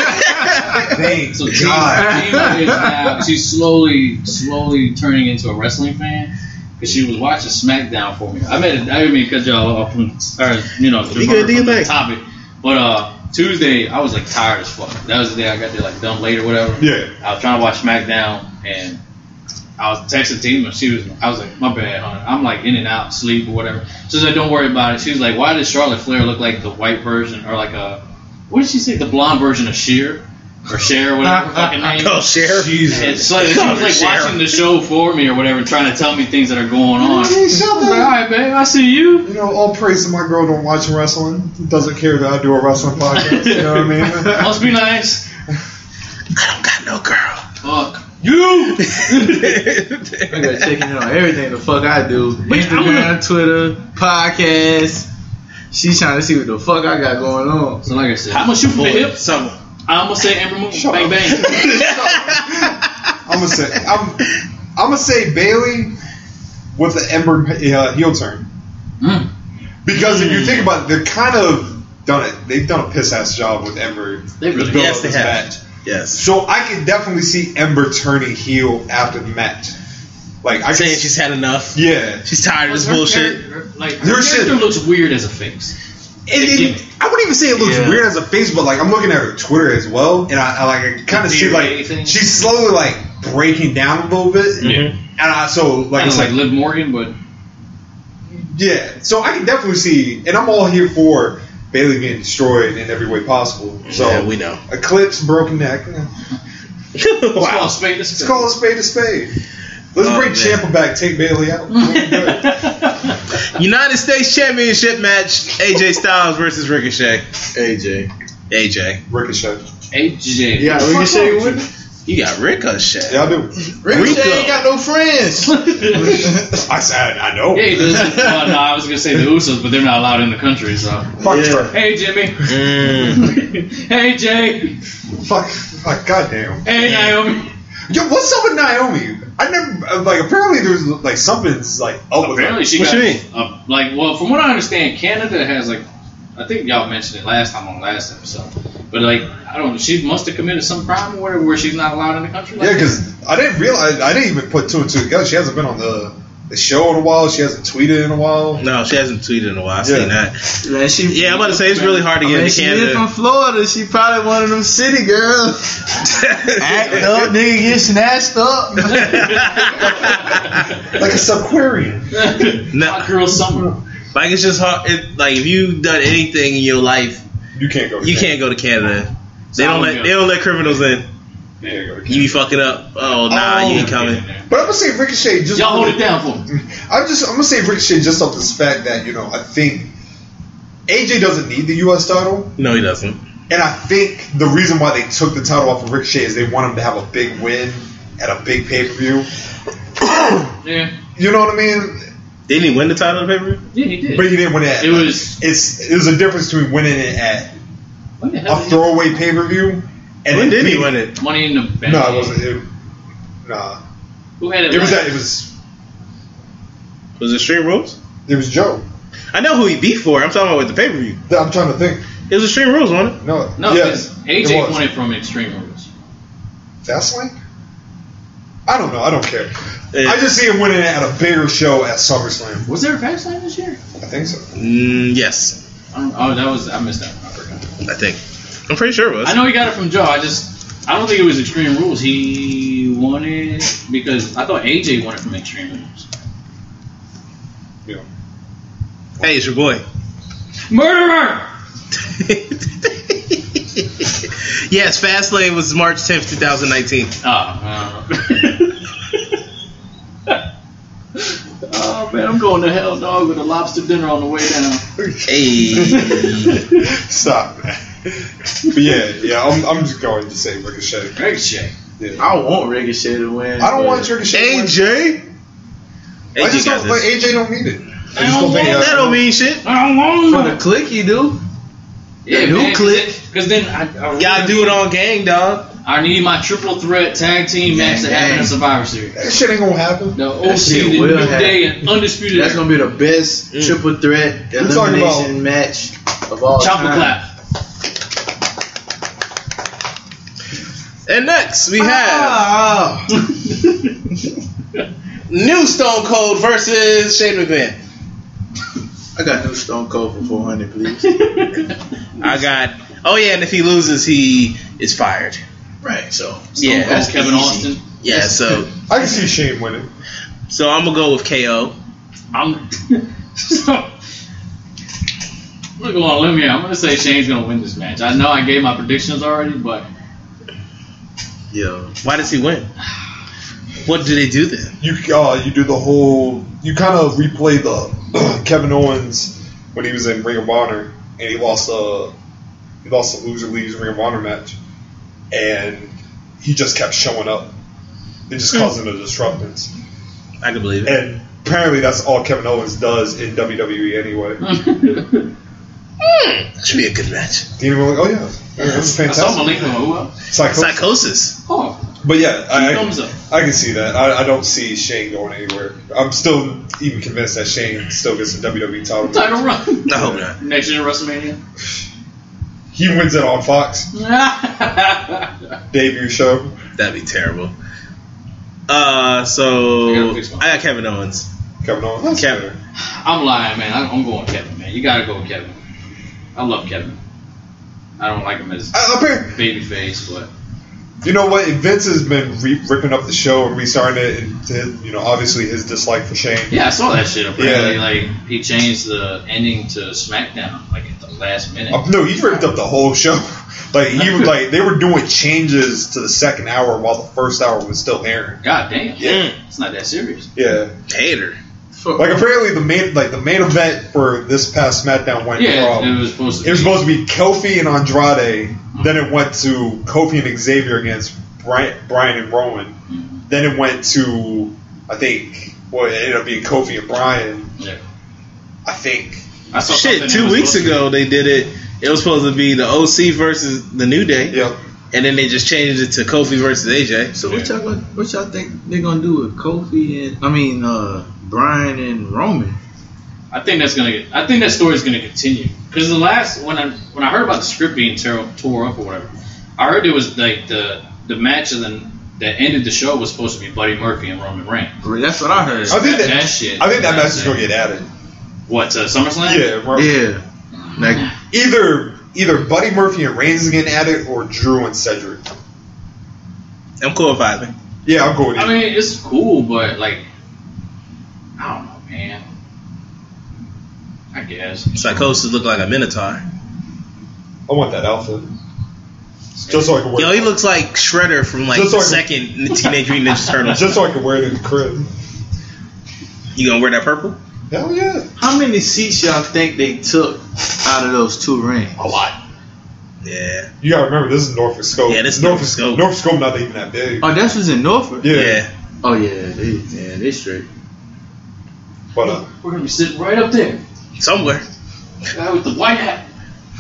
Speaker 2: Thanks,
Speaker 3: So
Speaker 2: God.
Speaker 3: Gina, Gina is now she's slowly, slowly turning into a wrestling fan because she was watching SmackDown for me. I mean, I didn't mean cut y'all off from, or you know,
Speaker 4: You good,
Speaker 3: from
Speaker 4: do your
Speaker 3: the
Speaker 4: thing.
Speaker 3: topic. But uh, Tuesday I was like tired as fuck. That was the day I got there like done late or whatever.
Speaker 2: Yeah.
Speaker 3: I was trying to watch SmackDown and I was texting Tima. She was, I was like, my bad, hon. I'm like in and out, sleep or whatever. She was like, don't worry about it. She was like, why does Charlotte Flair look like the white version or like a, what did she say, the blonde version of Sheer or Cher, whatever her fucking name.
Speaker 4: Oh share.
Speaker 3: And
Speaker 2: Jesus.
Speaker 3: so she was like watching the show for me or whatever, trying to tell me things that are going on. I
Speaker 2: Hey, shut
Speaker 3: was like, all
Speaker 2: up.
Speaker 3: right, babe, I see you.
Speaker 2: You know, all praise to my girl. Don't watch wrestling. Doesn't care that I do a wrestling podcast. You know what I mean?
Speaker 3: Must be nice.
Speaker 4: I don't got no girl.
Speaker 3: Fuck you.
Speaker 5: I got checking in on everything the fuck I do. Instagram, Twitter, podcast. She's trying to see what the fuck I got going on.
Speaker 3: So like I said, I'm gonna shoot from the hip.
Speaker 4: Someone.
Speaker 3: I'm gonna say Amber Moon. Bang bang.
Speaker 2: I'm gonna say I'm I'm gonna say Bailey with the Ember uh, heel turn.
Speaker 3: Mm.
Speaker 2: Because if you think about it, they're kind of done it. They've done a piss ass job with Ember.
Speaker 3: They really-
Speaker 2: to build
Speaker 4: Yes,
Speaker 2: up
Speaker 4: they
Speaker 2: this
Speaker 4: have.
Speaker 2: match.
Speaker 4: Yes.
Speaker 2: So I can definitely see Ember turning heel after the match. Like I can,
Speaker 4: Saying she's had enough.
Speaker 2: yeah.
Speaker 4: She's tired of this
Speaker 3: Her
Speaker 4: bullshit.
Speaker 3: character- Like her
Speaker 2: Her shit.
Speaker 3: character looks weird as a face.
Speaker 2: And it, I wouldn't even say it looks
Speaker 5: Yeah.
Speaker 2: weird as a face, but like I'm looking at her Twitter as well, and I, I like I kind of see
Speaker 3: Theory
Speaker 2: like
Speaker 3: thing?
Speaker 2: she's slowly like breaking down a little bit.
Speaker 4: Yeah.
Speaker 2: And I, so like
Speaker 3: Kind of
Speaker 2: it's
Speaker 3: like
Speaker 2: like
Speaker 3: Liv Morgan, but
Speaker 2: yeah. So I can definitely see, and I'm all here for Bailey being destroyed in every way possible. So
Speaker 4: Yeah, we know.
Speaker 2: Eclipse, broken neck. eh,
Speaker 3: it's
Speaker 4: wow.
Speaker 3: called Spade to
Speaker 2: Let's
Speaker 3: Spade.
Speaker 2: call a spade a spade. Let's
Speaker 4: Oh,
Speaker 2: bring
Speaker 4: man.
Speaker 2: Champa back, take Bailey out. We're good.
Speaker 4: United States Championship match: AJ Styles versus Ricochet.
Speaker 5: AJ.
Speaker 4: AJ,
Speaker 2: Ricochet.
Speaker 3: AJ.
Speaker 5: Yeah,
Speaker 2: Fuck
Speaker 5: Ricochet
Speaker 2: off.
Speaker 5: win.
Speaker 4: you got Ricochet.
Speaker 2: Yeah, I do.
Speaker 5: Ricochet
Speaker 4: Rico.
Speaker 5: ain't got no friends.
Speaker 2: I said I know.
Speaker 3: Yeah, he does. Well, no, I was gonna say the Usos, but they're not allowed in the country. So,
Speaker 2: Fuck
Speaker 5: Yeah.
Speaker 2: her.
Speaker 3: hey Jimmy,
Speaker 4: Mm.
Speaker 3: hey Jay,
Speaker 2: Fuck. Fuck. Goddamn.
Speaker 3: hey Naomi.
Speaker 2: Yo, what's up with Naomi? I never uh, like. Apparently, there's like something's like up with her.
Speaker 3: Apparently, she
Speaker 4: What
Speaker 3: got
Speaker 4: you mean?
Speaker 3: uh, like well, from what I understand, Canada has like I think y'all mentioned it last time on last episode, but like I don't know, she must have committed some crime or whatever where she's not allowed in the country. Like
Speaker 2: Yeah, because I didn't realize. I didn't even put two and two together. She hasn't been on the, the show in a while. She hasn't tweeted in a while.
Speaker 4: No, she hasn't tweeted in a while. I
Speaker 2: Yeah.
Speaker 4: seen that.
Speaker 5: Man, she,
Speaker 4: Yeah, I'm about to say it's really hard to get
Speaker 5: Man,
Speaker 4: into
Speaker 5: she is from
Speaker 4: Canada.
Speaker 5: Florida. She probably one of them city girls. Act up, nigga, get snatched up.
Speaker 2: Like a Subquarian.
Speaker 4: no,
Speaker 3: hot girl summer.
Speaker 4: like it's just hard. It, like if you've done anything in your life,
Speaker 2: You can't go. To
Speaker 4: you
Speaker 2: Canada.
Speaker 4: can't go to Canada. They
Speaker 3: So
Speaker 4: don't
Speaker 3: I'm
Speaker 4: let
Speaker 3: good.
Speaker 4: they don't let criminals in.
Speaker 2: You can't go
Speaker 4: You
Speaker 2: to Canada.
Speaker 4: be fucking up. Oh nah, you ain't coming.
Speaker 2: But I'm gonna say Ricochet just.
Speaker 3: Y'all hold it down for me.
Speaker 2: I'm just. I'm gonna say Ricochet just off the fact that you know I think AJ doesn't need the U.S. title.
Speaker 4: No, he doesn't.
Speaker 2: And I think the reason why they took the title off of Ricochet is they want him to have a big win at a big pay per view.
Speaker 3: Yeah,
Speaker 2: You know what I mean?
Speaker 4: Didn't he win the title of the paper?
Speaker 3: yeah, he did.
Speaker 2: But he didn't win it. At,
Speaker 3: It was-
Speaker 2: it's there's a difference between winning it at
Speaker 3: What the hell
Speaker 2: a
Speaker 3: is it?
Speaker 2: throwaway pay per view and
Speaker 4: When
Speaker 2: then
Speaker 4: did he
Speaker 2: beating-
Speaker 4: win it?
Speaker 3: Money in the bank.
Speaker 2: No, it wasn't. It, nah,
Speaker 3: Who had it?
Speaker 2: it was
Speaker 3: last?
Speaker 2: that. It was
Speaker 4: Was it Stream Rules?
Speaker 2: it was Joe.
Speaker 4: I know who he beat for. I'm talking about with the pay per view.
Speaker 2: That- I'm trying to think.
Speaker 4: It was Extreme Rules, wasn't it?
Speaker 2: No,
Speaker 3: No,
Speaker 2: yes,
Speaker 3: because
Speaker 2: it
Speaker 3: AJ
Speaker 2: was.
Speaker 3: won it from Extreme Rules.
Speaker 2: Fastlane. I don't know. I don't care.
Speaker 4: Yeah.
Speaker 2: I just see him winning it at a bigger show at SummerSlam.
Speaker 3: Was there a Fastlane this year?
Speaker 2: I think so.
Speaker 4: Mm, yes,
Speaker 3: I don't, oh, that was I missed that. one. I forgot.
Speaker 4: I think. I'm pretty sure it was.
Speaker 3: I know he got it from Joe. I just I don't think it was Extreme Rules. He won it because I thought AJ won it from Extreme Rules.
Speaker 2: Yeah.
Speaker 4: Hey, it's your boy.
Speaker 3: Murderer.
Speaker 4: yes, Fastlane was March 10th, 2019.
Speaker 3: Oh, uh, oh man, I'm going to hell, dog, with a lobster dinner on the way down.
Speaker 4: Hey.
Speaker 2: Stop. man. but yeah, yeah. I'm, I'm just going to say Ricochet.
Speaker 3: Great shit.
Speaker 2: Yeah.
Speaker 5: I want Ricochet to win.
Speaker 2: I don't
Speaker 5: but-
Speaker 2: want Ricochet. to win.
Speaker 4: AJ?
Speaker 2: I just
Speaker 4: AJ got
Speaker 2: don't. But
Speaker 4: this.
Speaker 2: AJ don't need it. I
Speaker 3: don't
Speaker 2: just don't think
Speaker 3: want
Speaker 2: that's-
Speaker 4: That don't mean shit.
Speaker 3: I don't want
Speaker 5: For the click, you do.
Speaker 3: Yeah,
Speaker 5: Who
Speaker 3: man,
Speaker 5: click?
Speaker 3: Because then I, I really-
Speaker 4: Y'all do it on gang, dog.
Speaker 3: I need my triple threat tag team match to happen in Survivor Series.
Speaker 2: That shit ain't gonna happen.
Speaker 3: The
Speaker 5: That
Speaker 3: OC,
Speaker 5: shit
Speaker 3: the
Speaker 5: will
Speaker 3: New
Speaker 5: happen.
Speaker 3: Day, and Undisputed.
Speaker 5: That's gonna be the best
Speaker 4: Mm.
Speaker 5: triple threat
Speaker 2: We're talking about-
Speaker 5: elimination match of all
Speaker 3: Chopper
Speaker 5: time.
Speaker 3: clap.
Speaker 4: And next, we have
Speaker 5: Ah,
Speaker 4: New Stone Cold versus Shane McMahon.
Speaker 5: I got new Stone Cold for four hundred, please.
Speaker 4: I got. Oh, yeah, and if he loses, he is fired.
Speaker 5: right, so
Speaker 4: yeah,
Speaker 3: Cold Kevin Austin.
Speaker 4: Yeah, so
Speaker 2: I can see Shane winning.
Speaker 4: so I'm gonna go with KO.
Speaker 3: I'm. so, I'm gonna go on a limb here. I'm gonna say Shane's gonna win this match. I know I gave my predictions already, but
Speaker 5: yeah.
Speaker 4: Why does he win? What do they do then?
Speaker 2: You uh, you do the whole. You kind of replay the Kevin Owens when he was in Ring of Honor and he lost a he lost a loser leaves Ring of Honor match, and he just kept showing up and just causing a disruptance.
Speaker 4: I can believe it.
Speaker 2: And apparently that's all Kevin Owens does in WWE anyway.
Speaker 4: Should be a good match.
Speaker 2: You know, like, oh yeah, that's
Speaker 3: I saw
Speaker 2: fantastic.
Speaker 3: Malik and who else?
Speaker 2: Psycho-
Speaker 4: Psychosis.
Speaker 3: Oh,
Speaker 2: but yeah, I,
Speaker 3: thumbs up.
Speaker 2: I can see that. I, I don't see Shane going anywhere. I'm still even convinced that Shane still gets a WWE E title.
Speaker 3: Title run.
Speaker 4: I hope not.
Speaker 3: Next year WrestleMania.
Speaker 2: He wins it on Fox debut show.
Speaker 4: That'd be terrible. Uh, so
Speaker 3: I
Speaker 4: I,
Speaker 3: gotta fix mine.
Speaker 4: got Kevin Owens.
Speaker 2: Kevin Owens. That's
Speaker 4: Kevin.
Speaker 2: fair.
Speaker 3: I'm lying, man. I- I'm going Kevin, man. You gotta go with Kevin. I love Kevin. I don't like him as
Speaker 2: I, I,
Speaker 3: babyface, but
Speaker 2: You know what? Vince has been re- ripping up the show and restarting it, and to, you know, obviously his dislike for Shane.
Speaker 3: Yeah, I saw that shit. Apparently,
Speaker 2: Yeah.
Speaker 3: like he changed the ending to SmackDown like at the last minute.
Speaker 2: Uh, No, he ripped up the whole show. Like he was like they were doing changes to the second hour while the first hour was still airing.
Speaker 3: God damn,
Speaker 4: Yeah.
Speaker 3: it's not that serious.
Speaker 2: Yeah,
Speaker 4: Hater.
Speaker 2: like apparently the main like the main event for this past SmackDown went
Speaker 3: Yeah,
Speaker 2: from
Speaker 3: it was supposed to.
Speaker 2: It was
Speaker 3: be.
Speaker 2: supposed to be Kofi and Andrade. Then it went to Kofi and Xavier against Brian, Brian and Rowan. Then it went to, I think, well, it ended up being Kofi and Brian.
Speaker 3: Yeah.
Speaker 2: I think.
Speaker 3: I saw
Speaker 4: Shit,
Speaker 3: something
Speaker 4: two
Speaker 3: that was
Speaker 4: weeks
Speaker 3: supposed to
Speaker 4: ago they did it. It was supposed to be the OC versus the New Day,
Speaker 2: Yeah.
Speaker 4: and then they just changed it to Kofi versus AJ.
Speaker 5: So what y'all gonna, what y'all think they're gonna do with Kofi and I mean uh Brian and Roman?
Speaker 3: be- I think that's gonna. Get, I think that story's gonna continue because the last when I when I heard about the script being tore, tore up or whatever, I heard it was like the the match and then that ended the show was supposed to be Buddy Murphy and Roman Reigns.
Speaker 5: I mean, that's what I heard.
Speaker 2: I think
Speaker 3: That-
Speaker 2: that,
Speaker 3: that shit.
Speaker 2: I think that
Speaker 3: That
Speaker 2: match is
Speaker 3: thing.
Speaker 2: gonna get added.
Speaker 3: What uh, SummerSlam?
Speaker 2: Yeah. Mur-
Speaker 5: Yeah, like
Speaker 2: Either either Buddy Murphy and Reigns is getting added, or Drew and Cedric.
Speaker 4: I'm cool with either.
Speaker 2: Yeah, I'll go with
Speaker 3: I
Speaker 2: it.
Speaker 3: mean, it's cool, but like, I don't know, man. I guess.
Speaker 4: Psychosis looked like a minotaur.
Speaker 2: I want that outfit. Just so I can wear.
Speaker 4: Yo, he looks like Shredder from like
Speaker 2: Just
Speaker 4: the
Speaker 2: like-
Speaker 4: second Teenage Mutant Ninja Turtles.
Speaker 2: Just so I can wear it in the crib.
Speaker 4: You gonna wear that purple?
Speaker 2: Hell yeah.
Speaker 5: how many seats y'all think they took out of those two rings?
Speaker 2: A lot.
Speaker 4: Yeah.
Speaker 2: You gotta remember, this is Norfolk Scope.
Speaker 4: Yeah, this is Norfolk Scope.
Speaker 2: Norfolk Scope not even that big.
Speaker 5: Oh, that's was in Norfolk.
Speaker 2: Yeah.
Speaker 4: Yeah.
Speaker 5: Oh yeah, they yeah they straight.
Speaker 2: But uh,
Speaker 3: We're gonna be sitting right up there.
Speaker 4: Somewhere.
Speaker 3: Guy with the white hat.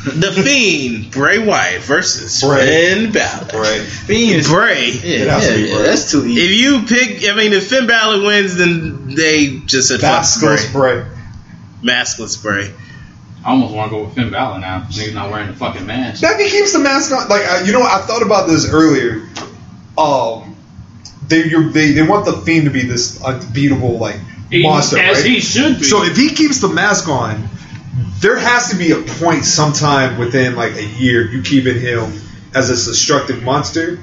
Speaker 4: The Fiend, Bray Wyatt versus
Speaker 2: Bray.
Speaker 4: Finn Balor.
Speaker 2: right.
Speaker 5: Being
Speaker 4: Bray.
Speaker 5: yeah,
Speaker 2: has to
Speaker 5: yeah,
Speaker 2: be
Speaker 5: yeah,
Speaker 2: Bray.
Speaker 5: that's too easy.
Speaker 4: If you pick, I mean, if Finn Balor wins, then they just said fuck
Speaker 2: Vasquez
Speaker 4: Bray.
Speaker 2: Bray.
Speaker 4: Maskless Bray.
Speaker 3: I almost want to go with Finn Balor now. Nigga's not wearing the fucking mask.
Speaker 2: Now he keeps the mask on. Like I, you know, I thought about this earlier. Um, they you're, they they want the fiend to be this unbeatable like
Speaker 3: He-
Speaker 2: monster,
Speaker 3: as
Speaker 2: right?
Speaker 3: he should be.
Speaker 2: So if he keeps the mask on, there has to be a point sometime within like a year you keeping him as this destructive monster.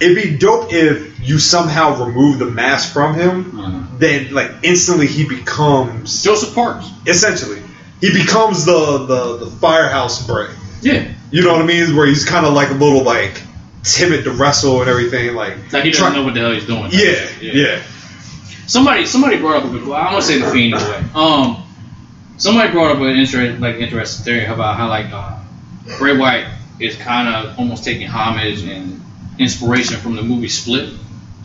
Speaker 2: It'd be dope if you somehow remove the mask from him,
Speaker 3: Mhm.
Speaker 2: then like instantly he becomes
Speaker 3: Joseph Parks.
Speaker 2: essentially he becomes the the, the firehouse Bray.
Speaker 3: Yeah.
Speaker 2: You know what I mean? Where he's kind of like a little like timid to wrestle and everything. Like,
Speaker 3: Like he doesn't
Speaker 2: try-
Speaker 3: know what the hell he's doing.
Speaker 2: yeah, yeah,
Speaker 3: Somebody, somebody brought up a good. Well, I want to say the fiend anyway. Um, somebody brought up an interest, like interesting theory about how like uh, Bray White is kind of almost taking homage and inspiration from the movie Split.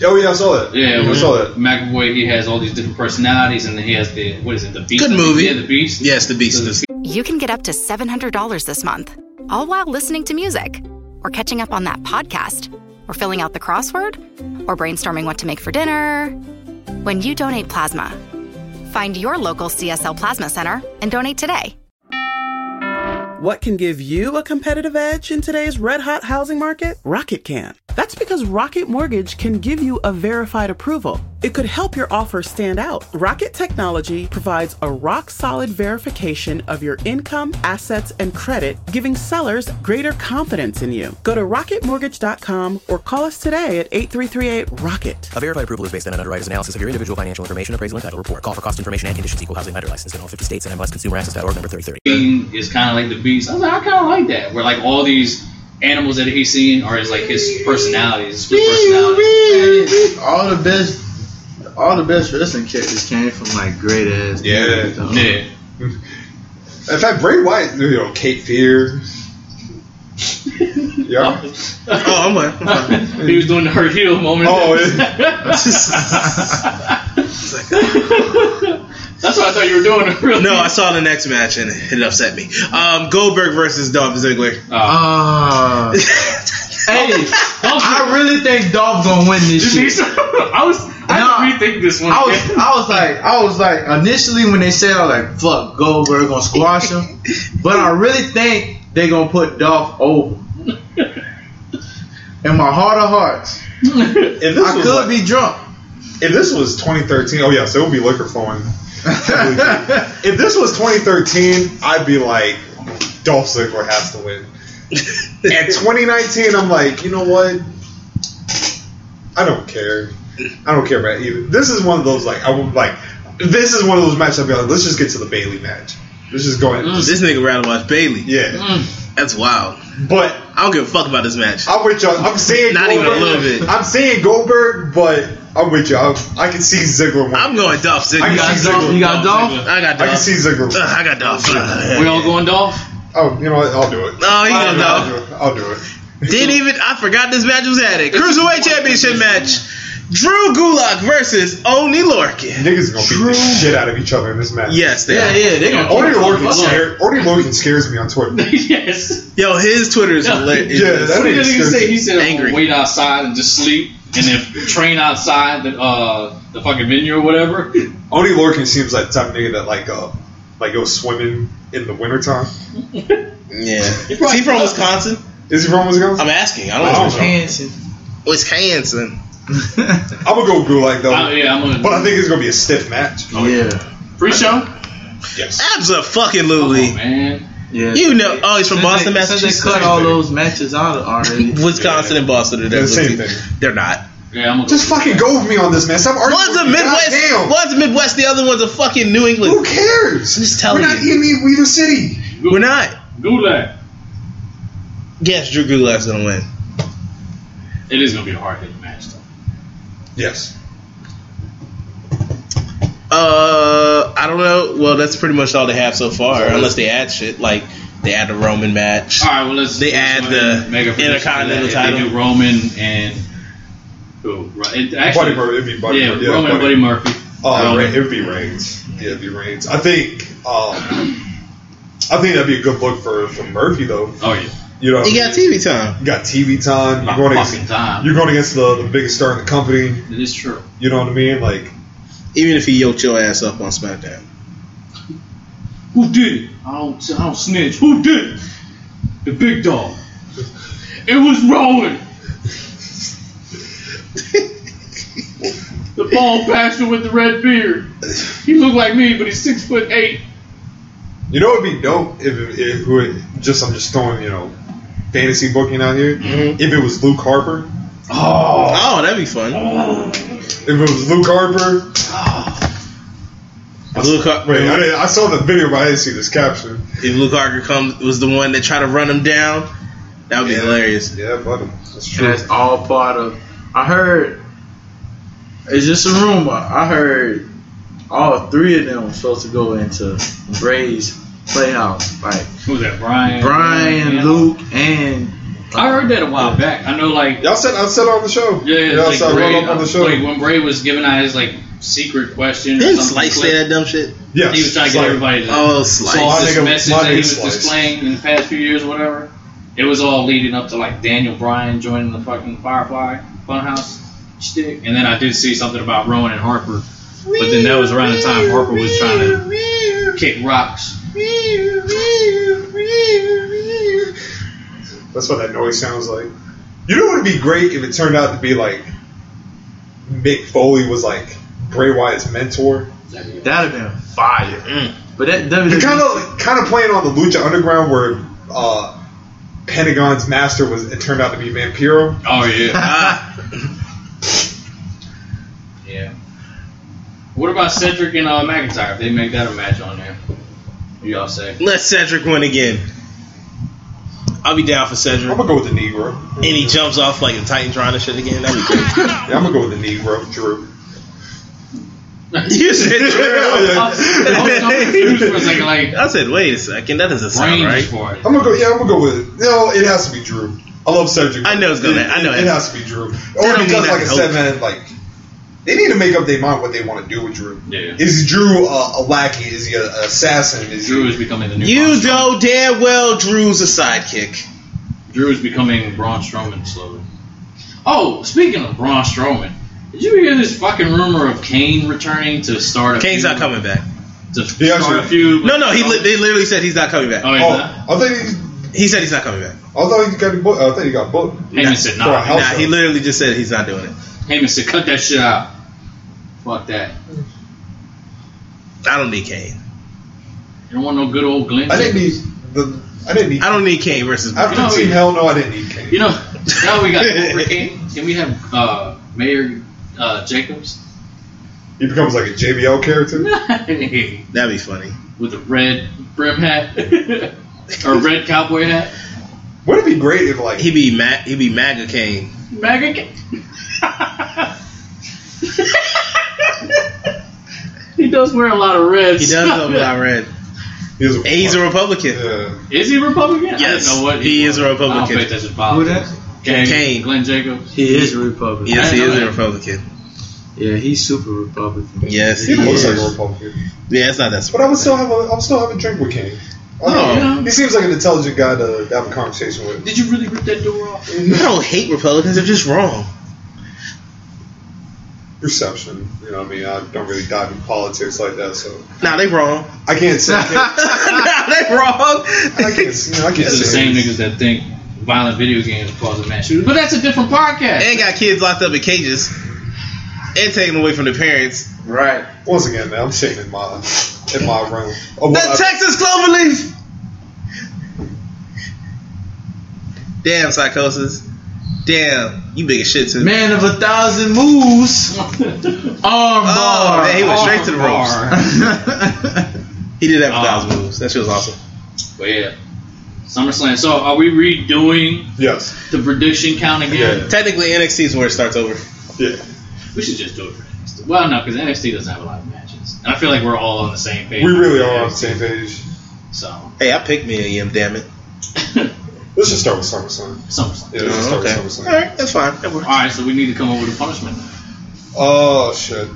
Speaker 2: Oh yeah, I saw that.
Speaker 3: Yeah,
Speaker 2: I
Speaker 3: with
Speaker 2: saw that.
Speaker 3: McAvoy, he has all these different personalities, and then he has the what is it, the beast?
Speaker 4: Good movie.
Speaker 3: Yeah, the beast.
Speaker 4: Yes, the Beast. is-
Speaker 6: you can get up to $700 this month, all while listening to music, or catching up on that podcast, or filling out the crossword, or brainstorming what to make for dinner. When you donate plasma, find your local CSL Plasma Center and donate today.
Speaker 9: What can give you a competitive edge in today's red hot housing market? Rocket can. That's because Rocket Mortgage can give you a verified approval. It could help your offer stand out. Rocket Technology provides a rock solid verification of your income, assets, and credit, giving sellers greater confidence in you. Go to rocketmortgage.com or call us today at 8338 Rocket.
Speaker 10: A verified approval is based on an underwriter's analysis of your individual financial information, appraisal, and title report. Call for cost information and conditions. Equal housing lender licensed in all 50 states and MLSconsumeraccess.org number 3030.
Speaker 3: Fiend is kind of like the beast. I was like, I kind of like that. Where like all these animals that he's seen are his like his personalities, split personalities.
Speaker 5: all the best, all the best wrestling characters came from like great ass.
Speaker 2: Yeah.
Speaker 5: dudes, though.
Speaker 3: Yeah.
Speaker 2: In fact, Bray Wyatt, you know, Kate Fear. yeah.
Speaker 4: Oh, I'm like, I'm like,
Speaker 3: he was doing the hurt heel moment.
Speaker 2: Oh,
Speaker 3: That's what I thought you were doing. Really?
Speaker 4: no, I saw the next match and it upset me. Um, Goldberg versus Dolph Ziggler.
Speaker 5: Ah. hey, I really think Dolph gonna win this shit.
Speaker 3: I was. I
Speaker 5: Nah.
Speaker 3: had to rethink this one.
Speaker 5: I was, I was like, I was like, initially when they said, I was like, fuck, Goldberg gonna squash him. But I really think they gonna put Dolph over. In my heart of hearts,
Speaker 2: If this,
Speaker 5: I
Speaker 2: was
Speaker 5: could
Speaker 2: like-
Speaker 5: be drunk.
Speaker 2: if this was 2013, oh yes, it would be liquor flowing. if this was 2013, I'd be like, Dolph Ziggler has to win. At 2019, I'm like, you know what? I don't care. I don't care about either. This is one of those like I would like. This is one of those matches. I'd be like, let's just get to the Bailey match. Let's just go ahead.
Speaker 4: This nigga rather watch Bailey.
Speaker 2: Oh. Yeah,
Speaker 4: Mm. That's wild.
Speaker 2: but
Speaker 4: I don't give a fuck about this match.
Speaker 2: I'm with y'all. I'm saying
Speaker 4: Not even a
Speaker 2: Goldberg.
Speaker 4: little bit.
Speaker 2: I'm saying Goldberg, but I'm with y'all. I can see Ziggler. Winning.
Speaker 4: I'm going Dolph Ziggler.
Speaker 2: I
Speaker 4: I
Speaker 2: got
Speaker 4: got,
Speaker 2: Ziggler.
Speaker 4: Dolph.
Speaker 5: You got Dolph?
Speaker 3: Ziggler.
Speaker 4: I got
Speaker 2: I
Speaker 4: Dolph.
Speaker 2: can see Ziggler.
Speaker 4: Ugh, I got Dolph.
Speaker 3: We all going Dolph?
Speaker 2: Oh, you know what? I'll do it.
Speaker 4: No, you
Speaker 2: I'll
Speaker 4: don't
Speaker 2: do it,
Speaker 4: know.
Speaker 2: I'll do it. I'll do it.
Speaker 4: Didn't even. I forgot this match was at it. Cruiserweight Championship match. Drew Gulak versus Oni Lorcan.
Speaker 2: Niggas gonna beat the shit out of each other in this match.
Speaker 4: Yes, they
Speaker 5: Yeah,
Speaker 4: are.
Speaker 5: yeah, they gonna.
Speaker 2: Only Lorcan, scare, Only Lorcan scares me on Twitter.
Speaker 3: yes.
Speaker 4: Yo, his Twitter is
Speaker 3: Yeah.
Speaker 4: hilarious.
Speaker 2: Yeah, that
Speaker 3: What did
Speaker 2: nigga
Speaker 3: that nigga
Speaker 2: scares
Speaker 3: say?
Speaker 2: me.
Speaker 3: He said, I'm
Speaker 4: Angry.
Speaker 3: gonna wait outside and just sleep, and then train outside the uh, the fucking venue or whatever.
Speaker 2: Only Lorcan seems like the type of nigga that like uh like goes swimming in the wintertime.
Speaker 4: Yeah. Is he from Wisconsin?
Speaker 2: Is he from Wisconsin?
Speaker 4: I'm
Speaker 2: I'm,
Speaker 4: asking. I
Speaker 2: I
Speaker 4: don't
Speaker 2: don't
Speaker 4: know.
Speaker 2: know.
Speaker 5: Hanson.
Speaker 4: Wisconsin.
Speaker 2: Oh, gonna go Gulag though,
Speaker 3: I, yeah, I'm gonna.
Speaker 2: but I think it's gonna be a stiff match.
Speaker 4: Oh,
Speaker 5: Yeah,
Speaker 3: pre-show.
Speaker 2: Yes.
Speaker 4: Absolutely.
Speaker 3: Oh, man.
Speaker 5: yeah.
Speaker 4: You know. Oh, he's from
Speaker 5: Since
Speaker 4: Boston,
Speaker 5: they, Since they cut
Speaker 4: Massachusetts.
Speaker 5: all those matches out already.
Speaker 4: Wisconsin and Boston are
Speaker 2: They're the same
Speaker 4: definitely-
Speaker 2: thing.
Speaker 4: They're not.
Speaker 3: Yeah, I'm gonna.
Speaker 2: Just fucking go with me on this, man. Stop arguing.
Speaker 4: One's a
Speaker 2: with me.
Speaker 4: Midwest.
Speaker 2: Goddamn.
Speaker 4: One's a Midwest. The other one's a fucking New
Speaker 2: Who
Speaker 4: England.
Speaker 2: cares?
Speaker 4: I'm just telling
Speaker 2: We're not
Speaker 4: you.
Speaker 2: in either city.
Speaker 4: We're not.
Speaker 3: Gulag.
Speaker 4: Yes, Drew Gulak's gonna win.
Speaker 3: It is gonna be a hard hitting match though.
Speaker 2: Yes.
Speaker 4: Uh, I don't know. Well, that's pretty much all they have so far, unless they add shit like they add the Roman match.
Speaker 3: All right, well let's.
Speaker 4: They
Speaker 3: let's
Speaker 4: add
Speaker 3: go ahead
Speaker 4: the
Speaker 3: and make a prediction for
Speaker 4: Intercontinental
Speaker 3: that. If
Speaker 4: title.
Speaker 3: They do Roman and who? Right, It, actually,
Speaker 2: Buddy Murphy. It'd be Buddy
Speaker 3: yeah,
Speaker 2: Murphy.
Speaker 3: Roman and Buddy Murphy.
Speaker 2: Uh,
Speaker 3: Um,
Speaker 2: Ra- it would be Reigns. Yeah, it'd be Reigns. I think. Um, I think that'd be a good look for, for Murphy though.
Speaker 3: Oh yeah.
Speaker 2: You know,
Speaker 4: You got TV time.
Speaker 2: you got TV time.
Speaker 3: My
Speaker 2: You're going
Speaker 3: fucking
Speaker 2: against
Speaker 3: time.
Speaker 2: you're going against the, the biggest star in the company.
Speaker 3: It is true.
Speaker 2: You know what I mean? Like,
Speaker 4: Even if he yoked your ass up on SmackDown.
Speaker 3: Who did it? I don't, I don't snitch. Who did it? The big dog. It was Rowan. the bald bastard with the red beard. He looked like me, but he's six foot eight.
Speaker 2: you know, it'd be dope if if, if it, just I'm just throwing you know fantasy booking out here. If it was Luke Harper,
Speaker 4: Oh, that'd be fun.
Speaker 2: if it was Luke Harper.
Speaker 4: If Luke, Har-
Speaker 2: Wait, I, didn't, I saw the video, but I didn't see this caption.
Speaker 4: if Luke Harker comes was the one that tried to run him down, that would be
Speaker 2: Yeah.
Speaker 4: hilarious.
Speaker 2: Yeah, buddy, that's
Speaker 5: And
Speaker 2: true.
Speaker 5: that's all part of. I heard. It's just a rumor. I heard all three of them were supposed to go into Bray's playhouse, like
Speaker 3: Who's that? Brian.
Speaker 5: Brian,
Speaker 3: Yeah.
Speaker 5: Luke, and
Speaker 3: I heard that a while back. I know, like,
Speaker 2: Y'all said I said on the show.
Speaker 3: yeah,
Speaker 2: y'all
Speaker 3: like,
Speaker 2: said I
Speaker 3: Bray,
Speaker 2: brought up on the show.
Speaker 3: like when Bray was giving out his like secret question. or
Speaker 4: Didn't
Speaker 3: something,
Speaker 4: Slice
Speaker 3: clip,
Speaker 4: say that dumb shit?
Speaker 2: yes,
Speaker 3: He was trying to get
Speaker 2: Slice.
Speaker 3: everybody to
Speaker 4: Oh, Slice.
Speaker 3: So all
Speaker 2: My
Speaker 3: this
Speaker 2: nigga-
Speaker 3: message
Speaker 2: my
Speaker 3: that he
Speaker 2: nigga
Speaker 3: was
Speaker 2: sliced.
Speaker 3: displaying in the past few years, or whatever, it was all leading up to like Daniel Bryan joining the fucking Firefly Funhouse shtick. And then I did see something about Rowan and Harper, but then that was around the time Harper was trying to kick rocks.
Speaker 2: That's what that noise sounds like. You know what would be great if it turned out to be like Mick Foley was like Bray Wyatt's mentor.
Speaker 5: that'd have been fire. But that WWE,
Speaker 2: You're kind of kind of playing on the Lucha Underground where uh, Pentagon's master was it turned out to be Vampiro.
Speaker 3: Oh yeah,
Speaker 4: Ah,
Speaker 3: yeah. What about Cedric and uh, McIntyre? If they make that a match on there, what do y'all say?
Speaker 4: let Cedric win again. I'll be down for Cedric.
Speaker 2: I'm gonna go with the Negro.
Speaker 4: And he jumps off like a Titantron and shit again. That'd be cool.
Speaker 2: Yeah, I'm gonna go with the Negro, Drew.
Speaker 4: you said Drew.
Speaker 2: Yeah.
Speaker 3: I'm, I'm confused for a second, like
Speaker 4: I said, wait a second, that doesn't sound
Speaker 3: range
Speaker 4: right.
Speaker 3: for it.
Speaker 2: I'm gonna go. Yeah, I'm gonna go with it. No, it has to be Drew. I love Cedric.
Speaker 4: I know it's gonna-
Speaker 2: It,
Speaker 4: I know
Speaker 2: it,
Speaker 4: it.
Speaker 2: has to be Drew.
Speaker 4: don't
Speaker 2: Only
Speaker 4: mean
Speaker 2: because,
Speaker 4: that
Speaker 2: like I
Speaker 4: to
Speaker 2: said,
Speaker 4: hope.
Speaker 2: man, like they need to make up their mind what they want to do with Drew.
Speaker 3: Yeah.
Speaker 2: Is Drew a, a lackey? Is he an assassin? Is
Speaker 3: Drew
Speaker 2: he?
Speaker 3: is becoming the new.
Speaker 4: You
Speaker 3: Braun
Speaker 4: know damn well Drew's a sidekick.
Speaker 3: Strowman. Drew is becoming Braun Strowman slowly. Oh, speaking of Braun Strowman, did you hear this fucking rumor of Kane returning to start a
Speaker 4: Kane's
Speaker 3: feud,
Speaker 4: not coming back.
Speaker 3: to
Speaker 2: He
Speaker 3: start
Speaker 2: actually-
Speaker 3: a feud? with
Speaker 4: No, no, he
Speaker 3: Strowman?
Speaker 4: li- they literally said he's not coming
Speaker 3: oh,
Speaker 4: back.
Speaker 3: he's
Speaker 2: Oh,
Speaker 3: not?
Speaker 2: I think he.
Speaker 4: He said he's not coming back.
Speaker 2: I thought he got booked. I thought he got booked.
Speaker 3: Heyman said
Speaker 2: For a
Speaker 3: nah.
Speaker 2: house-
Speaker 4: Nah,
Speaker 2: Also-
Speaker 4: he literally just said he's not doing it.
Speaker 3: Heyman said cut that shit out. Fuck that. You
Speaker 4: I don't need Kane.
Speaker 3: don't want no good old Glenn.
Speaker 2: I didn't need the. I didn't need.
Speaker 4: I don't need Kane versus.
Speaker 2: after
Speaker 3: You know,
Speaker 2: Team
Speaker 3: we-
Speaker 2: Hell No, I didn't need Kane.
Speaker 3: You know, now we got Cobra Kane. Can we have uh, Mayor uh, Jacobs
Speaker 2: He becomes like a JBL character.
Speaker 3: with
Speaker 4: That'd be funny.
Speaker 3: a red brim hat or red cowboy hat.
Speaker 2: Would it be great if like
Speaker 4: He be ma- he be MAGA Kane.
Speaker 3: Maga King. he does wear a lot of red.
Speaker 4: He does love Lot Red.
Speaker 2: he was
Speaker 4: And he's a Republican.
Speaker 2: yeah.
Speaker 3: Is he Republican? I
Speaker 4: Yes,
Speaker 3: didn't know what
Speaker 4: he
Speaker 3: was.
Speaker 4: is a Republican.
Speaker 3: I don't think that's his politics. Kane.
Speaker 4: Kane.
Speaker 3: Glenn Jacobs.
Speaker 5: He is a Republican.
Speaker 4: Yes, he
Speaker 3: I know
Speaker 4: is a
Speaker 3: that.
Speaker 4: Republican.
Speaker 5: Yeah, he's super Republican.
Speaker 4: Yes,
Speaker 2: He
Speaker 4: he
Speaker 2: looks
Speaker 4: is.
Speaker 2: like a Republican.
Speaker 4: Yeah, it's not that
Speaker 2: But I
Speaker 4: smart.
Speaker 2: would still have a I would still have a drink with King. I
Speaker 4: No.
Speaker 2: don't know. He seems like an intelligent guy to have a conversation with.
Speaker 3: Did you really rip that door off?
Speaker 4: I don't hate Republicans. They're just wrong.
Speaker 2: Perception. You know what I mean? I don't really dive in politics like that, so
Speaker 4: Nah, they wrong.
Speaker 2: I can't say I can't,
Speaker 4: nah, they
Speaker 2: I
Speaker 4: wrong.
Speaker 2: can't, you know, I can't
Speaker 3: It's
Speaker 2: say
Speaker 3: the same niggas that think violent video games cause a mass shooting. But that's a different podcast.
Speaker 4: and got kids locked up in cages and taken away from their parents.
Speaker 5: Right.
Speaker 2: Once again, man, I'm sitting in my in my room. Oh,
Speaker 4: The
Speaker 2: well, I-
Speaker 4: Texas Cloverleaf. Damn, psychosis. Damn, you big as shit too.
Speaker 5: Man of a thousand moves. Armbar.
Speaker 4: Oh, man, he went straight to the ropes.
Speaker 3: Bar.
Speaker 4: He did have a
Speaker 3: Oh.
Speaker 4: thousand moves. That shit was awesome.
Speaker 3: But yeah. SummerSlam. So are we redoing
Speaker 2: yes.
Speaker 3: the prediction count again?
Speaker 2: Yeah.
Speaker 4: Technically, NXT is where it starts over.
Speaker 2: Yeah.
Speaker 3: We should just do it for NXT. Well, no, because NXT doesn't have a lot of matches. And I feel like we're all on the same page.
Speaker 2: We really are on the same page.
Speaker 3: So,
Speaker 4: Hey, I picked me a EM, damn it.
Speaker 2: Let's just start with SummerSlam.
Speaker 3: SummerSlam.
Speaker 2: Yeah, let's just start
Speaker 4: Oh, okay.
Speaker 2: with SummerSlam.
Speaker 4: All right, that's fine. That works.
Speaker 3: All right, so we need to come up with a punishment.
Speaker 2: Oh shit.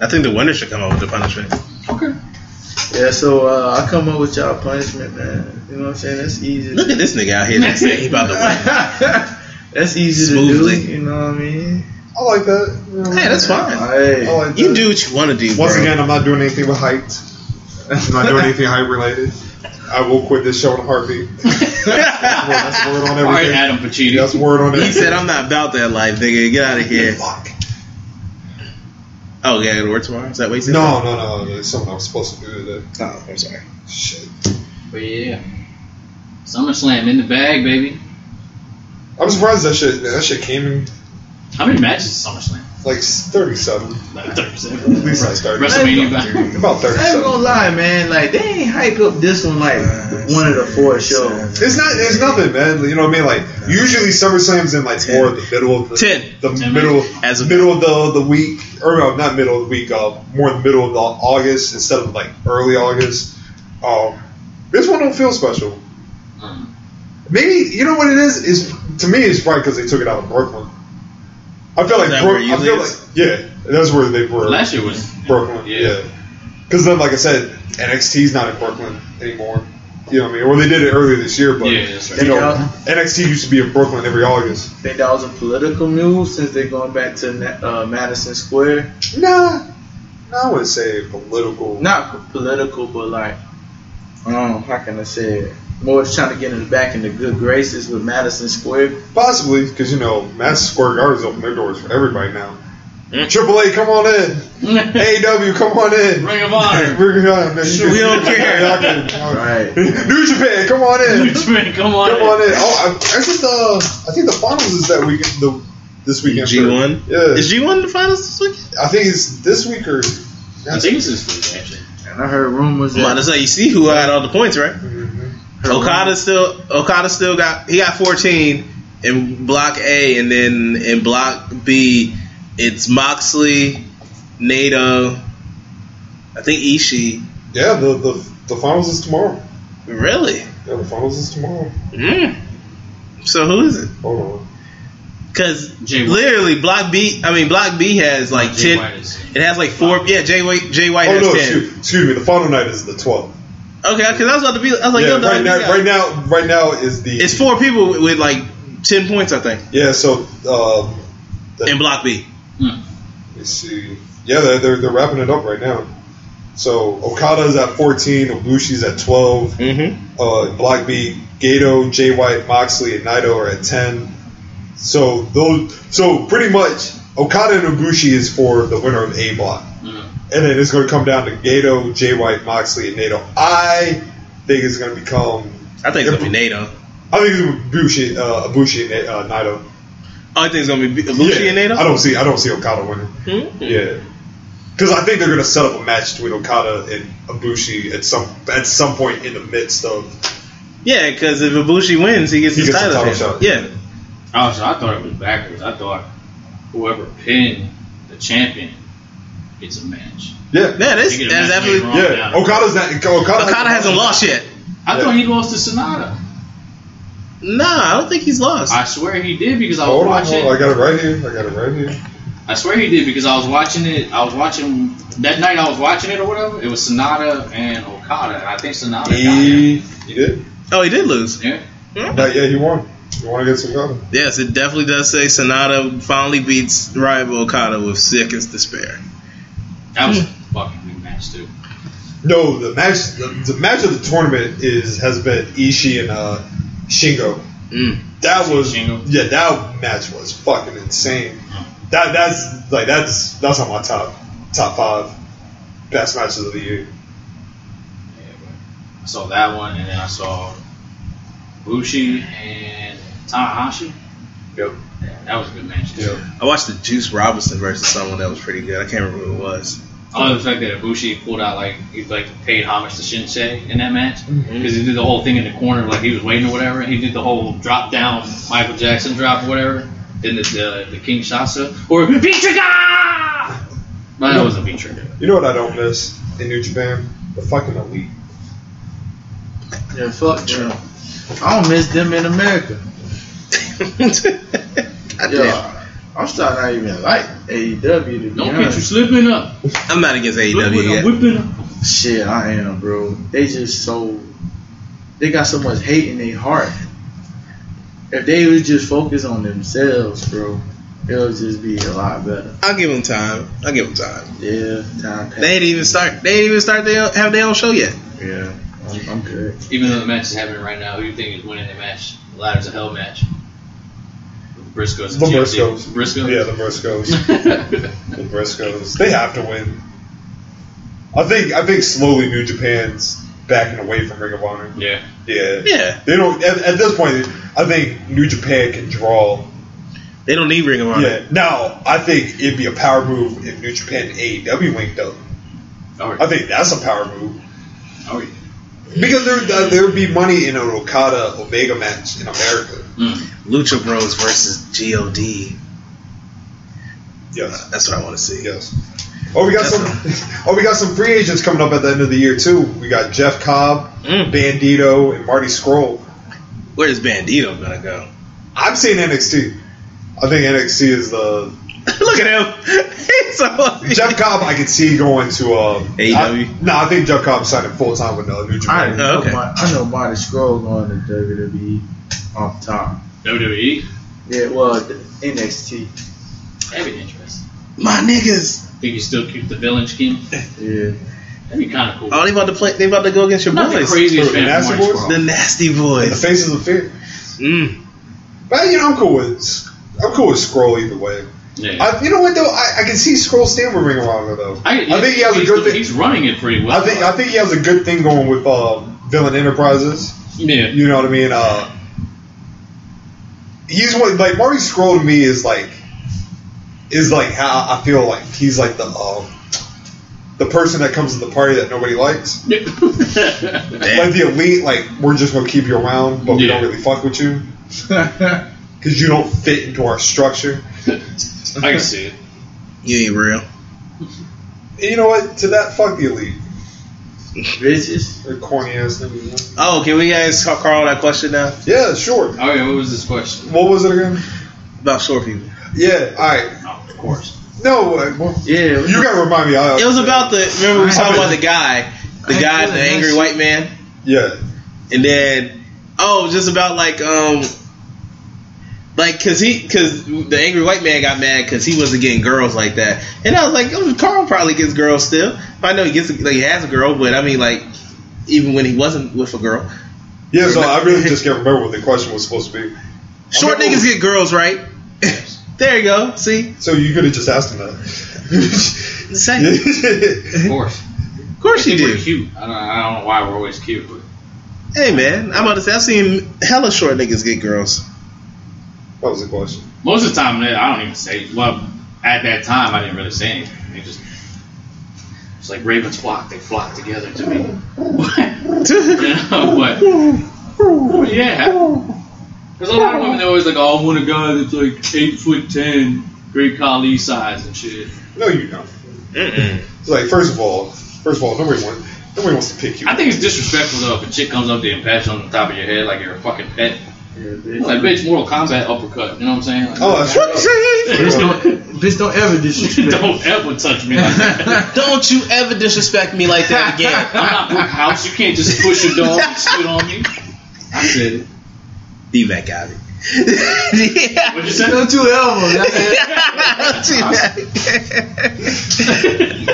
Speaker 4: I think the winner should come up with the punishment.
Speaker 3: Okay.
Speaker 5: Yeah, so uh, I come up with y'all punishment, man. You know what I'm saying? That's easy.
Speaker 4: Look at this nigga out here. That's it. He about to win.
Speaker 5: That's easy to
Speaker 4: Smoothly.
Speaker 5: do. You know what I mean? Oh,
Speaker 2: I like that. You know,
Speaker 4: Hey, that's fine.
Speaker 5: Hey.
Speaker 2: I like
Speaker 4: You
Speaker 2: that.
Speaker 4: do what you want to do,
Speaker 2: Once
Speaker 4: bro.
Speaker 2: again, I'm not doing anything with height.
Speaker 4: Oh,
Speaker 2: I'm not doing anything height related. I will quit this show in a heartbeat. That's word on everything.
Speaker 3: All right, Adam Pacini.
Speaker 2: That's word on
Speaker 4: He
Speaker 2: everything.
Speaker 4: said, "I'm not about that life, nigga. Get out of here."
Speaker 2: Fuck.
Speaker 4: Oh, yeah, to work tomorrow. Is that what he said?
Speaker 2: No, no, no. There's something I was supposed to do today.
Speaker 4: Oh, I'm sorry.
Speaker 2: Shit.
Speaker 3: But yeah. SummerSlam in the bag, baby.
Speaker 2: I'm surprised that shit. That shit came in
Speaker 3: How many matches is SummerSlam?
Speaker 2: like 37.
Speaker 3: Like 37.
Speaker 2: At least I started.
Speaker 3: WrestleMania bag.
Speaker 2: About
Speaker 5: I ain't
Speaker 2: 37.
Speaker 5: gonna lie, man. Like they ain't hype up this one like one of the four shows.
Speaker 2: It's not. It's nothing, man. You know what I mean? Like usually SummerSlam's in like more the middle of the
Speaker 4: Ten.
Speaker 2: the
Speaker 3: Ten
Speaker 2: middle
Speaker 4: As
Speaker 2: as
Speaker 4: of-
Speaker 2: middle of the the week, or no, not middle of the week. Uh, more the middle of the August instead of like early August. Um, this one don't feel special. Maybe you know what it is. Is to me, it's probably because they took it out of Brooklyn. I feel like
Speaker 4: that where
Speaker 2: Brook,
Speaker 4: it
Speaker 2: I
Speaker 4: usually
Speaker 2: feel like
Speaker 4: is?
Speaker 2: yeah, that's where they were.
Speaker 3: Last year was.
Speaker 2: Brooklyn, yeah. Because then, like I said, NXT's not in Brooklyn anymore. You know what I mean? Or they did it earlier this year, but
Speaker 3: Yeah, that's right.
Speaker 2: you know,
Speaker 5: Yeah.
Speaker 2: NXT used to be in Brooklyn every August.
Speaker 5: Think that was a political move since they're going back to Na- uh, Madison Square.
Speaker 2: Nah, nah I wouldn't say political.
Speaker 5: Not political, but like, um, how can I say it? More just trying to get him back in the good graces with Madison Square.
Speaker 2: Possibly because you know, Madison Square Garden's open their doors for everybody now.
Speaker 4: Mm.
Speaker 2: Triple A, come on in. AEW, come on in.
Speaker 3: Ring of Honor.
Speaker 2: Bring it on, man. You
Speaker 4: We don't
Speaker 2: can-
Speaker 4: care.
Speaker 2: Y'all can- y'all-
Speaker 5: Right.
Speaker 2: New Japan, come on in.
Speaker 3: Come on.
Speaker 2: Come on in. Oh, I, I think the I think the finals is that weekend. The this weekend. for-
Speaker 4: G one.
Speaker 2: Yeah.
Speaker 4: Is G one the finals this week?
Speaker 2: I think it's this week or
Speaker 3: I think it's this week, actually.
Speaker 5: And I heard rumors
Speaker 4: Well,
Speaker 5: that
Speaker 4: that's how you see who had all the points, right? Okada still. Okada still got. He got 14 in block A, and then in block B, it's Moxley, Nato. I think Ishii.
Speaker 2: yeah, the, the the finals is tomorrow.
Speaker 4: Really?
Speaker 2: Yeah, the finals is tomorrow.
Speaker 4: Mm. So who is it?
Speaker 2: Hold on.
Speaker 4: Because
Speaker 3: Jay White.
Speaker 4: literally, Block B. I mean, Block B has like
Speaker 3: Jay
Speaker 4: ten.
Speaker 3: White is-
Speaker 4: It has like four. Yeah, Jay White. Jay White
Speaker 2: Oh
Speaker 4: has
Speaker 2: no,
Speaker 4: ten.
Speaker 2: shoot, excuse me. The final night is the twelfth.
Speaker 4: Okay, because I was about to be. I was like,
Speaker 2: yeah,
Speaker 4: yo, dog,
Speaker 2: right
Speaker 4: you
Speaker 2: now,
Speaker 4: got-
Speaker 2: right now, right now is the
Speaker 4: It's four people with, with like ten points, I think,
Speaker 2: yeah. So um,
Speaker 4: in Block B.
Speaker 2: let's see. Yeah, they're, they're they're wrapping it up right now. So Okada's at fourteen, Ibushi's at twelve.
Speaker 4: Mm-hmm.
Speaker 2: uh, Block B, Gato, Jay White, Moxley, and Naito are at ten. So those, so pretty much Okada and Ibushi is for the winner of A Block, and then it's going to come down to Gato, Jay White, Moxley, and Naito. I think it's going to become.
Speaker 4: I think it's gonna be Nato.
Speaker 2: I think it's gonna be Ibushi, uh, Ibushi and uh, Naito.
Speaker 4: Oh, I think it's gonna be Lucci
Speaker 2: Yeah,
Speaker 4: and Nato.
Speaker 2: I don't see. I don't see Okada winning. Yeah, because I think they're going to set up a match between Okada and Ibushi at some at some point in the midst of.
Speaker 4: Yeah, because if Ibushi wins, he gets
Speaker 2: He
Speaker 4: his
Speaker 2: gets the
Speaker 4: title,
Speaker 2: title
Speaker 4: shot. Yeah,
Speaker 3: Oh, so I thought it was backwards. I thought whoever pinned the champion gets a match.
Speaker 2: Yeah,
Speaker 4: yeah, that's,
Speaker 3: They get a
Speaker 4: that's
Speaker 3: match
Speaker 4: absolutely.
Speaker 3: later on.
Speaker 2: Oh, yeah. Okada's not. Okada,
Speaker 4: Okada hasn't lost yet.
Speaker 3: I
Speaker 2: Yeah.
Speaker 3: thought he lost to Sonata.
Speaker 4: Nah, I don't think he's lost.
Speaker 3: I swear he did because I was
Speaker 2: Hold on,
Speaker 3: watching.
Speaker 2: hold on, I got it right here. I got it right here.
Speaker 3: I swear he did because I was watching it. I was watching that night. I was watching it or whatever. It was Sonata and Okada, and I think Sonata got
Speaker 2: He, he did.
Speaker 4: oh, he did lose.
Speaker 3: him.
Speaker 2: No, yeah, he won. He won against Okada.
Speaker 4: Yes, it definitely does say Sonata finally beats rival Okada with seconds to spare.
Speaker 3: That was a fucking good match too.
Speaker 2: No, the match. The, the match of the tournament is has been Ishii and uh, Shingo.
Speaker 4: Mm.
Speaker 2: That was
Speaker 3: Shingo.
Speaker 2: yeah. That match was fucking insane. That that's like that's that's on my top top five best matches of the year.
Speaker 3: Yeah, but I saw that one, and then I saw Bushi and Tanahashi.
Speaker 2: Yep.
Speaker 3: Yeah, that was a good match too.
Speaker 4: I watched the Juice Robinson versus someone that was pretty good. I can't remember who it was.
Speaker 3: I love the fact that Ibushi pulled out like he like paid homage to Shinsei in that match because he did the whole thing in the corner like he was waiting or whatever. He did the whole drop down Michael Jackson drop or whatever. Then the the, the King Shasa or V Trigger. No, that was a V Trigger.
Speaker 2: You know what I don't miss in New Japan? The fucking elite.
Speaker 5: Yeah, fuck Trump. I don't miss them in America. Yeah, I'm starting not even like AEW to be
Speaker 3: Don't get you
Speaker 5: honest.
Speaker 3: slipping up.
Speaker 4: I'm not against E
Speaker 3: Look what
Speaker 4: AEW
Speaker 3: I'm
Speaker 4: yet.
Speaker 3: whipping up.
Speaker 5: Shit, I am, bro. They just so they got so much hate in their heart. If they would just focus on themselves, bro, it'll just be a lot better.
Speaker 4: I'll give them time. I'll give them time.
Speaker 5: Yeah, time pass.
Speaker 4: They ain't even start. They ain't even start. They have their own show yet.
Speaker 5: Yeah, I'm, I'm good.
Speaker 3: Even though the match is happening right now, who do you think is winning the match? Ladders of Hell match. Briscoes. and
Speaker 2: The
Speaker 3: TLC.
Speaker 2: Briscoes.
Speaker 3: Briscoes.
Speaker 2: Yeah, the Briscoes. the Briscoes. They have to win. I think. I think slowly New Japan's backing away from Ring of Honor.
Speaker 3: yeah.
Speaker 2: Yeah.
Speaker 4: Yeah,
Speaker 2: They don't. At, at this point, I think New Japan can draw.
Speaker 4: they don't need Ring of Honor.
Speaker 2: Yeah. Now, I think it'd be a power move if New Japan and AEW linked up.
Speaker 3: Oh,
Speaker 2: I think that's a power move
Speaker 3: oh, yeah.
Speaker 2: because there there would be money in an Okada Omega match in America.
Speaker 4: Lucha Bros versus God.
Speaker 2: Yes.
Speaker 4: That's what I want to see.
Speaker 2: Yes. Oh, we got some. Oh, we got some free agents coming up at the end of the year too. We got Jeff Cobb,
Speaker 4: Mm.
Speaker 2: Bandito, and Marty Scroll.
Speaker 4: Where's Bandito gonna go?
Speaker 2: I'm seeing NXT. I think NXT is the
Speaker 4: Look at him. He's so
Speaker 2: Jeff Cobb. I could see going to uh,
Speaker 4: AEW?
Speaker 2: I- No, I think Jeff Cobb signing full time with uh, New
Speaker 5: I
Speaker 2: Japan.
Speaker 5: know.
Speaker 4: okay.
Speaker 5: Mar- I know Marty Scroll going to WWE E off top.
Speaker 3: WWE.
Speaker 5: Yeah, well, the NXT.
Speaker 3: That'd be interesting.
Speaker 4: My niggas.
Speaker 3: Think you still keep the villain scheme?
Speaker 5: Yeah,
Speaker 3: That'd be kind of cool.
Speaker 4: Oh, they about to play. They about to go against your
Speaker 3: I'm not the
Speaker 4: boys,
Speaker 3: craziest
Speaker 2: Who,
Speaker 3: fan of
Speaker 2: Nasty
Speaker 3: Marty
Speaker 2: Boys?
Speaker 3: Scurll.
Speaker 4: the Nasty
Speaker 2: The
Speaker 4: Boys.
Speaker 2: faces of fear.
Speaker 4: Mm.
Speaker 2: But you know, I'm cool with I'm cool with Scroll either way.
Speaker 3: Yeah.
Speaker 2: I, you know what though? I, I can see Scroll staying with Ring of Honor though.
Speaker 3: I,
Speaker 2: think he has a
Speaker 3: he's-
Speaker 2: good thing.
Speaker 3: He's running it pretty well.
Speaker 2: I think I think he has a good thing going with uh, Villain Enterprises.
Speaker 3: yeah.
Speaker 2: You know what I mean? Uh, he's one like Marty Scroll to me is like is like how I feel like he's like the um, the person that comes to the party that nobody likes. Like the elite, like we're just gonna keep you around, but we
Speaker 3: Yeah.
Speaker 2: don't really fuck with you because you don't fit into our structure.
Speaker 3: I can see it.
Speaker 4: You ain't real.
Speaker 2: And you know what? To that, fuck the elite.
Speaker 5: bitches.
Speaker 2: They're corny ass niggas.
Speaker 4: Oh, can we guys call Carl that question now
Speaker 2: Yeah, sure.
Speaker 3: All right, Oh, what was this question?
Speaker 2: What was it again?
Speaker 4: about short people?
Speaker 2: Yeah. All right.
Speaker 3: Oh, of course.
Speaker 2: No, uh, well,
Speaker 5: Yeah,
Speaker 2: you gotta remind me. I,
Speaker 4: It was about the. Remember we was talking about the guy, the
Speaker 5: I
Speaker 4: guy,
Speaker 5: feel
Speaker 4: the
Speaker 5: it,
Speaker 4: angry
Speaker 5: yes.
Speaker 4: white man,
Speaker 2: yeah.
Speaker 4: and then oh, just about like um, like cause he cause the angry white man got mad because he wasn't getting girls like that, and I was like, oh, Carl probably gets girls still. I know he gets like he has a girl, but I mean like even when he wasn't with a girl,
Speaker 2: Yeah, so I really just can't remember what the question was supposed to be.
Speaker 4: short
Speaker 2: Okay,
Speaker 4: niggas
Speaker 2: well-
Speaker 4: get girls, right? there you go. See,
Speaker 2: So you could have just asked him that.
Speaker 4: Say,
Speaker 3: Of course.
Speaker 4: of course you
Speaker 3: We're
Speaker 4: do.
Speaker 3: cute. I don't, I don't know why we're always cute, but
Speaker 4: Hey man, I'm about to say I've seen hella short niggas get girls.
Speaker 2: What was the question?
Speaker 3: Most of the time, I don't even say. Well, at that time, I didn't really say anything. They just it's like ravens flock; they flock together to me. you know, but oh, yeah, there's a lot of women that always like, oh, "I want a guy that's like eight foot ten, great collie size and shit."
Speaker 2: No, you don't. It's Like, first of all, first of all, nobody wants nobody wants to pick you.
Speaker 3: I think it's disrespectful though if a chick comes up to you and pats you on the top of your head like you're a fucking pet. Like, bitch, Mortal Kombat uppercut. You know what I'm saying? Like,
Speaker 2: oh, that's
Speaker 5: Bitch don't, bitch don't ever disrespect.
Speaker 3: don't ever touch me like that.
Speaker 4: Don't you ever disrespect me like that again.
Speaker 3: I'm not Brooke House. You can't just push your dog and spit on me. I said it.
Speaker 4: Be back out of it. yeah.
Speaker 3: What'd you say?
Speaker 5: Don't you ever.
Speaker 4: Don't you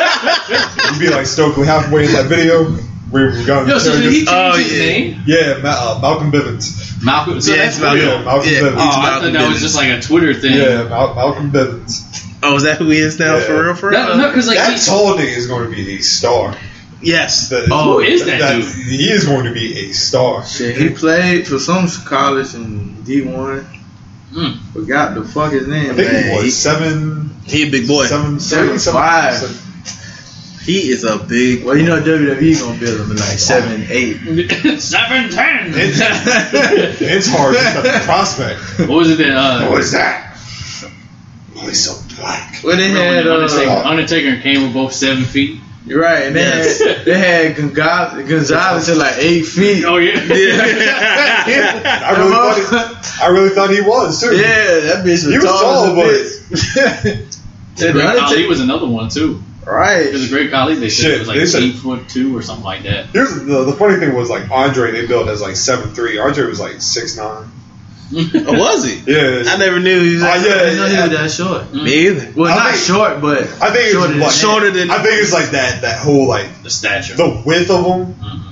Speaker 5: bitch.
Speaker 2: You'd be like Stokely halfway in that video where we got
Speaker 3: Yo, so did he change
Speaker 4: Oh,
Speaker 3: his
Speaker 4: yeah.
Speaker 3: name?
Speaker 2: yeah, Ma- uh, Malcolm Bivens.
Speaker 3: Malcolm. So
Speaker 4: Yeah,
Speaker 3: that's
Speaker 4: it's Malcolm.
Speaker 2: Yeah, Malcolm
Speaker 4: Yeah.
Speaker 2: Bivens.
Speaker 3: Oh, I thought that was just like a Twitter thing.
Speaker 2: Yeah, Mal- Malcolm Bivens.
Speaker 4: Oh, is that who he is now?
Speaker 2: Yeah.
Speaker 4: For real? For real?
Speaker 3: That, no, because like
Speaker 2: That
Speaker 3: he's,
Speaker 2: tall nigga is going to be a star.
Speaker 4: yes.
Speaker 2: That-
Speaker 3: who Oh, is that, dude?
Speaker 2: He is going to be a star.
Speaker 5: Shit, he played for some college in D one.
Speaker 4: Hmm.
Speaker 3: Mm.
Speaker 5: Forgot the fuck his name.
Speaker 2: I think he
Speaker 5: man.
Speaker 2: was
Speaker 5: He-
Speaker 2: seven,
Speaker 4: He a big boy.
Speaker 2: seven,
Speaker 5: Seven,
Speaker 2: seven, seven,
Speaker 5: five.
Speaker 2: seven.
Speaker 4: He is a big.
Speaker 5: Well, you know WWE gonna build him in like seven, eight.
Speaker 3: seven ten.
Speaker 2: It's, it's hard to set the prospect.
Speaker 3: what was it that uh,
Speaker 2: What is that? Oh, he's so black.
Speaker 5: Well, they had
Speaker 3: when Undertaker,
Speaker 5: uh,
Speaker 3: Undertaker and Kane were both seven feet?
Speaker 5: right, and they had they had Gonzalez, Gonzalez at like eight feet.
Speaker 3: Oh yeah.
Speaker 2: I really, thought he, I really thought he was too.
Speaker 5: Yeah, that bitch was,
Speaker 2: he was
Speaker 5: tall,
Speaker 2: tall, but
Speaker 5: as a bitch.
Speaker 3: The
Speaker 5: And
Speaker 3: Great
Speaker 5: Undertaker-
Speaker 3: Khali was another one too. Because the
Speaker 5: right.
Speaker 3: Great Khali, they said
Speaker 2: Shit,
Speaker 3: it was like
Speaker 2: they said-
Speaker 3: eight foot two or something like that.
Speaker 2: here's the, the funny thing was like Andre they built as like seven three. Andre was like six nine.
Speaker 4: Oh, was he?
Speaker 2: Yeah,
Speaker 4: I never knew he was.
Speaker 2: Oh,
Speaker 5: I didn't know he
Speaker 2: yeah,
Speaker 5: was
Speaker 2: yeah.
Speaker 5: that short.
Speaker 4: Me either.
Speaker 5: Well,
Speaker 2: I
Speaker 5: not
Speaker 2: think-
Speaker 5: short, but
Speaker 2: I think it
Speaker 5: shorter
Speaker 2: was
Speaker 5: than
Speaker 2: like,
Speaker 5: that.
Speaker 4: Shorter than.
Speaker 2: I think it's like that that whole like
Speaker 3: The stature.
Speaker 2: the width of him,
Speaker 3: Mhm.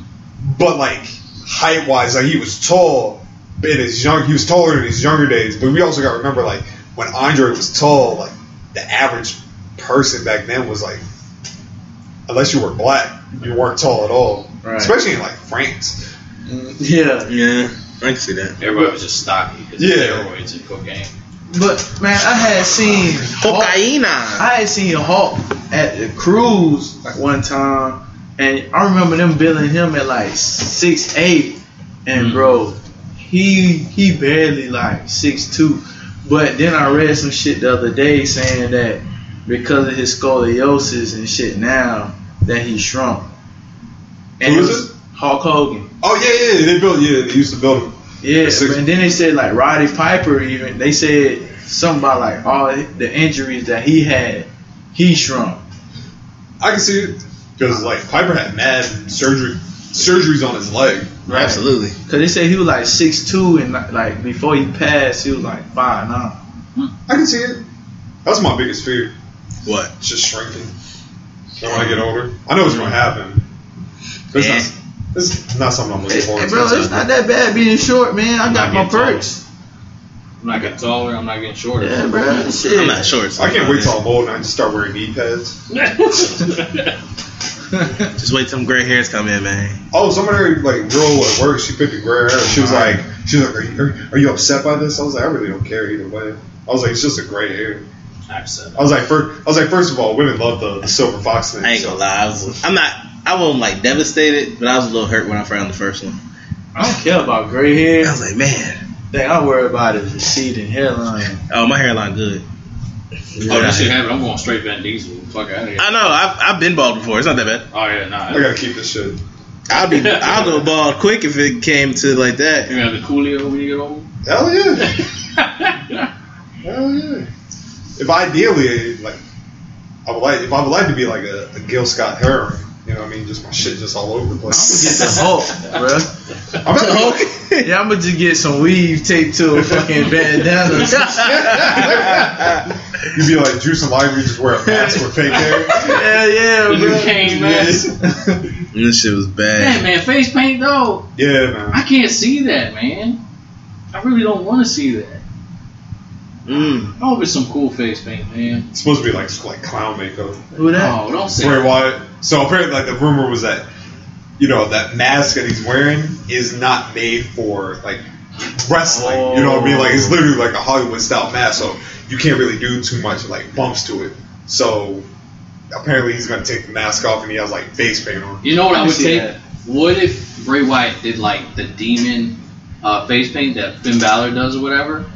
Speaker 2: but like height wise, like he was tall in his young. He was taller in his younger days, but we also got to remember like when Andre was tall, like the average person back then was like, unless you were black, you weren't tall at all.
Speaker 5: Right.
Speaker 2: Especially in like France.
Speaker 5: Mm. Yeah,
Speaker 4: Yeah, I can see that.
Speaker 3: Everybody was just stocky because
Speaker 2: Yeah.
Speaker 3: steroids and cocaine.
Speaker 5: but man, I had seen
Speaker 4: Cocaina.
Speaker 5: I had seen Hulk at the cruise like one time, and I remember them billing him at like six eight, and bro, he he barely like six two. But then I read some shit the other day saying that because of his scoliosis and shit now that he shrunk. And
Speaker 2: Who
Speaker 5: it
Speaker 2: is
Speaker 5: was
Speaker 2: it?
Speaker 5: Hulk Hogan.
Speaker 2: Oh yeah, yeah, they built. Yeah, they used to build him.
Speaker 5: Yeah,
Speaker 2: Six-
Speaker 5: and then they said like Roddy Piper even they said something about like all the injuries that he had, he shrunk.
Speaker 2: I can see it because like Piper had mad surgery surgeries on his leg.
Speaker 4: Absolutely.
Speaker 5: Cause they say he was like six two and like- like before he passed he was like five nine.
Speaker 2: I can see it. That's my biggest fear.
Speaker 4: What?
Speaker 2: It's just shrinking. And when I get older, I know it's gonna happen. But It's,
Speaker 4: Yeah.
Speaker 2: not, it's not something I'm looking
Speaker 5: Hey,
Speaker 2: forward
Speaker 5: hey, bro,
Speaker 2: to.
Speaker 5: it's not that bad being short, man. I
Speaker 3: Not
Speaker 5: got my
Speaker 3: getting taller.
Speaker 5: perks.
Speaker 3: I'm not getting taller. I'm not getting shorter.
Speaker 5: Yeah, bro. Shit.
Speaker 4: I'm not sure.
Speaker 2: I can't wait till I'm old and I just start wearing knee pads.
Speaker 4: Just wait till some gray hairs come in, man.
Speaker 2: Oh, somebody like girl at work, she picked a gray hair. She was like, she was like, are you, are, you upset by this? I was like, I really don't care either way. I was like, it's just a gray hair.
Speaker 3: I've said
Speaker 2: I was like, first, I was like, first of all, women love the, the silver fox thing.
Speaker 4: I ain't gonna lie. I was, I'm not. I wasn't like devastated, but I was a little hurt when I found the first one.
Speaker 5: I don't care about gray hair.
Speaker 4: I was like, man,
Speaker 5: Thing I worry about is receding hairline.
Speaker 4: oh my hairline good.
Speaker 3: Oh, that shit happened. I'm going straight Van Diesel. Fuck out of here.
Speaker 4: I know. I've, I've been bald before. It's not that bad.
Speaker 3: Oh yeah, nah.
Speaker 2: I gotta keep this shit.
Speaker 4: I'll be. I'll go bald quick if it came to like that.
Speaker 3: You have the Coolio when you get old.
Speaker 2: Hell yeah. Hell yeah. If ideally, like, I would like, if I would like to be like a, a Gil Scott Heron, you know what I mean? Just my shit just all over the place.
Speaker 5: Get the Hulk,
Speaker 2: I'm not
Speaker 5: bro. Yeah, I'ma just get some weave taped to a fucking bandana. or some shit.
Speaker 2: You'd be like Drew some Ivory, just wear a mask with fake hair.
Speaker 5: Hell yeah,
Speaker 3: You
Speaker 5: bro.
Speaker 3: came, man.
Speaker 4: And this shit was bad.
Speaker 3: Man, man, face paint though.
Speaker 2: Yeah, man.
Speaker 3: I can't see that, man. I really don't want to see that.
Speaker 4: Mm.
Speaker 3: I hope it's some cool face paint, man.
Speaker 2: It's supposed to be like like clown makeup.
Speaker 5: Who that?
Speaker 3: Oh, don't say.
Speaker 2: Bray
Speaker 3: that.
Speaker 2: Wyatt. So apparently, like the rumor was that you know that mask that he's wearing is not made for like wrestling. You know what I mean? Like it's literally like a Hollywood style match, so you can't really do too much like bumps to it. So apparently he's gonna take the mask off and he has like face paint on.
Speaker 3: You know what I would
Speaker 4: see
Speaker 3: take?
Speaker 4: that.
Speaker 3: What if Bray Wyatt did like the demon uh, face paint that Finn Balor does or whatever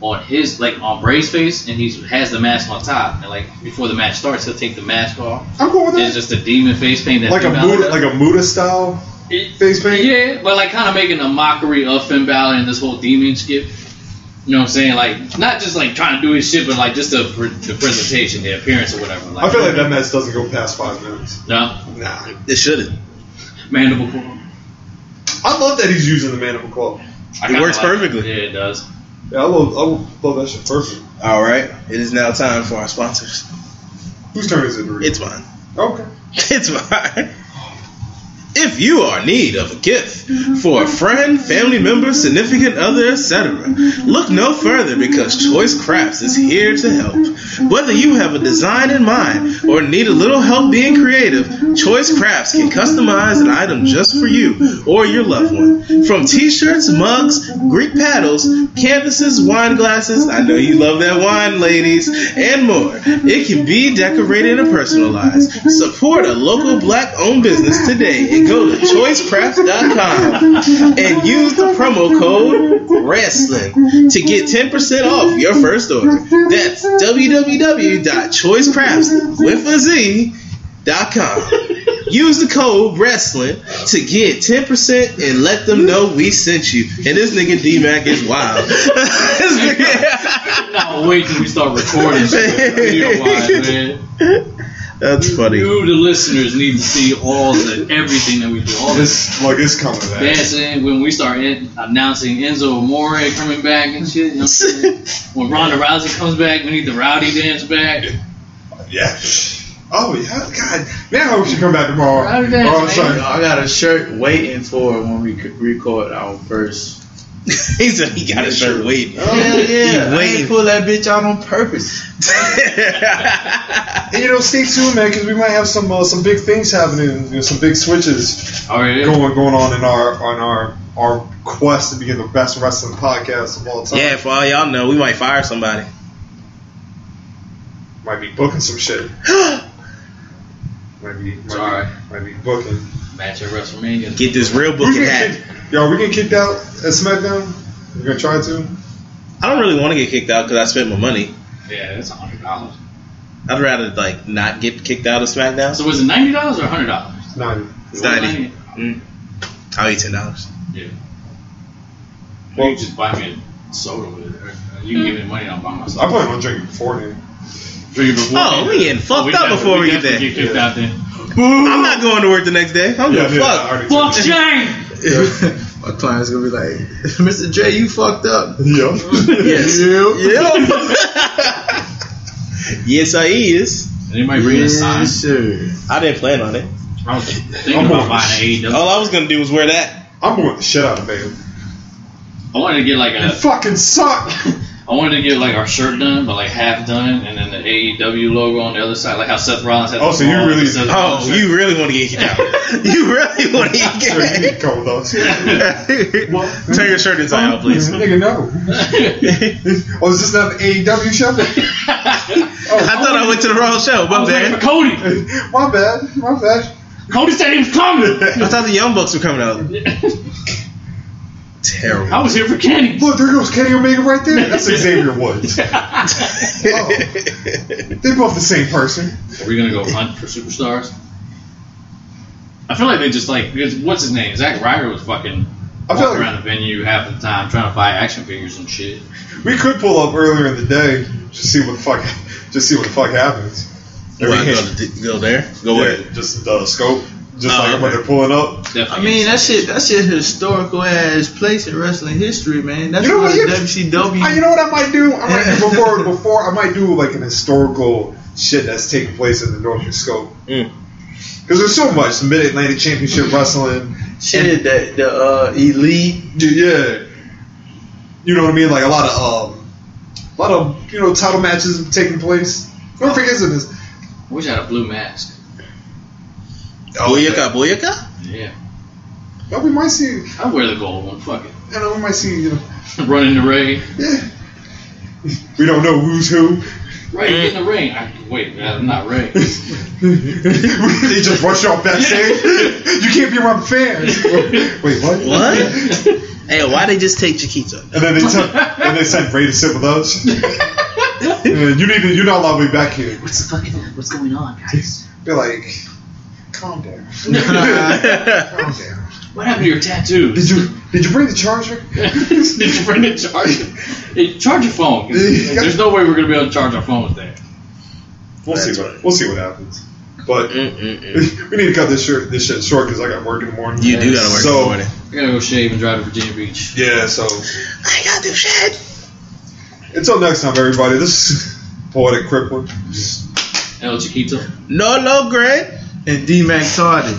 Speaker 3: on his like on Bray's face, and he has the mask on top, and like before the match starts, he'll take the mask off.
Speaker 2: I'm cool with
Speaker 3: It's
Speaker 2: that.
Speaker 3: just a demon face paint that
Speaker 2: Like a
Speaker 3: Finn Balor
Speaker 2: Muda,
Speaker 3: does.
Speaker 2: like a Muda style face paint.
Speaker 3: Yeah, but like kind of making a mockery of Finn Balor and this whole demon skip. You know what I'm saying? Like not just like trying to do his shit, but like just the, pre- the presentation, the appearance or whatever. Like,
Speaker 2: I feel like that match doesn't go past five minutes.
Speaker 3: no
Speaker 2: Nah.
Speaker 4: It shouldn't.
Speaker 3: mandible claw.
Speaker 2: I love that he's using the mandible claw.
Speaker 3: I
Speaker 4: It
Speaker 3: kinda
Speaker 4: works
Speaker 3: like
Speaker 4: perfectly.
Speaker 3: Yeah, it does.
Speaker 2: Yeah, I love, I love that shit. Perfect.
Speaker 4: All right. It is now time for our sponsors.
Speaker 2: Whose turn is it to read?
Speaker 4: It's mine.
Speaker 2: okay.
Speaker 4: It's mine. If you are in need of a gift for a friend, family member, significant other, etc., look no further because Choice Crafts is here to help. Whether you have a design in mind or need a little help being creative, Choice Crafts can customize an item just for you or your loved one. From t shirts, mugs, Greek paddles, canvases, wine glasses, I know you love that wine, ladies, and more. It can be decorated and personalized. Support a local black owned business today and go to choicecrafts.com and use the promo code WRESTLING to get 10% off your first order. That's www.choicecrafts with a Z dot com. Use the code wrestling to get 10% and let them know we sent you. And this nigga D Mac is wild. This nigga-
Speaker 3: No, wait till we start recording. shit. You know why, man?
Speaker 4: That's funny.
Speaker 3: You, the listeners, need to see all the everything that we do. All this
Speaker 2: This like it's coming back.
Speaker 3: dancing when we start in, announcing Enzo Amore coming back and shit. You know what I'm saying? when Ronda Rousey comes back, we need the Rowdy dance back.
Speaker 2: Yeah. Oh yeah, God. Man, I hope she come back tomorrow.
Speaker 3: How did that
Speaker 2: Or I'm
Speaker 3: make
Speaker 2: sorry.
Speaker 5: I got a shirt waiting for when we could record our first.
Speaker 4: He said he got his shirt waiting.
Speaker 5: Hell yeah!
Speaker 4: He
Speaker 5: I ain't
Speaker 4: waiting.
Speaker 5: pull that bitch out on purpose.
Speaker 2: And, you know, stay tuned, man, because we might have some uh, some big things happening, you know, some big switches
Speaker 3: All right.
Speaker 2: going going on in our on our our quest to be the best wrestling podcast of all time.
Speaker 4: yeah, for all y'all know, we might fire somebody.
Speaker 2: Might be booking some shit. might be might,
Speaker 3: It's all right.
Speaker 2: be, might be booking.
Speaker 3: Match at WrestleMania.
Speaker 4: Get this real book
Speaker 2: Who's
Speaker 4: and
Speaker 2: getting
Speaker 4: hat.
Speaker 2: kicked- Yo, we getting kicked out at SmackDown. We're gonna try to.
Speaker 4: I don't really want to get kicked out because I spent my money.
Speaker 3: yeah, that's hundred dollars.
Speaker 4: I'd rather like not get kicked out of SmackDown.
Speaker 3: So was it ninety dollars or hundred dollars?
Speaker 2: It's ninety.
Speaker 4: It's ninety. Mm. I'll eat ten dollars.
Speaker 3: Yeah. Well, you just buy me a soda with it. or You can give me money, I'll buy myself.
Speaker 2: I plan on drinking beforehand.
Speaker 3: Drink it before.
Speaker 4: Oh, we getting fucked up
Speaker 3: definitely-
Speaker 4: before we get
Speaker 3: definitely
Speaker 4: there.
Speaker 3: Get kicked out there.
Speaker 4: I'm not going to work the next day. I'm gonna
Speaker 2: I
Speaker 4: fuck.
Speaker 2: already
Speaker 3: Fuck
Speaker 2: took it.
Speaker 3: Shane.
Speaker 5: My client's gonna be like, Mr. J, you fucked up.
Speaker 2: Yeah.
Speaker 5: Yes.
Speaker 4: yes, I is.
Speaker 3: They might bring a sign.
Speaker 5: Yes, sir.
Speaker 4: I didn't plan on it.
Speaker 3: I was thinking about buying E an AEW.
Speaker 4: All I was gonna do was wear that.
Speaker 2: I'm going the shit out of Bailey.
Speaker 3: I wanted to get like
Speaker 2: You
Speaker 3: a,
Speaker 2: fucking suck.
Speaker 3: I wanted to get like our shirt done, but like half done, and then the AEW logo on the other side, like how Seth Rollins had.
Speaker 2: Oh, so you
Speaker 3: the
Speaker 2: really-
Speaker 3: Seth Rollins
Speaker 4: Oh,
Speaker 3: shirt.
Speaker 4: you really want to get kicked out? you really want to get
Speaker 2: Sure, you need
Speaker 4: kicked
Speaker 2: a couple dollars.
Speaker 4: out? Turn your shirt inside out, please.
Speaker 2: Nigga, no. Oh, is this not the AEW show?
Speaker 5: Oh,
Speaker 4: I thought I went to the wrong show.
Speaker 3: I
Speaker 4: My
Speaker 3: was waiting for
Speaker 4: bad.
Speaker 3: Cody.
Speaker 2: my bad. My bad.
Speaker 3: Cody said he was coming.
Speaker 4: I thought the Young Bucks were coming out. Terrible.
Speaker 3: I was here for Kenny.
Speaker 2: Look, there goes Kenny Omega right there. That's Xavier Woods. Oh, they're both the same person.
Speaker 3: Are we gonna go hunt for superstars? I feel like they just like because what's his name? Zach Ryder was fucking
Speaker 2: I
Speaker 3: walking
Speaker 2: feel like-
Speaker 3: around the venue half the time trying to buy action figures and shit.
Speaker 2: We could pull up earlier in the day, just see what the fuck, just see what the fuck happens.
Speaker 4: Well, I go, to- go there. Go
Speaker 2: Yeah,
Speaker 4: where?
Speaker 2: just the scope, just
Speaker 4: Oh,
Speaker 2: like
Speaker 4: okay.
Speaker 2: when they're pulling up.
Speaker 3: Definitely.
Speaker 5: I mean, that shit, that shit historical ass place in wrestling history, man. That's
Speaker 2: You know
Speaker 5: why
Speaker 2: what you-
Speaker 5: WCW.
Speaker 2: I, you know what I might do? I might, before before I might do like an historical shit that's taking place in the Northern Scope.
Speaker 4: Mm.
Speaker 2: Because there's so much Mid Atlantic Championship Wrestling.
Speaker 5: shit that the uh, elite.
Speaker 2: Dude, yeah. You know what I mean? Like a lot of um, a lot of you know title matches have taken place. Don't forget this.
Speaker 3: I wish I had a blue mask.
Speaker 4: Booyaka, booyaka.
Speaker 3: Yeah.
Speaker 2: But we might see,
Speaker 3: I wear the gold one. Fuck it.
Speaker 2: you know, we might see, you know,
Speaker 3: Run in the rain.
Speaker 2: we don't know who's who.
Speaker 3: Right, get in the rain. I, wait, I'm not rain.
Speaker 2: they just rush y'all backstage. you can't be around fans. Wait, what?
Speaker 4: What? hey, why they just take Chiquito?
Speaker 2: And then they sent, and they sent Ray to sit with us. Uh, you need to, you're not allowed to be back here.
Speaker 3: What's the fucking? What's going on, guys?
Speaker 2: Be like, calm down, calm down.
Speaker 3: What happened to your tattoo?
Speaker 2: Did you did you bring the charger?
Speaker 3: Did you bring the charger? Hey, charge your phone. 'cause There's no way we're gonna be able to charge our phones there.
Speaker 2: We'll see what we'll see what happens. But
Speaker 4: Mm,
Speaker 2: we need to cut this shirt this shit short because I got work in the morning.
Speaker 4: You do gotta work
Speaker 2: so,
Speaker 4: in the morning.
Speaker 3: I gotta go shave and drive to Virginia Beach.
Speaker 2: Yeah, so
Speaker 4: I gotta do shit.
Speaker 2: until next time, everybody. This is poetic crippler.
Speaker 3: El Chiquito.
Speaker 4: No, no, Greg.
Speaker 5: And D Mac Tardy.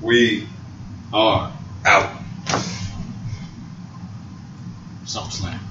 Speaker 2: We
Speaker 3: R.
Speaker 2: out.
Speaker 3: Something slam.